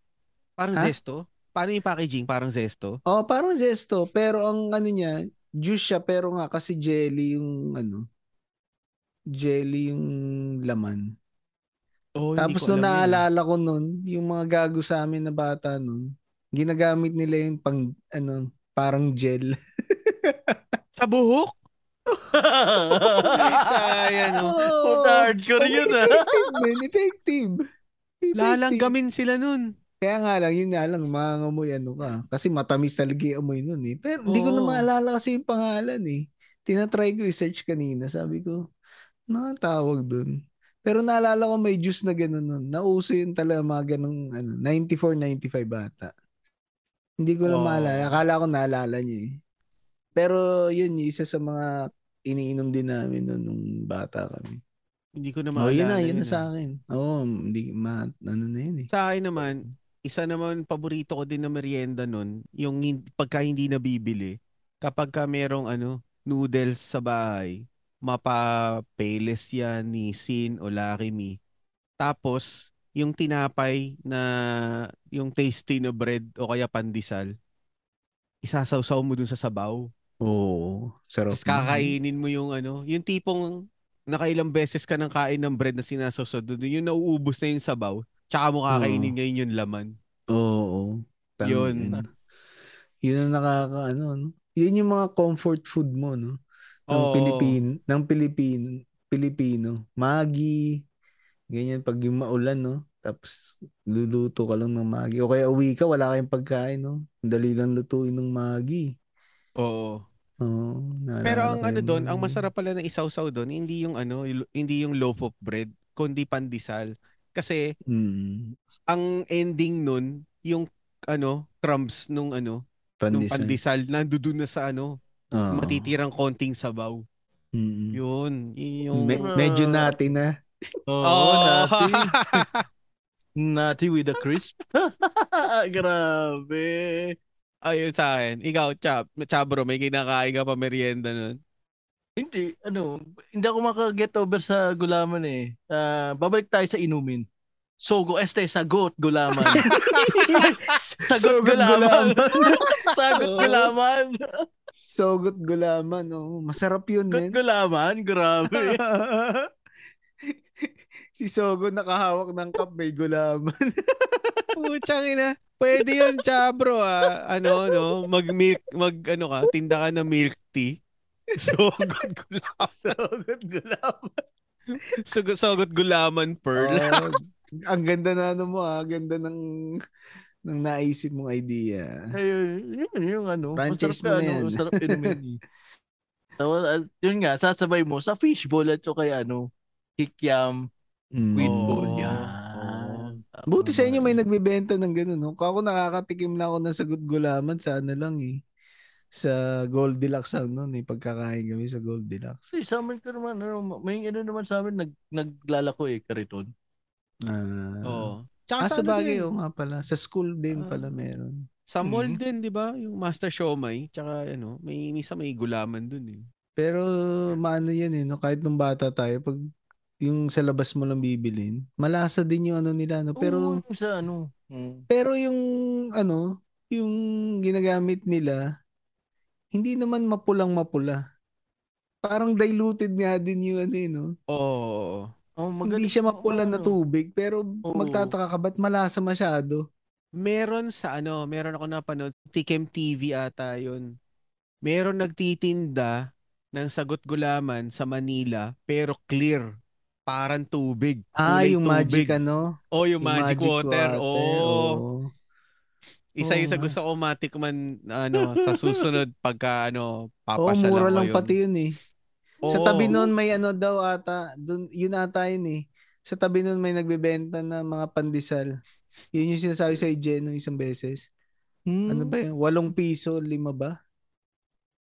S1: Parang
S2: Ha?
S1: zesto? Paano yung packaging? Parang zesto?
S2: Oh, parang zesto, pero ang ano niya, juice siya pero nga kasi jelly yung ano, jelly yung laman.
S1: Oh,
S2: Tapos nung naalala ko nun, yung mga gago sa amin na bata nun, ginagamit nila yung pang ano, parang gel.
S1: Sa buhok? Sayang. ano.
S2: Oh,
S3: Puta hardcore yun ah.
S2: Effective, man. Effective. Effective.
S1: Lalanggamin sila nun.
S2: Kaya nga lang, yun nga lang, mangangamoy ano ka. Kasi matamis talaga yung amoy nun eh. Pero hindi ko na
S1: Oo.
S2: maalala kasi yung pangalan eh. Tinatry ko i-search kanina. Sabi ko, ano ang tawag dun? Pero naalala ko may juice na gano'n nun. Nauso yun talaga mga ganong ano, 94, 95 bata. Hindi ko na
S1: Oo.
S2: maalala. Akala ko naalala niya eh. Pero yun, yung isa sa mga iniinom din namin nun nung bata kami.
S1: Hindi ko na
S2: Oh,
S1: maalala.
S2: yun na, yun na
S1: ah.
S2: sa akin. Oo, hindi, ma, ano na yun eh.
S1: Sa akin naman, isa naman paborito ko din na merienda nun, yung hin- pagka hindi nabibili, kapag ka merong ano, noodles sa bahay, mapa-payless yan ni Sin o Larry Me. Tapos, yung tinapay na yung tasty na bread o kaya pandesal, isasawsaw mo dun sa sabaw.
S2: Oo. Sarap.
S1: Tapos
S2: nun.
S1: kakainin mo yung ano, yung tipong nakailang beses ka nang kain ng bread na sinasawsaw doon, yung nauubos na yung sabaw, tsaka mo kakainin
S2: Mm.
S1: ngayon yung laman.
S2: Oo. Tama
S1: Yun.
S2: yan. Yun ang nakaka, ano, no? Yun yung mga comfort food mo, no? Ng
S1: Oo.
S2: Pilipin, ng Pilipin, Pilipino. Magi. Ganyan, pag yung maulan, no? Tapos, luluto ka lang ng magi. O kaya uwi ka, wala kayong pagkain, no? Ang dali lang lutuin ng magi.
S1: Oo.
S2: Oo. naalala
S1: Pero ang
S2: ko
S1: ano
S2: yun.
S1: doon, ang masarap pala na isawsaw doon, hindi yung ano, yung- hindi yung loaf of bread, kundi pandesal. Kasi
S2: Mm.
S1: ang ending nun, yung ano, crumbs nung ano, nung
S2: Pandesal.
S1: pandesal, nandoon na sa ano,
S2: Oo.
S1: matitirang konting sabaw.
S2: Mm.
S1: Yun, yun yung
S2: Me- medyo natin na.
S3: Oo,
S1: Oo.
S3: nati. Oh. Nati with a crisp. Grabe.
S1: Ayun Ah, sa akin. Ikaw, Chab, Chabro, may kinakain ka pa merienda nun.
S3: Hindi, ano, hindi ako makaget over sa gulaman eh. Ah, babalik tayo sa inumin. Sogo, este, sagot, gulaman.
S2: Sogot gulaman.
S3: gulaman. sagot,
S2: Oo.
S3: gulaman.
S2: Sogot gulaman. Oh, masarap yun,
S3: Sagot,
S2: men.
S3: gulaman. Grabe.
S2: si Sogo nakahawak ng cup, may gulaman.
S1: Putang ina. Pwede yun, Chabro, ah. Ano, no? Mag-milk, mag, ano ka, tinda ka ng milk tea. Sogot gulaman.
S2: Sogot gulaman.
S1: Sogot, sogot gulaman pearl.
S2: Oh, ang ganda na ano mo, ah. Ang ganda ng ng naisip mong idea.
S3: Ayun, Eh, yun, yung ano.
S2: Franchise
S3: Franchise
S2: mo na yan.
S3: Ano, masarap inumin eh. So, ah, yun nga, sasabay mo sa fishball at saka ano, kikiam,
S2: Mm.
S3: windball.
S1: Oo.
S3: Yan.
S2: Buti sa inyo may nagbebenta ng ganun, no? Ako nakakatikim na ako ng sagot gulaman sa ano lang eh. Sa Goldilocks ang noon eh, pagkakain kami sa Goldilocks.
S3: Kasi sa amin ko naman, ano, may ano naman sa amin, nag, naglalako eh, kariton.
S2: Ah,
S1: Oo. Tsaka
S2: Ah,
S1: sa
S2: sa
S1: ano
S2: bagay,
S1: din,
S2: oo nga pala. Sa school din
S1: Ah.
S2: pala meron.
S1: Sa mall
S3: Mhm.
S1: din, di ba? Yung Master Shomai. Tsaka, ano, may, misa may gulaman dun eh.
S2: Pero maano yan eh, no? kahit nung bata tayo, pag yung sa labas mo lang bibilin, malasa din yung ano nila. No? Pero,
S3: Oo, yung sa ano. mm.
S2: pero yung ano, yung ginagamit nila, hindi naman mapulang mapula. Parang diluted nga din yung ano eh, no?
S1: Oo.
S3: Oh,
S2: Hindi siya mapula na tubig, pero magtataka ka ba't malasa masyado?
S1: Meron sa ano, meron ako napanood, Tikem TV ata yun. Meron nagtitinda ng sagot gulaman sa Manila, pero clear. Parang tubig.
S2: Ah,
S1: Kulay
S2: yung magic
S1: tubig.
S2: ano?
S1: Oh, yung, magic, water. Oo.
S2: oo.
S1: Isa yung sa
S2: Oo.
S1: gusto ko matikman ano, sa susunod pagka ano,
S2: Oo,
S1: papasyalan
S2: Oh, mura
S1: ko
S2: lang
S1: yun. Oh,
S2: pati yun eh. Sa
S1: Oo.
S2: tabi nun may ano daw ata, dun, yun ata yun eh. Sa tabi nun may nagbebenta ng mga pandesal. Yun yung sinasabi sa Jen nung isang beses.
S3: Hmm.
S2: Ano ba yun? Walong piso, lima ba?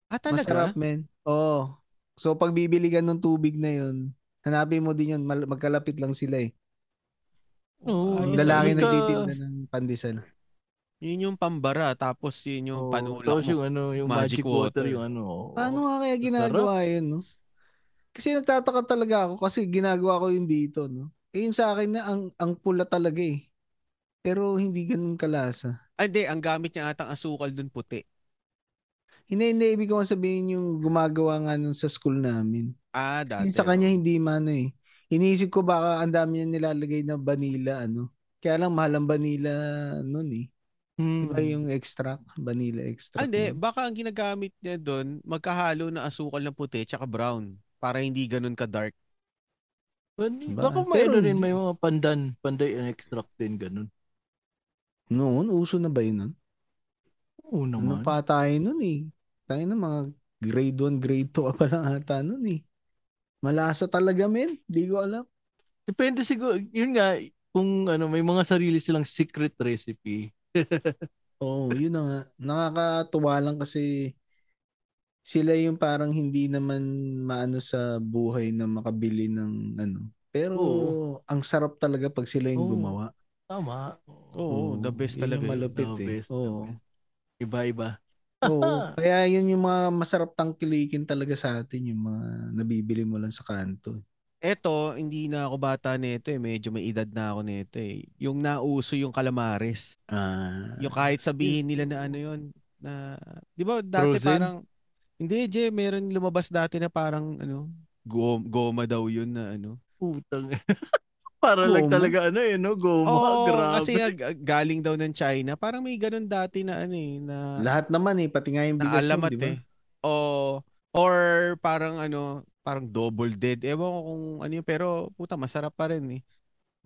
S1: Ah, talaga?
S2: Masarap, men. Oo. So, pag bibili ka ng tubig na yun, hanapin mo din yun. Mal- magkalapit lang sila eh.
S3: Oo.
S1: Ayos,
S2: Ang lalaki
S3: Ayos.
S2: nagtitinda ng pandesal.
S1: Yun yung pambara, tapos yun yung
S2: Oh,
S3: yung
S1: panulak mo.
S3: yung ano, yung
S1: Magic
S3: magic, water,
S1: water.
S3: yung ano. oo.
S2: Paano nga kaya ginagawa yun, no? Kasi nagtataka talaga ako kasi ginagawa ko yun dito, no? Eh, yung sa akin na, ang, ang pula talaga eh. Pero hindi ganun kalasa.
S1: Ah, hindi, ang gamit niya atang asukal dun puti.
S2: Hindi, hindi. Ibig kong sabihin yung gumagawa nga nun sa school namin.
S1: Ah, dati.
S2: Kasi sa kanya hindi mano eh. Iniisip ko baka ang dami niya nilalagay na vanilla ano. Kaya lang mahal ang vanilla nun eh.
S3: Hmm.
S2: Iba yung extract, vanilla extract.
S1: Ah, Hindi,
S2: nun.
S1: baka ang ginagamit niya doon, magkahalo na asukal ng puti tsaka brown para hindi ganun ka-dark.
S3: Ban-
S2: Ba?
S3: Baka may
S2: Pero
S3: ano rin,
S2: hindi.
S3: may mga pandan, panday and extract din, ganun.
S2: Noon, uso na ba yun nun?
S3: Oo
S2: Ano
S3: naman.
S2: pa tayo nun eh? Tayo na mga grade 1, grade 2 ka pa lang ata nun eh. Malasa talaga men. Di ko alam.
S3: Depende siguro, yun nga, kung ano, may mga sarili silang secret recipe.
S2: Oo, yun na nga. Nakakatuwa lang kasi sila yung parang hindi naman maano sa buhay na makabili ng ano. Pero
S3: Oo.
S2: ang sarap talaga pag sila yung
S3: Oo.
S2: gumawa.
S3: Tama.
S1: Oo, the best
S2: yun yung
S1: talaga. yun. Oh,
S2: malupit
S3: The
S2: eh.
S3: best, the
S2: Oo.
S3: best. Iba-iba.
S2: Oo. Kaya yun yung mga masarap tangkilikin talaga sa atin, yung mga nabibili mo lang sa kanto.
S1: Eto, hindi na ako bata nito eh. Medyo may edad na ako nito eh. Yung nauso yung kalamares.
S2: Ah.
S1: Yung kahit sabihin nila na ano yun. Na, di ba dati
S3: Frozen?
S1: parang, hindi Jay, meron lumabas dati na parang ano, go- goma daw yun na ano.
S3: Putang. Para lang
S2: Goma?
S3: talaga ano eh, no? Goma,
S1: Oo,
S3: grabe.
S1: kasi nga, g- galing daw ng China. Parang may ganun dati na ano eh, na,
S2: Lahat naman eh, pati nga yung
S1: na
S2: bigas yun,
S1: alamat
S2: di ba?
S1: eh. Oo. or parang ano, parang double dead. Ewan ko kung ano yun, pero puta, masarap pa rin eh.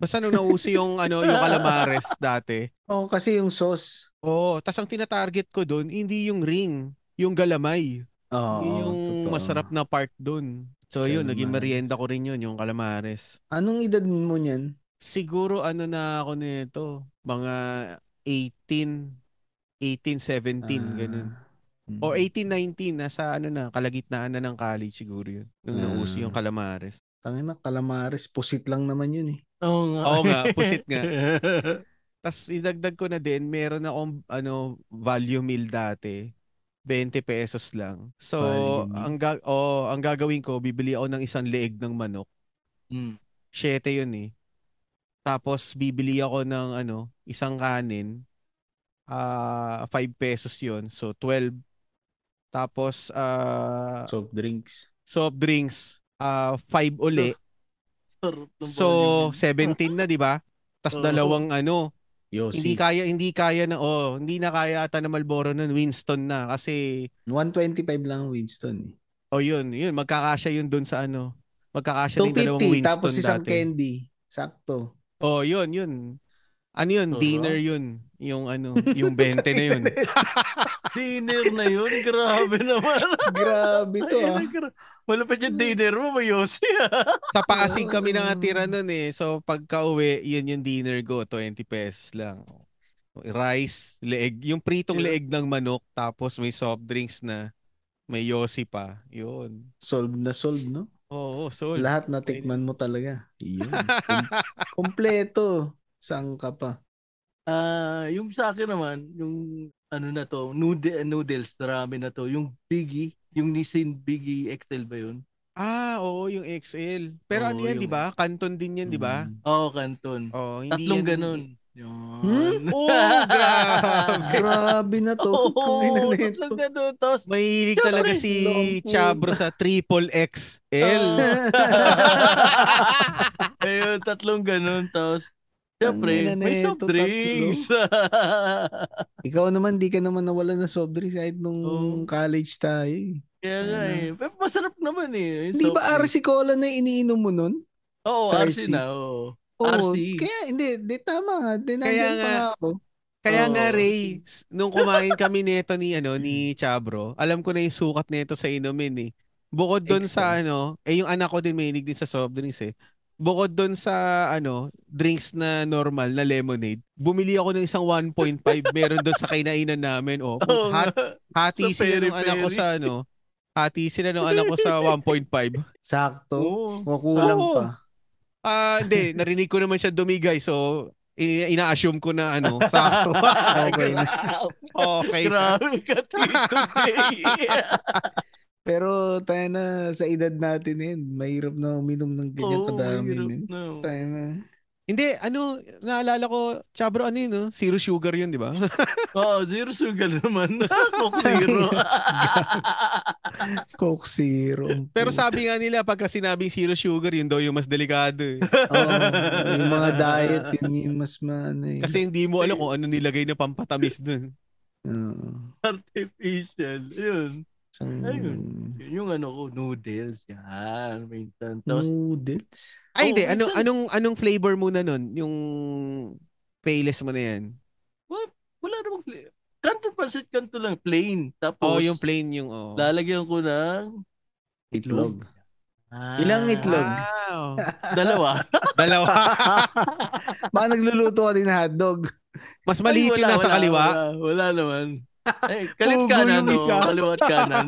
S1: Basta nung nauso yung ano, yung calamares dati.
S2: Oo, kasi yung sauce.
S1: Oo, tas ang tinatarget ko doon, hindi yung ring, yung galamay.
S2: Oo,
S1: Yun yung
S2: totoo.
S1: masarap na part doon. So yun, naging
S2: Calamares.
S1: merienda ko rin yun, yung calamares.
S2: Anong edad mo niyan?
S1: Siguro ano na ako nito, mga 18, 18, 17,
S2: Ah,
S1: ganun.
S2: mm.
S1: O 18, 19, nasa ano na, kalagitnaan na ng college siguro yun. Nung
S2: Ah.
S1: nauso yung calamares.
S2: Tangin na, calamares. Pusit lang naman yun eh.
S3: Oo nga.
S1: Oo nga, pusit nga. Tapos idagdag ko na din, meron akong ano, value meal dati. 20 pesos lang. So,
S2: Value meal.
S1: ang, ga- oh, ang gagawin ko, bibili ako ng isang leeg ng manok.
S3: Mm.
S1: 7 yun eh. Tapos, bibili ako ng ano, isang kanin. ah 5 pesos yun. So, 12. Tapos, ah
S2: Soft drinks.
S1: soft drinks. ah 5 uli.
S3: Sarap ng
S1: So,
S3: volume.
S1: 17 na, di ba? Tapos,
S3: Oo.
S1: dalawang ano,
S2: Yossi.
S1: Hindi kaya, hindi kaya na, oh, hindi na kaya ata na Malboro nun, Winston na. Kasi,
S2: 125 lang ang Winston eh.
S1: oh yun, yun, magkakasya yun dun sa ano. Magkakasya na yung dalawang
S2: 250
S1: Winston
S2: tapos isang
S1: dati.
S2: candy. Sakto.
S1: Oh, yun, yun. Ano yun,
S3: Oo.
S1: dinner yun. Yung ano, yung 20 na yun.
S3: Dinner na yun, grabe naman.
S2: Grabe to
S3: Ay,
S2: ah.
S3: nagra- Malapit yung
S1: Hmm.
S3: dinner mo, mayosi ah.
S1: Sa Pasig kami nakatira nun eh. So, pagka uwi, yun yung dinner ko, 20 pesos lang. Rice, leeg, yung pritong
S3: Yeah.
S1: leeg ng manok, tapos may soft drinks na, may yosi pa. Yun.
S2: Solve na solve, no?
S1: Oo, so
S2: Lahat na tikman mo talaga. Iyon. Kom- Kompleto. Saan ka pa?
S3: Ah, yung sa akin naman, yung ano na to, noodle, noodles, marami na to. Yung Biggie, yung Nissin Biggie XL ba yun?
S1: Ah, oo, yung XL. Pero ano
S3: Oo,
S1: yan,
S3: yung-
S1: di ba? Canton din yan, di ba?
S2: Mm.
S3: Oo, Canton.
S1: Oo, hindi
S3: Tatlong
S1: yan...
S3: ganun.
S2: Hmm?
S3: Yun.
S1: Oo, grabe.
S2: Grabe na to.
S3: Oo,
S2: Tangina na ito.
S3: tatlong ganun. Tapos,
S1: Mahilig talaga si
S2: Longpul.
S1: Chabro sa triple XL.
S3: Ayun, tatlong ganun. Tapos, syempre,
S2: Tangina na
S3: may soft
S2: ito,
S3: drinks.
S2: Ikaw naman, di ka naman nawala ng soft drinks kahit nung
S3: Oo.
S2: college tayo. eh.
S3: Kaya nga
S2: Ano?
S3: eh. Pero masarap naman eh. Yung
S2: Hindi
S3: soft
S2: ba
S3: drinks.
S2: RC Cola na iniinom mo nun?
S3: Oo,
S2: sa
S3: RC
S2: RC?
S3: na. Oo.
S2: Oo.
S3: RC.
S2: Kaya hindi, di tama nga. Di
S1: Kaya
S2: nandyan pa
S1: nga.
S2: nga ako.
S1: Kaya nga,
S3: Oo.
S1: Ray, s- nung kumain kami nito ni, ano, ni Chabro, alam ko na yung sukat nito sa inumin eh. Bukod doon sa ano, eh yung anak ko din mahilig din sa soft drinks eh. Bukod doon sa ano, drinks na normal na lemonade, bumili ako ng isang 1.5 meron doon sa kainainan namin. Oh,
S3: Oo
S1: hot
S3: nga.
S1: Hati
S3: Sa
S1: sila ng anak ko
S3: peri-peri.
S1: sa ano. Hati sila ng anak ko sa 1.5.
S2: Sakto.
S3: Oo.
S2: Kukulang
S1: Oo.
S2: pa.
S1: Ah, hindi. Narinig ko naman siya dumigay. So, i- ina-assume ko na ano. Sakto.
S2: Okay na.
S1: okay. na.
S3: Grabe ka, Tito Jay.
S2: Pero tayo na sa edad natin eh. Mahirap na uminom ng ganyan
S3: Oo,
S2: kadami.
S3: mahirap
S2: Eh.
S3: na.
S2: Tayo na.
S1: Hindi, ano, naalala ko, Chabro, ano yun, no? Zero sugar yun, di ba?
S3: Oo, zero sugar naman. Coke zero.
S2: Coke Zero.
S1: Pero sabi nga nila, pagka sinabing zero sugar, yun daw yung mas delikado eh.
S2: Oo, yung oh, mga diet, yun yung mas maano eh.
S1: Kasi hindi mo alam kung ano nilagay na pampatamis dun.
S2: Oo.
S3: Artificial. Yun.
S2: So,
S3: Ayun. Yun Yung ano ko, noodles. Yan. Minsan. Tapos,
S1: Hmm.
S2: noodles.
S1: Ay, hindi.
S3: Oo,
S1: Ano,
S3: minsan-
S1: anong, anong flavor muna nun? Yung payless mo na yan.
S3: wala namang flavor. Kanto pancit, kanto lang. Plain. Tapos,
S1: Oh, yung plain yung, oh.
S3: lalagyan ko ng
S2: Itlog.
S3: Ah,
S2: Ilang itlog?
S1: Wow.
S3: Dalawa.
S1: Dalawa.
S2: Baka nagluluto ka din na hotdog.
S1: Mas maliit yung nasa kaliwa.
S3: Wala, wala naman. Ay, kalit
S2: Pugo
S3: kanan,
S2: yung
S3: no?
S2: isa.
S3: Kaliwa't kanan.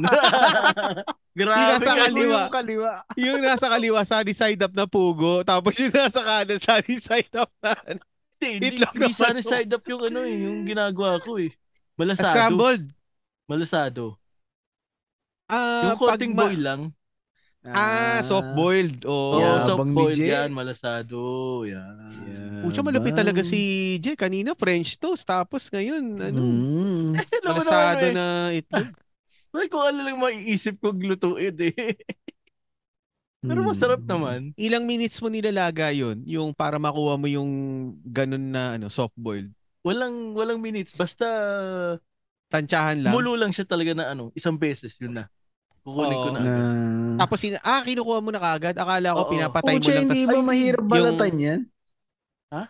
S3: Grabe
S1: Yung nasa
S3: ka,
S1: kaliwa.
S2: Yung kaliwa.
S1: Yung nasa kaliwa, sunny side up na pugo. Tapos yung nasa kanan, sunny side up na. ano.
S3: Hindi,
S1: Itlog
S3: hindi
S1: naman
S3: sana side up yung ano eh, yung ginagawa ko eh. Malasado.
S1: Scrambled.
S3: Malusado.
S1: Ah,
S3: Yung
S1: pag
S3: konting
S1: ma-
S3: boil lang.
S1: Ah, soft boiled. Oh.
S3: Oo,
S2: Yeah,
S3: soft
S2: abang ni
S3: boil
S2: Jay.
S3: yan, malasado. Yan.
S2: Yeah,
S1: Pucha, malupit
S2: bang?
S1: talaga si Jay. Kanina French toast, tapos ngayon, ano,
S2: Mm.
S3: Alam mo naman,
S1: malasado
S3: eh.
S1: na itlog.
S3: Well, kung ano lang maiisip kong lutuin eh. Pero
S2: Mm.
S3: masarap naman.
S1: Ilang minutes mo nilalaga yon yung para makuha mo yung ganun na ano, soft boiled.
S3: Walang walang minutes. Basta
S1: Tantsahan lang.
S3: mulo lang siya talaga na ano, isang beses yun na. Kukunin ko
S1: Oo.
S3: na.
S2: Na...
S3: agad.
S1: Tapos, sin- ah, kinukuha mo na kagad. Akala ko
S3: Oo.
S1: pinapatay mo
S2: Pucha,
S1: lang.
S2: hindi
S1: tas-
S2: ba mahirap
S3: yung-
S2: balatan yan?
S3: Ha?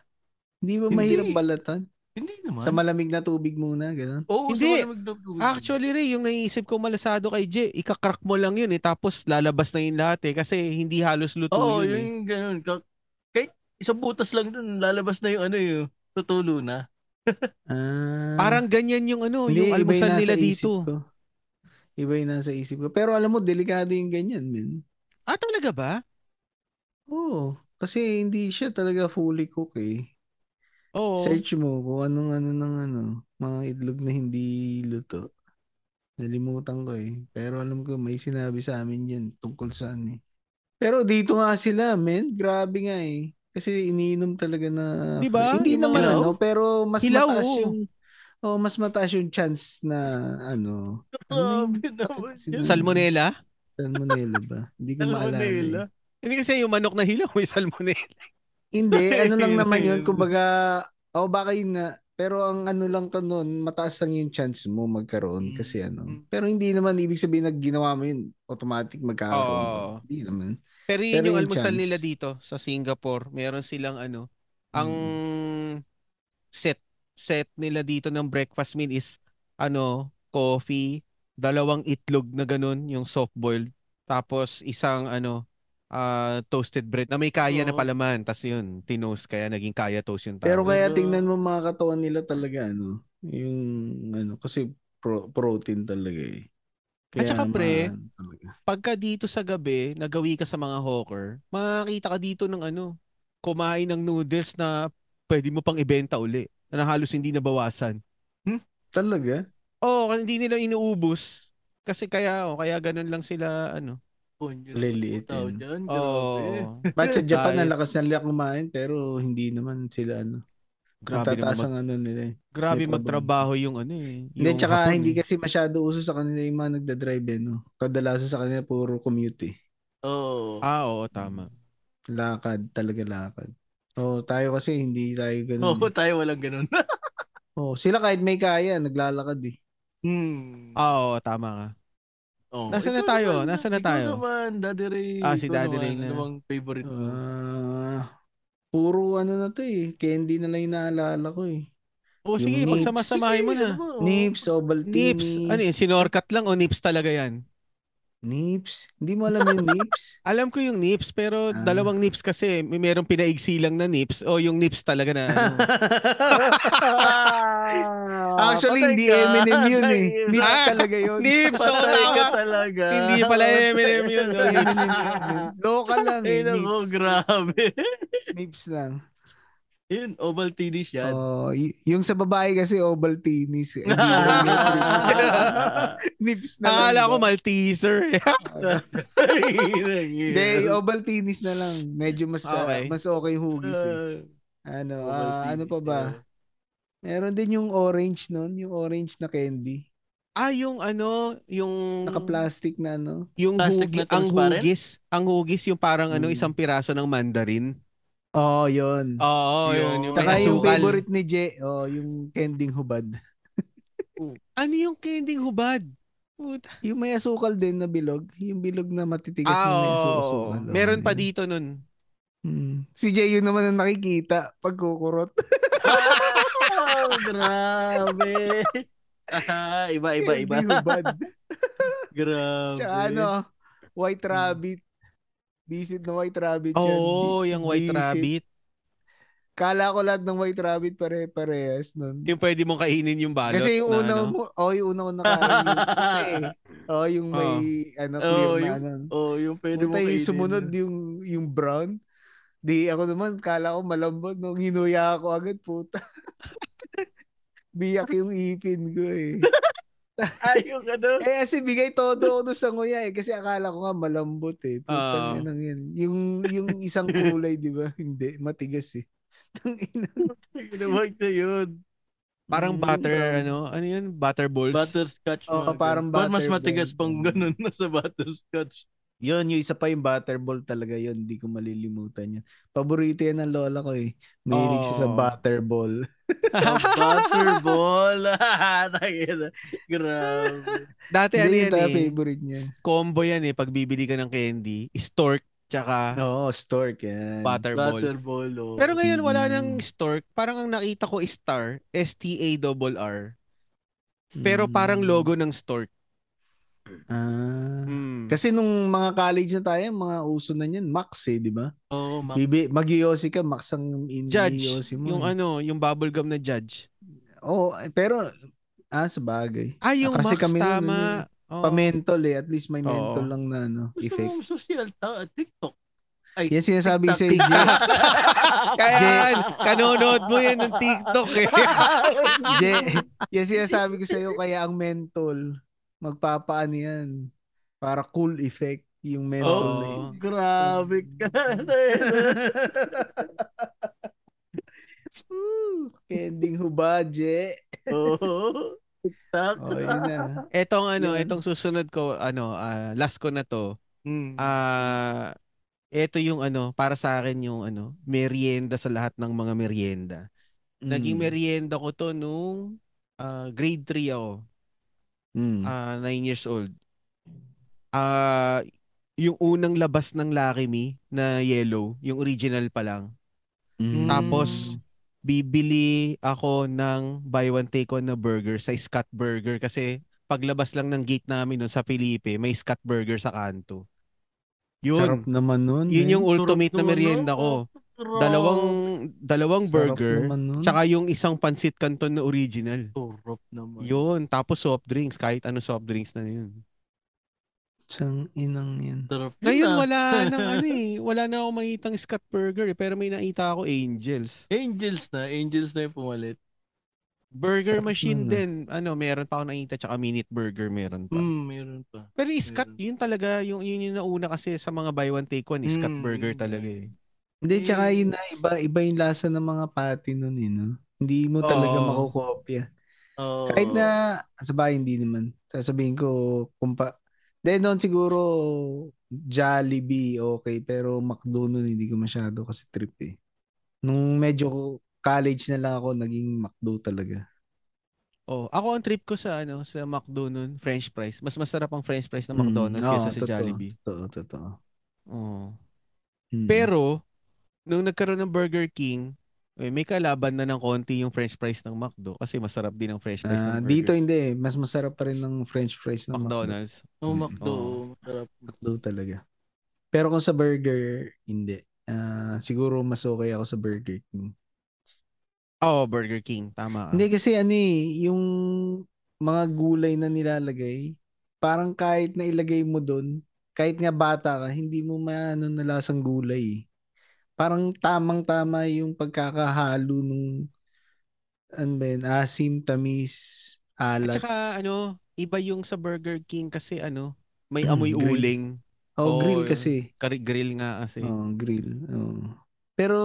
S2: Hindi ba
S3: Hindi.
S2: mahirap balatan?
S3: Hindi naman.
S2: Sa malamig na tubig muna, gano'n?
S3: Oo,
S1: Hindi.
S3: sa malamig na tubig.
S1: Actually, Ray, yung naiisip ko malasado kay Jay, ikakrack mo lang yun eh. Tapos lalabas na yun lahat eh. Kasi hindi halos luto
S3: Oo,
S1: yun eh.
S3: yung ganun. Ka- Kahit isang butas lang dun, lalabas na yung ano yun. Tutulo na.
S2: Ah.
S1: Parang ganyan yung ano,
S2: Hindi,
S1: yung
S2: iba
S1: almusal
S2: nasa
S1: nila
S2: isip
S1: dito.
S2: ko. Iba yung nasa isip ko. Pero alam mo, delikado yung ganyan, men.
S1: Ah, talaga ba?
S2: Oo. Kasi hindi siya talaga fully cook eh.
S1: Oo.
S2: Search mo kung anong ano ng ano, mga itlog na hindi luto. Nalimutan ko eh. Pero alam ko may sinabi sa amin yan tungkol saan eh. Pero dito nga sila, men. Grabe nga eh. Kasi iniinom talaga na...
S1: Di ba?
S2: Hindi
S1: Yung
S2: naman
S1: ilaw?
S2: ano, pero mas
S1: Ilaw,
S2: mataas
S1: oo.
S2: yung... Oh, mas mataas yung chance na ano... Ano
S3: Grabe
S2: yung-
S3: naman
S2: Sino-
S3: yun.
S1: Salmonella?
S2: Salmonella ba? Hindi ko
S1: ah.
S2: maalala. eh.
S3: Salmonella.
S1: Hindi kasi yung manok na hilaw may salmonella.
S2: Hindi, ano lang
S3: Yun
S2: naman
S3: na
S2: yun.
S3: yun.
S2: Kumbaga, o baka yun nga. Pero ang ano lang to nun, mataas lang yung chance mo magkaroon
S3: Mm.
S2: kasi ano.
S3: Mm.
S2: Pero hindi naman ibig sabihin na ginawa mo yun, automatic magkakaroon. ka.
S1: Oo.
S2: Hindi naman.
S1: Pero yun
S2: Pero
S1: yung
S2: yung
S1: almusal
S2: chance. Hmm.
S1: nila dito sa Singapore. Meron silang ano, ang set set nila dito ng breakfast meal is ano, coffee, dalawang itlog na ganun, yung soft boiled, tapos isang ano, ah, toasted bread na may kaya na
S3: Oo.
S1: palaman. Tapos yun, tinos kaya naging kaya toast yung tawag.
S2: Pero kaya
S3: Pero-
S2: tingnan mo mga katawan nila talaga ano, yung ano kasi pro- protein talaga eh.
S1: At saka, pre,
S2: maano talaga.
S1: pagka dito sa gabi, nagawi ka sa mga hawker, makakita ka dito ng ano, kumain ng noodles na pwede mo pang ibenta uli. Na halos hindi nabawasan.
S2: Talaga?
S1: Oo, kasi hindi nila inuubos. Kasi kaya, oh, kaya ganun lang sila, ano.
S3: Ponyo.
S2: Liliit
S3: Tao
S2: yun.
S3: dyan, grabe.
S1: Oo.
S2: Ba't sa Japan,
S1: Diet.
S2: ang lakas nila kumain, pero hindi naman sila ano.
S1: Grabe
S2: Grabe
S1: naman.
S2: ang ano nila eh.
S1: Grabe
S2: May trabaho.
S1: magtrabaho yung ano eh.
S2: Hindi,
S1: yung
S2: tsaka
S1: Hapon,
S2: hindi
S1: eh.
S2: kasi masyado uso sa kanila yung mga nagdadrive eh, no? Kadalasan sa kanila puro commute eh.
S3: Oo.
S1: Ah, oo, tama.
S2: Mm. Lakad, talaga lakad. Oh, tayo kasi hindi tayo ganun.
S3: Oo,
S2: eh.
S3: tayo walang ganun.
S2: Oh, sila kahit may kaya, naglalakad eh.
S3: Hmm.
S1: Ah, oo, tama ka.
S3: Oo.
S1: Nasaan na
S3: Ikaw
S1: tayo?
S3: naman,
S1: Nasaan na
S3: ikaw
S1: tayo?
S3: naman, Daddy Ray.
S1: Ah, si
S3: Ikaw
S1: Daddy Ray
S3: naman,
S1: na.
S3: Ano bang favorite mo?
S2: Ah, puro ano na to eh. Candy na lang yung naalala ko eh.
S1: O Oh,
S2: Yung
S1: sige,
S2: nips.
S1: pagsamasamahin mo
S3: Kasi,
S1: na.
S3: ano ba, oo.
S2: Nips, Ovaltine.
S1: Nips. Ano yun? Sinorkat lang o nips talaga yan?
S2: Nips. Hindi mo alam yung nips?
S1: Alam ko yung nips, pero
S2: Ah.
S1: dalawang nips kasi. May merong pinaigsi lang na nips o yung nips talaga na. ano.
S3: Ah,
S2: Actually,
S3: patay
S2: hindi
S3: ka.
S2: M&M yun eh.
S3: Patay
S2: Nips
S1: Ah,
S2: talaga yun.
S1: nips! Oo,
S3: Patay ka
S1: tama.
S3: talaga.
S1: Hindi pala
S3: Patay
S1: M&M yun. Oh,
S3: ka talaga.
S2: M&M yun. Local lang
S3: Ay,
S2: eh.
S3: nako,
S2: Nips.
S3: grabe.
S2: Nips lang.
S3: Yun, Ovaltine siya.
S2: Oh, y- yung sa babae kasi Ovaltinis. Eh, di alam yung trip. Nips na lang.
S1: Akala ko
S2: ba?
S1: Malteser.
S2: Hindi, Ovaltinis na lang. Medyo mas ah,
S1: Okay.
S2: mas okay yung hugis eh. Ano, ah,
S3: Ovaltine,
S2: ano pa ba? Meron din yung orange nun, yung orange na candy.
S1: Ah, yung ano, yung
S2: Naka-plastic na ano.
S1: yung
S3: Plastic
S1: hugi-
S3: na
S1: ang
S3: transparent?
S1: hugis, ang hugis yung parang ano,
S2: Mm.
S1: isang piraso ng mandarin.
S2: Oh, yun.
S1: Oo, yun,
S3: Yun.
S1: yung may
S2: Saka yung
S1: asukal.
S2: favorite ni Jay, oh, yung kending hubad.
S1: Ano yung kending hubad? Puta.
S2: Yung may asukal din na bilog, yung bilog na matitigas
S1: Ah,
S2: na may
S1: oo, oo.
S2: asukal.
S1: Meron pa
S2: Yun.
S1: dito nun.
S2: Hmm. Si Jay yun naman ang nakikita pag kukurot.
S3: Oh, grabe. Ah, iba, iba, iba.
S2: Hindi hubad.
S3: Grabe.
S2: Tsaka ano, White
S1: Hmm.
S2: Rabbit. Bisit na White Rabbit yan.
S1: Oo,
S2: Bi-
S1: yung white
S2: bisit.
S1: rabbit.
S2: Kala ko lahat ng White Rabbit pare-parehas nun.
S1: Yung pwede mong kainin yung balot.
S2: Kasi yung
S1: na
S2: una
S1: ano.
S2: mo, oh, yung una ko nakain yung puti eh. Oh, yung may ano, clear
S3: Oh,
S2: na
S3: yung-
S2: ano.
S3: Oh, yung pwede mo
S2: Puta yung
S3: kainin.
S2: sumunod yung, yung brown. Di ako naman, kala ko malambot. Nung hinuya ako agad, puta. Biyak yung ipin ko eh.
S3: Ay, yung ano.
S2: Eh kasi bigay todo ako dun sa nguya eh. Kasi akala ko nga malambot eh.
S1: Oo.
S2: Putang ina yan. Yung, yung isang kulay, di ba? Hindi, matigas eh. Tang ina. Hmm.
S3: Ginawag na yun.
S1: Parang
S2: Mm.
S1: butter, ano? Ano yun? Butter balls?
S3: Butterscotch.
S2: Oo,
S3: mga
S2: parang
S3: ganun. Ba't mas
S2: butter
S3: matigas
S2: ball?
S3: pang ganun na sa butterscotch.
S2: Yun, yung isa pa yung butterball talaga yun. Hindi ko malilimutan yun. Paborito yan ng lola ko eh. Mahilig siya sa
S1: Oo.
S2: butterball.
S3: Sa butterball. Tangina. Grabe.
S1: Dati ano
S2: Hindi
S1: yan
S2: yun talaga
S1: eh.
S2: favorite niya.
S1: Combo yan eh. Pag bibili ka ng candy, stork tsaka
S2: Oo, stork yan.
S1: butter ball.
S3: Butterball. oh.
S1: Pero ngayon wala
S2: Mm.
S1: nang stork. Parang ang nakita ko is star. S-T-A-R-R. Pero parang
S2: Mm.
S1: logo ng stork.
S2: Ah.
S1: Mm.
S2: Kasi nung mga college na tayo, mga uso na yan, Max eh, di ba?
S3: Oo, Oh, ma-
S2: Bibi, mag ka, Max ang in
S1: Judge.
S2: mo.
S1: Yung ano, yung bubblegum na judge.
S2: Oo, eh, pero, ah, sa bagay.
S1: Ah, yung
S2: kasi
S1: Max,
S2: kami nun, eh,
S1: tama. Oo.
S2: Pamentol eh, at least may
S1: Oo.
S2: mentol lang na ano,
S3: Gusto
S2: effect.
S3: mo social ta- ah, TikTok. Ay,
S2: Yan sinasabi ko sa AJ.
S1: Kaya yan, kanonood mo yan ng TikTok eh.
S2: Ye- yan sinasabi ko sa'yo, kaya ang mentol, magpapaano yan. Para cool effect yung mentol na yun.
S1: Oo.
S3: Grabe ka. ano
S2: Woo! Kending hubaje.
S3: Oo. TikTok.
S2: Oh, yun na.
S1: Etong ano,
S2: Yun.
S1: etong susunod ko, ano, ah, last ko na to.
S3: Hmm.
S1: Ah, eto yung ano, para sa akin yung ano, merienda sa lahat ng mga merienda. Naging
S2: Mm.
S1: merienda ko to nung ah, grade 3 ako,
S2: Mm.
S1: ah 9 years old. Ah, yung unang labas ng Lucky Me na yellow, yung original pa lang.
S2: Mm.
S1: Tapos, bibili ako ng buy one take one na burger sa Scott Burger kasi paglabas lang ng gate namin nun sa Felipe, may Scott Burger sa kanto.
S2: sarap
S1: Yun,
S2: naman nun.
S1: yun yung
S2: eh.
S1: ultimate na
S3: Sarap naman
S1: merienda
S3: nun.
S1: ko.
S3: Grabe.
S1: Dalawang dalawang
S2: Sarap
S1: burger,
S2: naman nun.
S1: tsaka yung isang pancit canton na original.
S3: Sarap naman.
S1: Yun, tapos soft drinks, kahit ano soft drinks na yun.
S2: Tsang inang yan.
S3: Sarap yun
S1: Ngayon
S3: ah.
S1: wala nang ano eh, wala na ako makitang Scott Burger eh, pero may nakita ako Angels.
S3: Angels na. Angels na yung pumalit.
S1: Burger
S2: Sarap
S1: machine
S2: nun, ah.
S1: din, ano, meron pa ako nakita tsaka Minute Burger meron
S2: Mm.
S1: pa.
S3: Hmm, meron pa.
S1: Pero yung Scott, yun talaga, yung, yun yung nauna kasi sa mga buy one take one, is Scott
S3: Mm.
S1: Burger talaga eh.
S2: Hindi, tsaka
S3: Mm.
S2: yun na, iba, iba yung lasa ng mga pati nun eh, no? Hindi mo talaga
S1: Oo.
S2: makukopya.
S3: Oo.
S2: Kahit na, sabay, hindi naman. Sasabihin ko, kumpa... Then noon siguro, Jollibee, okay. Pero McDo nun, hindi ko masyado kasi trip eh. Nung medyo college na lang ako, naging McDo talaga.
S1: Oh, ako ang trip ko sa ano sa McDo nun, french fries. Mas masarap ang french fries ng
S2: Mm,
S1: McDonald's
S2: oo,
S1: kaysa sa
S2: totoo,
S1: Jollibee.
S2: Totoo, totoo.
S1: Oo.
S2: Hmm.
S1: Pero nung nagkaroon ng Burger King, eh, may kalaban na ng konti yung french fries ng McDo kasi masarap din ang french fries ng
S2: Ah,
S1: Burger
S2: dito hindi. eh. Mas masarap pa rin ng french fries ng McDo.
S1: McDonald's.
S3: Oh, McDo.
S1: Oo.
S3: Sarap.
S2: McDo talaga. Pero kung sa burger, hindi. Ah, siguro mas okay ako sa Burger King.
S1: Oh, Burger King, tama. ka.
S2: Hindi kasi ano eh, yung mga gulay na nilalagay, parang kahit na ilagay mo doon, kahit nga bata ka, hindi mo maano na lasang gulay. eh. Parang tamang-tama yung pagkakahalo nung ano ba yun, asim, tamis,
S1: At
S2: alat.
S1: saka ano, iba yung sa Burger King kasi ano, may
S2: Mm,
S1: amoy
S2: grill.
S1: uling,
S2: oh,
S1: Oo,
S2: grill kasi.
S1: Kari- grill nga kasi.
S2: Oh, grill. Oh. Pero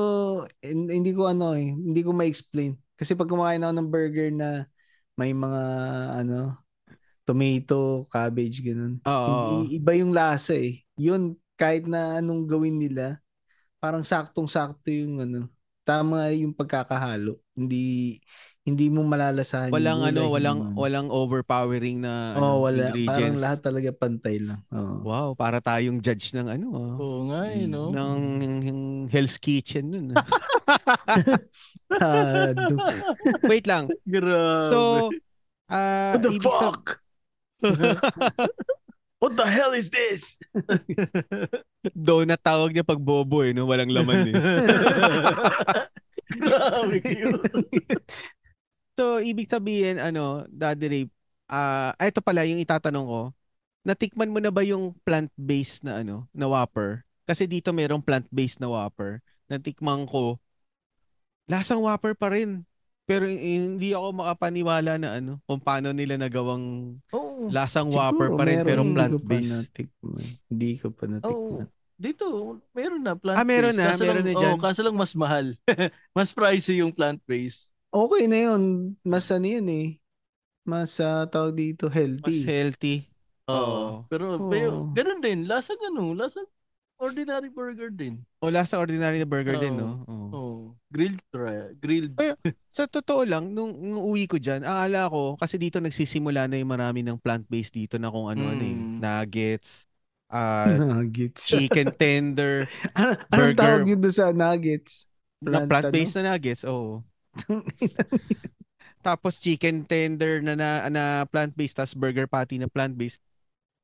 S2: hin- hindi ko ano eh, hindi ko ma-explain. Kasi pag kumakain ako ng burger na may mga ano, tomato, cabbage ganun.
S1: Oo.
S2: Hindi iba yung lasa eh. Yun kahit na anong gawin nila, parang saktong-sakto yung ano, tama yung pagkakahalo. Hindi hindi mo malalasahan yung
S1: Walang
S2: gulay,
S1: ano,
S2: hindi
S1: walang
S2: mo-
S1: walang overpowering na
S2: Oh,
S1: ano,
S2: wala. Parang
S1: ingredients.
S2: lahat talaga pantay lang. Oo.
S1: Wow, para tayong judge ng ano, ah,
S3: Oo nga eh,
S2: Oh.
S3: no?
S1: ng ng Hell's Kitchen nun. ah.
S2: Ah, do-
S1: Wait lang.
S3: Grabe.
S1: So, ah,
S2: What the
S1: ibig sa-
S2: fuck? What the hell is this?
S1: donut tawag niya pag bobo eh, no? walang laman eh.
S3: Grabe yun.
S1: So, ibig sabihin, ano, Daddy Rape, ah, ah, ito pala yung itatanong ko. Natikman mo na ba yung plant-based na ano, na Whopper? Kasi dito merong plant-based na Whopper. Natikman ko. Lasang Whopper pa rin. Pero hindi ako makapaniwala na ano, kung paano nila nagawang
S3: Oo.
S1: lasang whopper pa rin pero
S2: meron, Oh, hindi ko pa
S1: plant-based.
S2: natikman. Hindi ko pa natikman.
S3: Oh. Dito, meron na
S1: Oh.
S3: plant-based.
S1: Ah, meron na,
S3: Kaso
S1: meron
S3: lang,
S1: na dyan.
S3: oo, kaso lang mas mahal. mas pricey yung plant-based.
S2: Okay na yun. Mas ano yun eh. Mas ah, tawag dito
S1: Mas
S2: healthy.
S1: healthy. Oo.
S3: Oo. Pero,
S2: Oo.
S3: pero ganun din. Lasang ano, lasang ordinary burger din.
S1: O lasa ordinary na burger din,
S3: Oo.
S1: no? Oo.
S3: Oh, grilled try, grilled.
S1: Ay, Sa totoo lang, nung, nung uwi ko dyan, akala ko, kasi dito nagsisimula na yung marami ng plant-based dito na kung ano-ano eh.
S3: Mm.
S1: Nuggets, ah,
S2: Nuggets.
S1: chicken tender,
S2: ano, anong
S1: burger.
S2: tawag yun doon sa nuggets?
S1: na
S2: Plant,
S1: plant-based na nuggets, oo. Tapos chicken tender na na, na plant-based, tas burger patty na plant-based.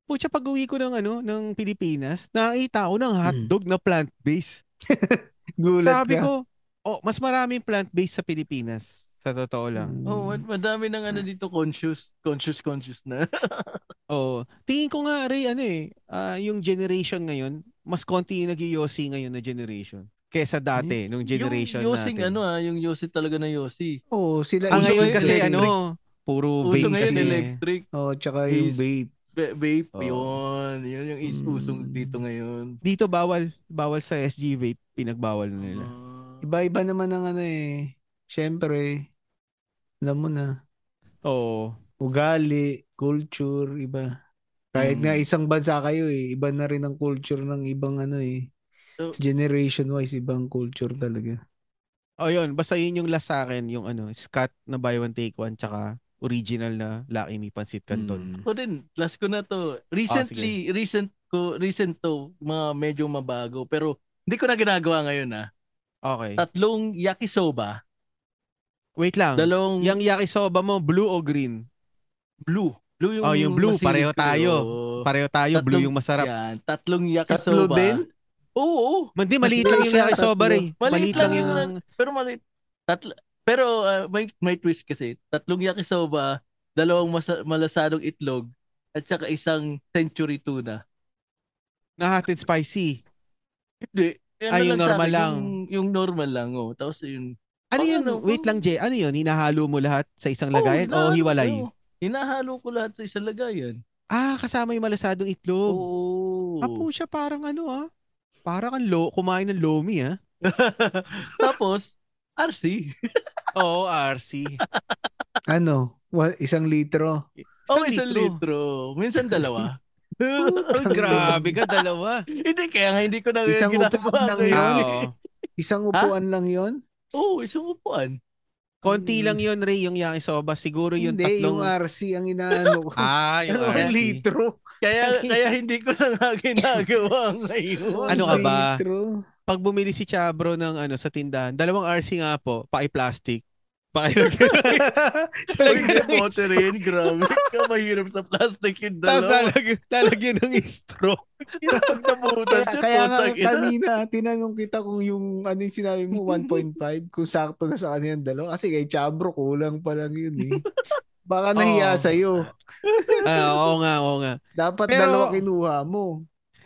S1: Pucha, pag uwi ko ng ano, ng Pilipinas, nakita ko ng hotdog na plant-based.
S2: ano? Gulat
S1: Sabi
S2: ka.
S1: ko, oh, mas maraming plant-based sa Pilipinas. Sa totoo lang.
S3: Oh, mad- madami ng ano dito conscious, conscious, conscious na.
S1: Oo. Tingin ko nga, Ray, ano eh, ah, yung generation ngayon, mas konti yung nagyosi ngayon na generation kaysa dati, nung generation
S3: Hmm? yung Yosing
S1: natin.
S3: ano ah, yung Yosi talaga na Yosi.
S2: Oo, Oh, sila eh.
S1: ah,
S3: uso
S1: ngayon
S3: ngayon,
S1: kasi
S3: electric.
S1: ano, puro
S3: Uso
S1: vape
S3: ngayon
S1: kasi.
S3: electric,
S2: Oh, tsaka yung
S3: Is-
S2: vape.
S3: ba- vape
S1: Oo.
S3: yun. Yun yung is
S2: Mm.
S3: usong dito ngayon.
S1: Dito bawal, bawal sa SG vape, pinagbawal na nila.
S3: Ah.
S2: Iba-iba naman ang ano eh. Siyempre, alam mo na.
S1: Oo.
S2: ugali, culture, iba. Kahit
S1: Mm.
S2: nga isang bansa kayo eh, iba na rin ang culture ng ibang ano eh.
S3: So-
S2: Generation wise, ibang culture talaga.
S1: Oh, yun, basta yun yung last sa akin, yung ano, Scott na buy one take one tsaka original na Lucky Me Pansit Canton.
S2: Mm.
S3: Ako din, last ko na to.
S1: Ah,
S3: Recently, recent ko, recent to, mga medyo mabago. Pero hindi ko na ginagawa ngayon ah.
S1: Okay. Ah.
S3: Tatlong yakisoba,
S1: Wait lang.
S3: dalawang
S1: Yung yakisoba mo, blue o green?
S3: blue. Blue yung
S1: Oh, yung blue,
S3: masilid
S1: pareho
S3: ko.
S1: tayo.
S3: Oo.
S1: Pareho tayo, blue
S3: Tatlong-
S1: yung masarap.
S3: Yan, tatlong
S2: Tatlo
S3: yakisoba.
S2: din?
S3: Oo, oo.
S1: Hindi, maliit lang yung
S2: Tatlo siya,
S1: yakisoba,
S2: tatlo.
S1: Ray.
S3: Maliit
S1: Maliit lang
S2: lang
S1: yung...
S3: yun. Pero mali tatlo pero ah, may may twist kasi. Tatlong yakisoba, dalawang masa, malasadong itlog at saka isang century tuna.
S1: Na hot and spicy.
S3: Hindi. Yan
S1: Ah,
S3: na
S1: yung
S3: sa
S1: normal
S3: akin,
S1: lang.
S3: ano Yung, yung normal lang, oh. Tapos yun,
S1: Ano
S3: Oh,
S1: yun?
S3: ano,
S1: Wait
S3: oh.
S1: lang, Jay. Ano yun? Hinahalo mo lahat sa isang
S3: Oo,
S1: lagayan o
S3: hinahalo
S1: hiwalay?
S3: ko. Hinahalo ko lahat sa isang lagayan.
S1: Ah, kasama yung malasadong
S3: Oh.
S1: itlog.
S3: Oo.
S1: Oh. Apo siya parang ano ah. Parang ang lo kumain ng lomi ah.
S3: Tapos, RC.
S1: Oo, RC.
S2: Ano? Wa- Isang litro.
S3: Oh, isang litro. Minsan dalawa.
S1: Ay, grabe ka, dalawa.
S3: hindi, kaya nga hindi ko na
S2: Isang upuan
S3: ginagawa
S2: lang
S3: ngayon.
S1: ah,
S2: Yun.
S1: oo.
S2: Isang upuan lang yon
S3: Oo, isang upuan.
S1: Konti lang yun, Ray, yung yakisoba. Siguro yung
S2: Hindi, yung ah,
S1: tatlong...
S2: RC ang inaano ko.
S1: Ah, yung
S2: Dalawang
S1: RC.
S2: litro.
S3: Kaya kaya hindi ko na nga ginagawa ngayon.
S1: Ano ka ba?
S2: Litro.
S1: Pag bumili si Chabro ng ano sa tindahan, dalawang RC nga po, paki-plastic. Paki
S3: Ay,
S1: Lagyan ng
S3: bote
S1: straw.
S3: rin. Grabe ka, mahirap sa plastic yung
S1: Tapos
S3: dalawa.
S1: lalag- lalagyan ng straw.
S3: Yung Pag nabutan
S2: Kaya,
S3: siya,
S2: kaya nga
S3: putang ina.
S2: kanina, tinanong kita kung yung ano yung sinabi mo, 1.5, kung sakto na sa kanya yung dalawa. Kasi kay Chabro, kulang pa lang yun eh. Baka nahiya
S1: Oo.
S2: sa'yo.
S1: Ah, oo nga, oo nga. Oh.
S2: Dapat
S1: Pero-
S2: dalawa kinuha mo.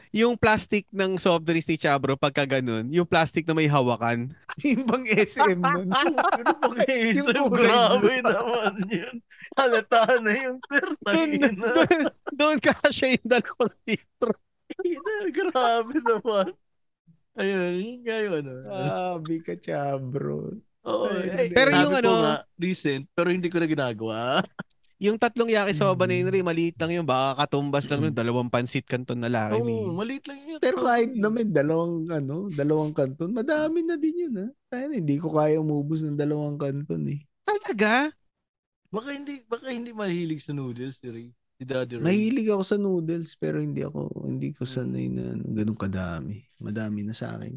S1: Yung plastic ng soft drinks ni Chabro pagka ganun, yung plastic na may hawakan.
S2: Yung bang SM nun?
S3: Ano ba kayo?
S2: Yung
S3: Isang
S2: kulay
S3: grabe
S2: blue.
S3: naman yun. Halata na yung
S1: Doon,
S3: pertangin na.
S1: doon, doon kasha yung dalawang litro.
S3: Grabe naman. Ayun, yun nga yun. Ano.
S2: Grabe ka, Chabro.
S3: Oo,
S2: Ah. Ay,
S3: eh,
S1: pero
S3: sabi
S1: yung
S3: ko
S1: ano-
S3: nga, recent, pero hindi ko na ginagawa.
S1: Yung tatlong yakisoba na yun
S2: Mm.
S1: rin, maliit lang yun. Baka katumbas lang nun, dalawang pansit kanton na laki.
S3: Hmm.
S1: Oh,
S3: Oo, maliit lang yun.
S2: Pero kahit naman dalawang ano, dalawang kanton, madami na din yun ha. Kaya na, hindi ko kaya umubos ng dalawang kanton eh.
S1: Talaga?
S3: Baka hindi, baka hindi mahilig sa noodles, si Ray. Si Daddy Ray.
S2: Mahilig ako sa noodles pero hindi ako hindi ko sanay na ano, ganun kadami. Madami na sa akin.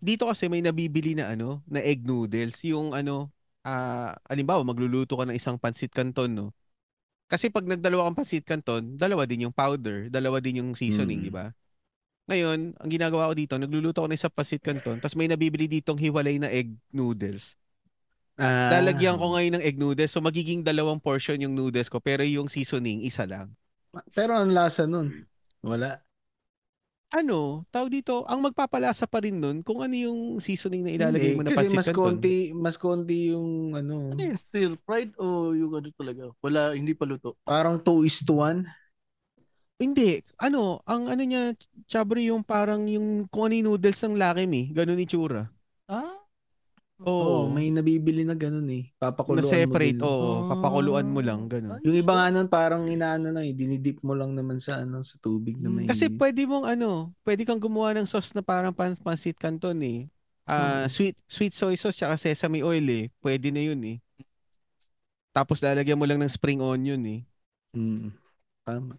S1: Dito kasi may nabibili na ano, na egg noodles. Yung ano, ah, alimbawa, magluluto ka ng isang pansit kanton, no? Kasi pag nagdalawa kang pansit kanton, dalawa din yung powder, dalawa din yung seasoning,
S2: Mm.
S1: di ba? Ngayon, ang ginagawa ko dito, nagluluto ako ng isang pansit kanton, tapos may nabibili ditong hiwalay na egg noodles.
S2: Ah,
S1: Lalagyan ko ngayon ng egg noodles, so magiging dalawang portion yung noodles ko, pero yung seasoning, isa lang.
S2: Pero ang lasa nun, wala.
S1: ano, tawag dito, ang magpapalasa pa rin nun kung ano yung seasoning na ilalagay
S2: Hindi,
S1: mo na
S2: Eh, Kasi
S1: pancit
S2: mas
S1: canton.
S2: konti, mas konti yung ano,
S3: Ano yun, stir fried o yung ano talaga? Wala, hindi pa luto.
S2: parang 2 is to 1.
S1: Hindi, ano, ang ano niya, chabri yung parang yung kung ano yung noodles ng lakim eh. Ganun itsura.
S3: Ah?
S2: Oo,
S1: Oo,
S2: may nabibili na ganun eh. Papakuluan mo
S1: na-separate,
S2: din.
S1: oo,
S3: Ah.
S1: papakuluan mo lang, ganun.
S2: Yung iba nga nun, parang inaano na eh, dinidip mo lang naman sa ano, sa tubig na
S3: Mm.
S2: may...
S1: Kasi pwede mong ano, pwede kang gumawa ng sauce na parang pan pancit canton eh. Ah, sweet sweet soy sauce tsaka sesame oil eh. Pwede na yun eh. Tapos lalagyan mo lang ng spring onion eh.
S2: Mm. Tama.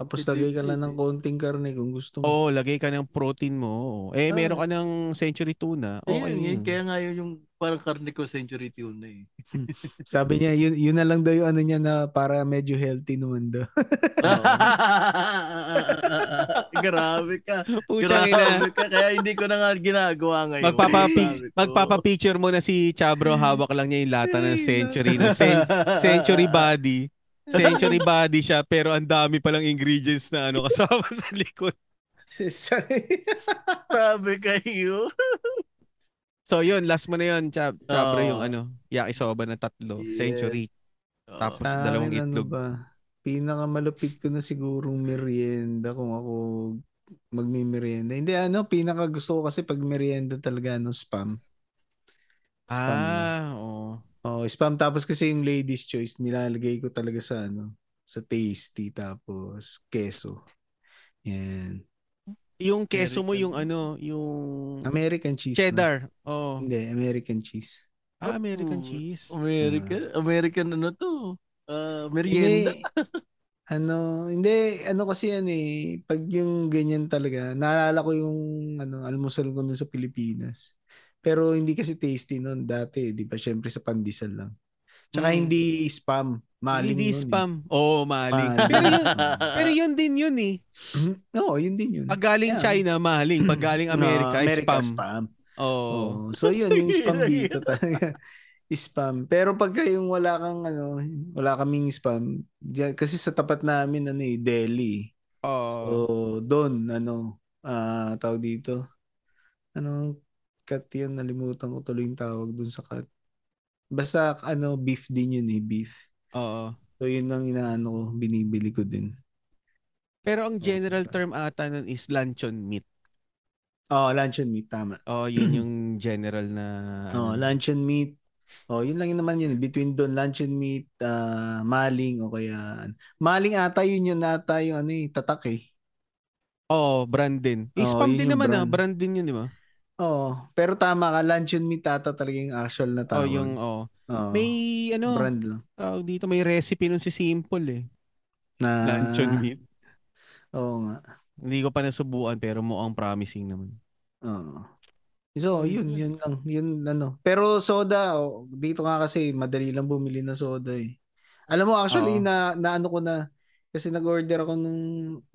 S2: Tapos
S3: Pwede,
S2: lagay ka lang ng
S3: pwede.
S2: konting karne kung gusto mo.
S1: Oo, lagay ka ng protein mo. oo. Eh,
S3: Ah.
S1: meron ka ng century tuna.
S3: Ayun,
S1: Okay.
S3: yun,
S1: yun.
S3: kaya nga yun yung parang karne ko century tuna eh.
S2: Sabi niya, yun, yun na lang daw yung ano niya na para medyo healthy naman daw.
S3: Grabe ka.
S1: Putang
S3: Grabe
S1: ina.
S3: ka. Kaya hindi ko na nga ginagawa ngayon. Sabi
S1: Magpapapi-
S3: ko.
S1: magpapapicture mo na si Chabro hawak lang niya yung lata ng century. No? Cen- century body. Century body siya pero ang dami palang ingredients na ano kasama sa likod.
S3: Grabe kayo.
S1: So yun, last mo na yun, Chab Chabro,
S3: Oo.
S1: yung ano, yakisoba na tatlo.
S3: Yes.
S1: Century. Tapos
S2: Sa
S1: dalawang
S2: akin,
S1: itlog.
S2: Ano ba? Pinakamalupit ko na sigurong merienda kung ako magmi-merienda. Hindi ano, pinaka gusto ko kasi pag merienda talaga no spam. Spam na.
S1: ah, oo.
S2: Oh, spam tapos kasi yung ladies choice nilalagay ko talaga sa ano, sa tasty tapos keso. Yan.
S1: Yung keso mo,
S3: American.
S1: yung ano, yung
S2: American cheese. na.
S1: cheddar. Oh.
S2: Hindi, American cheese.
S1: Ah, American
S3: Oo.
S1: cheese.
S3: American,
S1: Hmm.
S3: American ano to? Ah,
S2: Hindi,
S3: merienda.
S2: ano, hindi, ano kasi yan eh, pag yung ganyan talaga, naalala ko yung ano, almusal ko nun sa Pilipinas. Pero hindi kasi tasty nun dati, di ba? Siyempre sa pandesal lang. Tsaka
S3: Mm.
S2: hindi spam. Maling
S1: Hmm. Hindi
S2: nun eh.
S1: spam. Oo, oh, maling.
S2: Maling.
S1: Pero yun, pero yun din yun eh.
S2: Oo, yun din yun.
S1: Pag galing
S2: Yeah.
S1: China, maling. Pag galing America,
S2: No,
S1: spam.
S2: spam. Oh.
S1: Oo.
S2: Oo. So yun, yung spam dito talaga. spam. Pero pag kayong wala kang ano, wala kaming spam, diyan- kasi sa tapat namin ano eh, Delhi.
S1: Oo.
S2: So, doon, ano, ah tawag dito. Anong cut yun? Nalimutan ko tuloy yung tawag doon sa cut. Basta, ano, beef din yun eh, beef.
S1: Oo.
S2: So, yun lang inaano ko, binibili ko din.
S1: Pero ang general term ata nun is luncheon meat.
S2: Oh, luncheon meat, tama.
S1: Oo, yun yung general na... ano.
S2: Oh, luncheon meat. Oh, yun lang yun naman yun. Between doon, luncheon meat, ah, maling, o kaya... Maling ata yun yun ata yung ano eh, tatak eh.
S1: Oo, brand din. Eh,
S2: Oo,
S1: spam
S2: Oh, yun
S1: din
S2: yung
S1: naman ah.
S2: brand.
S1: Brand din yun, di ba?
S2: Oh, pero tama ka, luncheon meat ata talaga yung actual na
S1: Oo,
S2: tawag.
S1: Oh, yung... Oo.
S2: Oo,
S1: May ano,
S2: Oh. brand lang.
S1: tawag dito, may recipe nun si Simple eh.
S2: Na,
S1: Luncheon meat.
S2: Oo nga.
S1: Hindi ko pa nasubukan pero mukhang promising naman.
S2: Oo. So, yun,
S3: Ayun yun.
S2: yun lang. Yun, ano. Pero soda, oh, dito nga kasi, madali lang bumili ng soda eh. Alam mo, actually,
S1: Oo.
S2: na, na ano ko na, kasi nag-order ako nung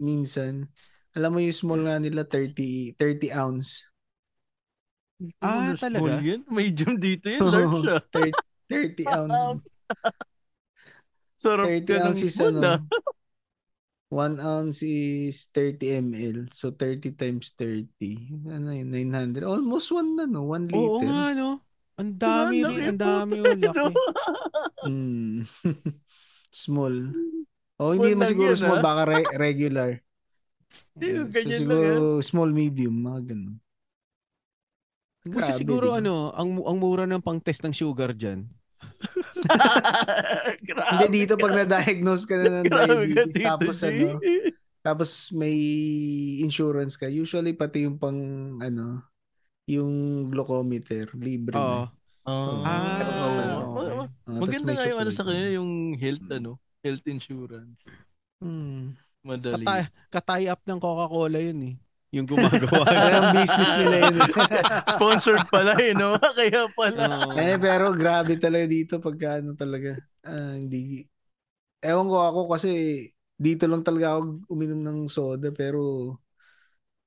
S2: minsan, alam mo yung
S3: Hmm.
S2: small nga nila, 30, 30 ounce.
S1: Ah,
S3: Ano,
S1: talaga?
S3: small Yun? Medium dito yun. Large siya.
S2: 30 ounce.
S3: Sarap
S2: 30
S3: ka ng
S2: ounce is
S3: small ah.
S2: ano, 1 ounce is 30 ml. So, 30 times 30. Ano yun? 900. Almost 1 na, no? 1 liter.
S1: Oo nga, no? Ang dami
S3: Ang
S1: rin,
S3: laki,
S1: ang dami yung laki.
S2: Mm. Small. O
S3: Small
S2: Oh, hindi
S3: lang
S2: mas siguro
S3: yun,
S2: small,
S3: ah.
S2: baka re- regular.
S3: Ayun,
S2: Ayun.
S3: ganyan lang
S2: so siguro small medium, mga ganun.
S1: Pucha,
S2: Grabe,
S1: siguro
S2: diba?
S1: ano, ang mu- ang mura ng pang-test ng sugar dyan.
S3: Grabe.
S2: Hindi dito pag na-diagnose ka na ng
S3: Grabe ka
S2: diabetes
S3: dito,
S2: tapos
S3: G.
S2: ano, tapos may insurance ka. Usually pati yung pang ano, yung glucometer libre
S1: Oo.
S2: na.
S3: Oh.
S1: Ah,
S2: Pero
S1: okay.
S2: ano, Oh, tas
S3: Maganda
S2: may
S3: nga yung ano sa
S2: support.
S3: kanya, yung health, ano, health insurance.
S2: Hmm.
S3: Madali.
S1: Katay, katay up ng Coca-Cola yun eh. Yung gumagawa.
S2: Parang business nila yun. eh.
S3: Sponsored pala eh, no? Kaya pala.
S1: Oo.
S2: eh, pero grabe talaga dito pagka ano talaga. ah, hindi. Ewan ko ako kasi dito lang talaga ako uminom ng soda pero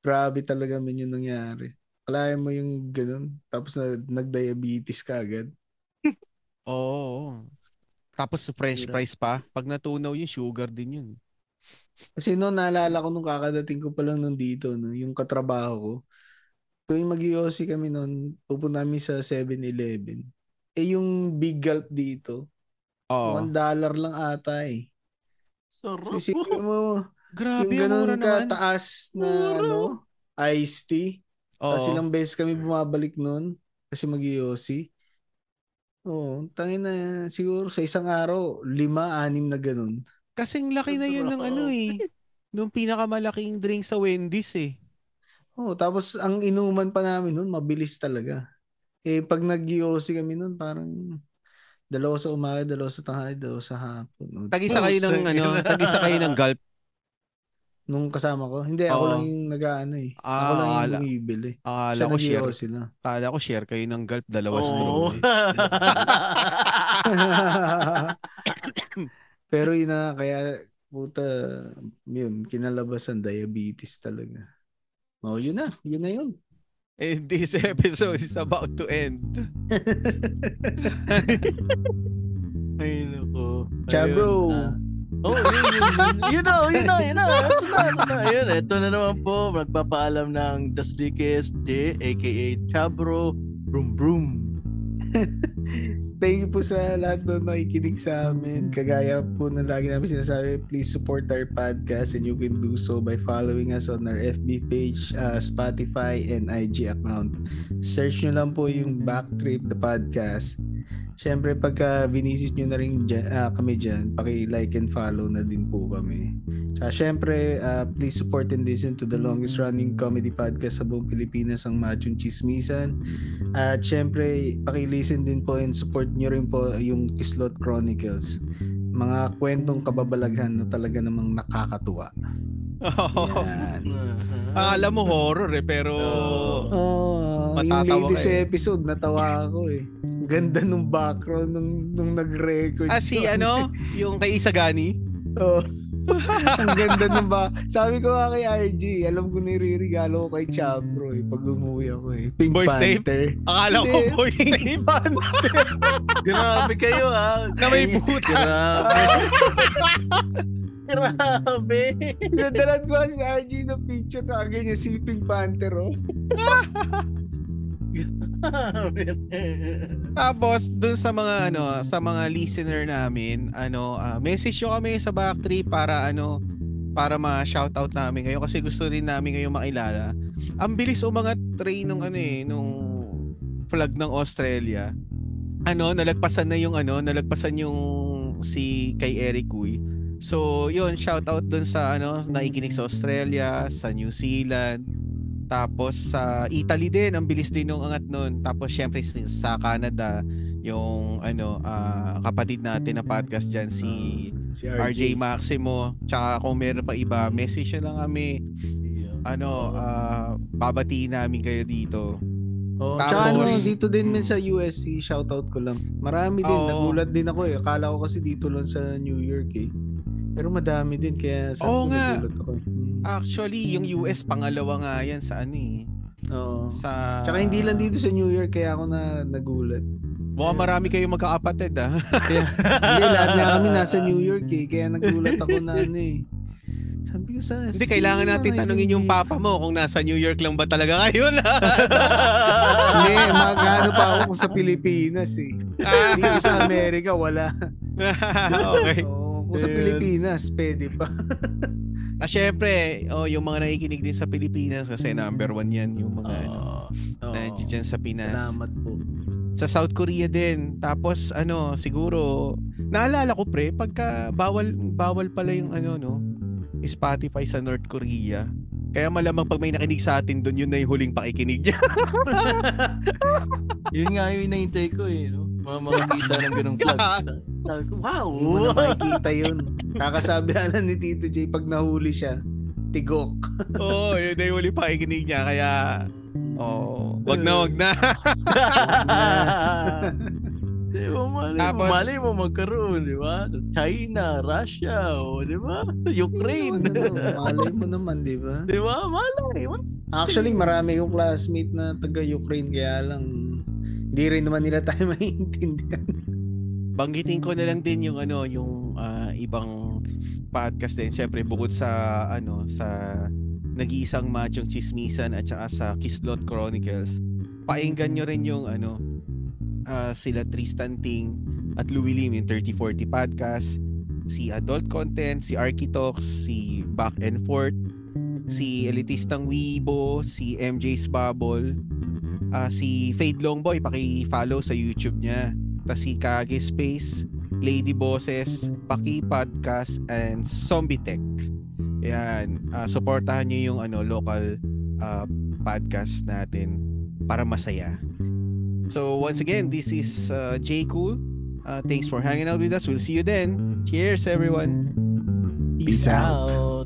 S2: grabe talaga man yung nangyari. Kalayan mo yung ganun. Tapos na, nag-diabetes ka agad.
S1: Oo. oo. Tapos french
S3: Hirap.
S1: fries pa. Pag natunaw yun, sugar din yun.
S2: Kasi noon, naalala ko nung kakadating ko pa lang nung dito, no, yung katrabaho ko. Tuwing mag kami noon, pupunta namin sa 7-Eleven. Eh, yung big gulp dito,
S1: Oo.
S2: one dollar lang ata eh.
S3: Sarap.
S2: So, isipin mo,
S1: Grabe,
S2: yung
S1: Ah, mura
S2: ganun
S1: naman.
S2: kataas na,
S3: Mura.
S2: ano, iced tea.
S1: Oo.
S2: Tapos ilang beses kami bumabalik noon kasi mag Oo, tangin na siguro sa isang araw, lima, anim na ganun.
S1: Kasing laki na yun ng ano eh. Nung pinakamalaking drink sa Wendy's eh.
S2: Oo, tapos ang inuman pa namin noon, mabilis talaga. Eh, pag nag kami noon, parang dalawa sa umaga, dalawa sa tanghali, dalawa sa hapon.
S1: Tag-isa kayo ng
S3: Pusang
S1: ano,
S3: ina.
S1: tag-isa kayo ng gulp.
S2: Nung kasama ko, hindi, ako
S1: Oo.
S2: lang yung nag-ano eh. ako
S1: Ah,
S2: lang yung
S1: ala.
S2: bumibili.
S1: Akala
S2: Siya
S1: ko share,
S2: nag-EOC na.
S1: akala ko share kayo ng gulp dalawa straw.
S3: Oo.
S2: eh. Pero yun na, kaya puta, yun, kinalabasan, diabetes talaga. Oh, yun na. Yun na yun.
S1: And this episode is about to end.
S3: Ay, nako.
S2: Chabro.
S3: Oh, yun, yun, yun. Yun na, yun na, yun na. Ito na, ito na. ano Ayun, ito na naman po. Magpapaalam ng The Slickest J, a.k.a. Chabro. Broom, broom.
S2: Thank you po sa lahat na nakikinig sa amin. Kagaya po na lagi namin sinasabi, please support our podcast and you can do so by following us on our FB page, uh, Spotify, and IG account. Search nyo lang po yung Backtrip the Podcast. Siyempre, pagka binisit nyo na rin dyan, ah, kami dyan, paki-like and follow na din po kami. Tsaka syempre, ah, please support and listen to the longest running comedy podcast sa buong Pilipinas, ang Machong Chismisan. At syempre, pakilisten din po and support nyo rin po yung Kislot Chronicles. Mga kwentong kababalaghan na talaga namang nakakatuwa.
S1: Oh.
S2: Yan.
S3: Ah,
S1: Akala mo horror eh, pero...
S2: Oh,
S1: Matatawa ka
S2: yung latest
S1: eh.
S2: episode, natawa ako eh. Ganda nung background nung, nung nag-record.
S1: Ah, si
S2: yun.
S1: ano? Yung kay Isagani?
S2: Oo. Ang ganda nung ba. Sabi ko nga kay RG, alam ko niriregalo ko kay Chabro eh, pag umuwi ako eh. Pink
S1: Boys tape?
S2: Panther.
S1: Akala ko
S2: Hindi.
S1: boy
S2: Pink Panther.
S3: Grabe kayo, ha?
S1: na may butas.
S3: Grabe. Grabe.
S2: Nadalan ko lang si RG ng picture na ganyan si Pink Panther oh.
S1: Tapos dun sa mga ano, sa mga listener namin, ano, ah, message nyo kami sa Backtree para ano, para ma-shoutout namin kayo kasi gusto rin namin kayo makilala. Ang bilis umangat train nung ano eh, nung flag ng Australia. Ano, nalagpasan na yung ano, nalagpasan yung si kay Eric Uy. So, yun, shoutout dun sa ano, naikinig sa Australia, sa New Zealand, tapos sa Italy din, ang bilis din nung angat nun. Tapos syempre si- sa Canada, yung ano ah, kapatid natin na podcast dyan, si
S2: si
S1: RJ Maximo. Tsaka kung meron pa iba, message nyo lang kami. Ano, ah, babatiin namin kayo dito.
S3: Oh,
S2: Tsaka ano,
S1: Tapos-
S2: dito din min sa USC, shoutout ko lang. Marami din,
S1: Oo.
S2: nagulat din ako eh. Akala ko kasi dito lang sa New York eh. Pero madami din, kaya sa
S1: Oo nga. Ah.
S2: nagulat ako eh. Mm.
S1: Actually, yung US, pangalawa nga yan sa ano eh.
S2: Oo.
S1: Sa...
S2: Tsaka hindi lang dito sa New York, kaya ako na nagulat.
S1: Mukhang marami kayong magkakapatid ah.
S2: Hindi, lahat nga kami nasa New York eh, kaya nagulat ako na ano eh. Sabi ko sa...
S1: hindi, kailangan
S2: sino eh?"
S1: natin
S2: nakikinig?
S1: tanungin yung papa mo kung nasa New York lang ba talaga kayo na.
S2: Hindi, magkano pa ako kung sa Pilipinas eh. Dito sa Amerika, wala.
S1: Ah, okay.
S2: Oo, kung sa
S3: Ayun.
S2: Pilipinas, pwede pa.
S1: Ah, syempre, oh, yung mga nakikinig din sa Pilipinas kasi number one yan yung mga ano,
S3: ah,
S2: Oo.
S1: nandiyan dyan sa Pinas.
S2: Salamat po.
S1: Sa South Korea din. Tapos ano, siguro naalala ko pre, pagka bawal bawal pala yung ano no, Spotify sa North Korea. Kaya malamang pag may nakinig sa atin doon, yun na yung huling pakikinig niya.
S3: Yun nga yung inaintay ko eh. No? Mga makakita ng ganung vlog. Sabi ko, wow! ano
S2: Hindi mo na makikita yun. Kakasabi alam ni Tito J, pag nahuli siya, tigok.
S1: Oo, yun na yung huling pakikinig niya. Kaya, oh, wag na wag na.
S3: Di ba, mali
S1: Tapos-
S3: mo, mali mo magkaroon, di ba? China, Russia, o, di ba? Ukraine.
S2: Ano, ano, malay mo naman, di ba?
S3: di ba? Malay mo.
S2: Actually, marami yung classmate na taga-Ukraine, kaya lang hindi rin naman nila tayo maiintindihan.
S1: Banggitin ko na lang din yung ano, yung ah, ibang podcast din. Syempre bukod sa ano sa nag-iisang machong chismisan at saka sa Kislot Chronicles. Painggan nyo rin yung ano ah, sila Tristan Ting at Louie Lim yung 3040 podcast, si Adult Content, si Architox, si Back and Forth, si Elitistang Weibo, si MJ's Bubble, ah, si Fade Longboy, paki-follow sa YouTube niya. Tapos si Kage Space, Lady Bosses, Paki Podcast, and Zombie Tech. Yan. Ah, supportahan nyo yung ano, local ah, podcast natin para masaya. So once again, this is uh, J Cool. Ah, thanks for hanging out with us. We'll see you then. Cheers everyone.
S2: Peace out.
S3: out.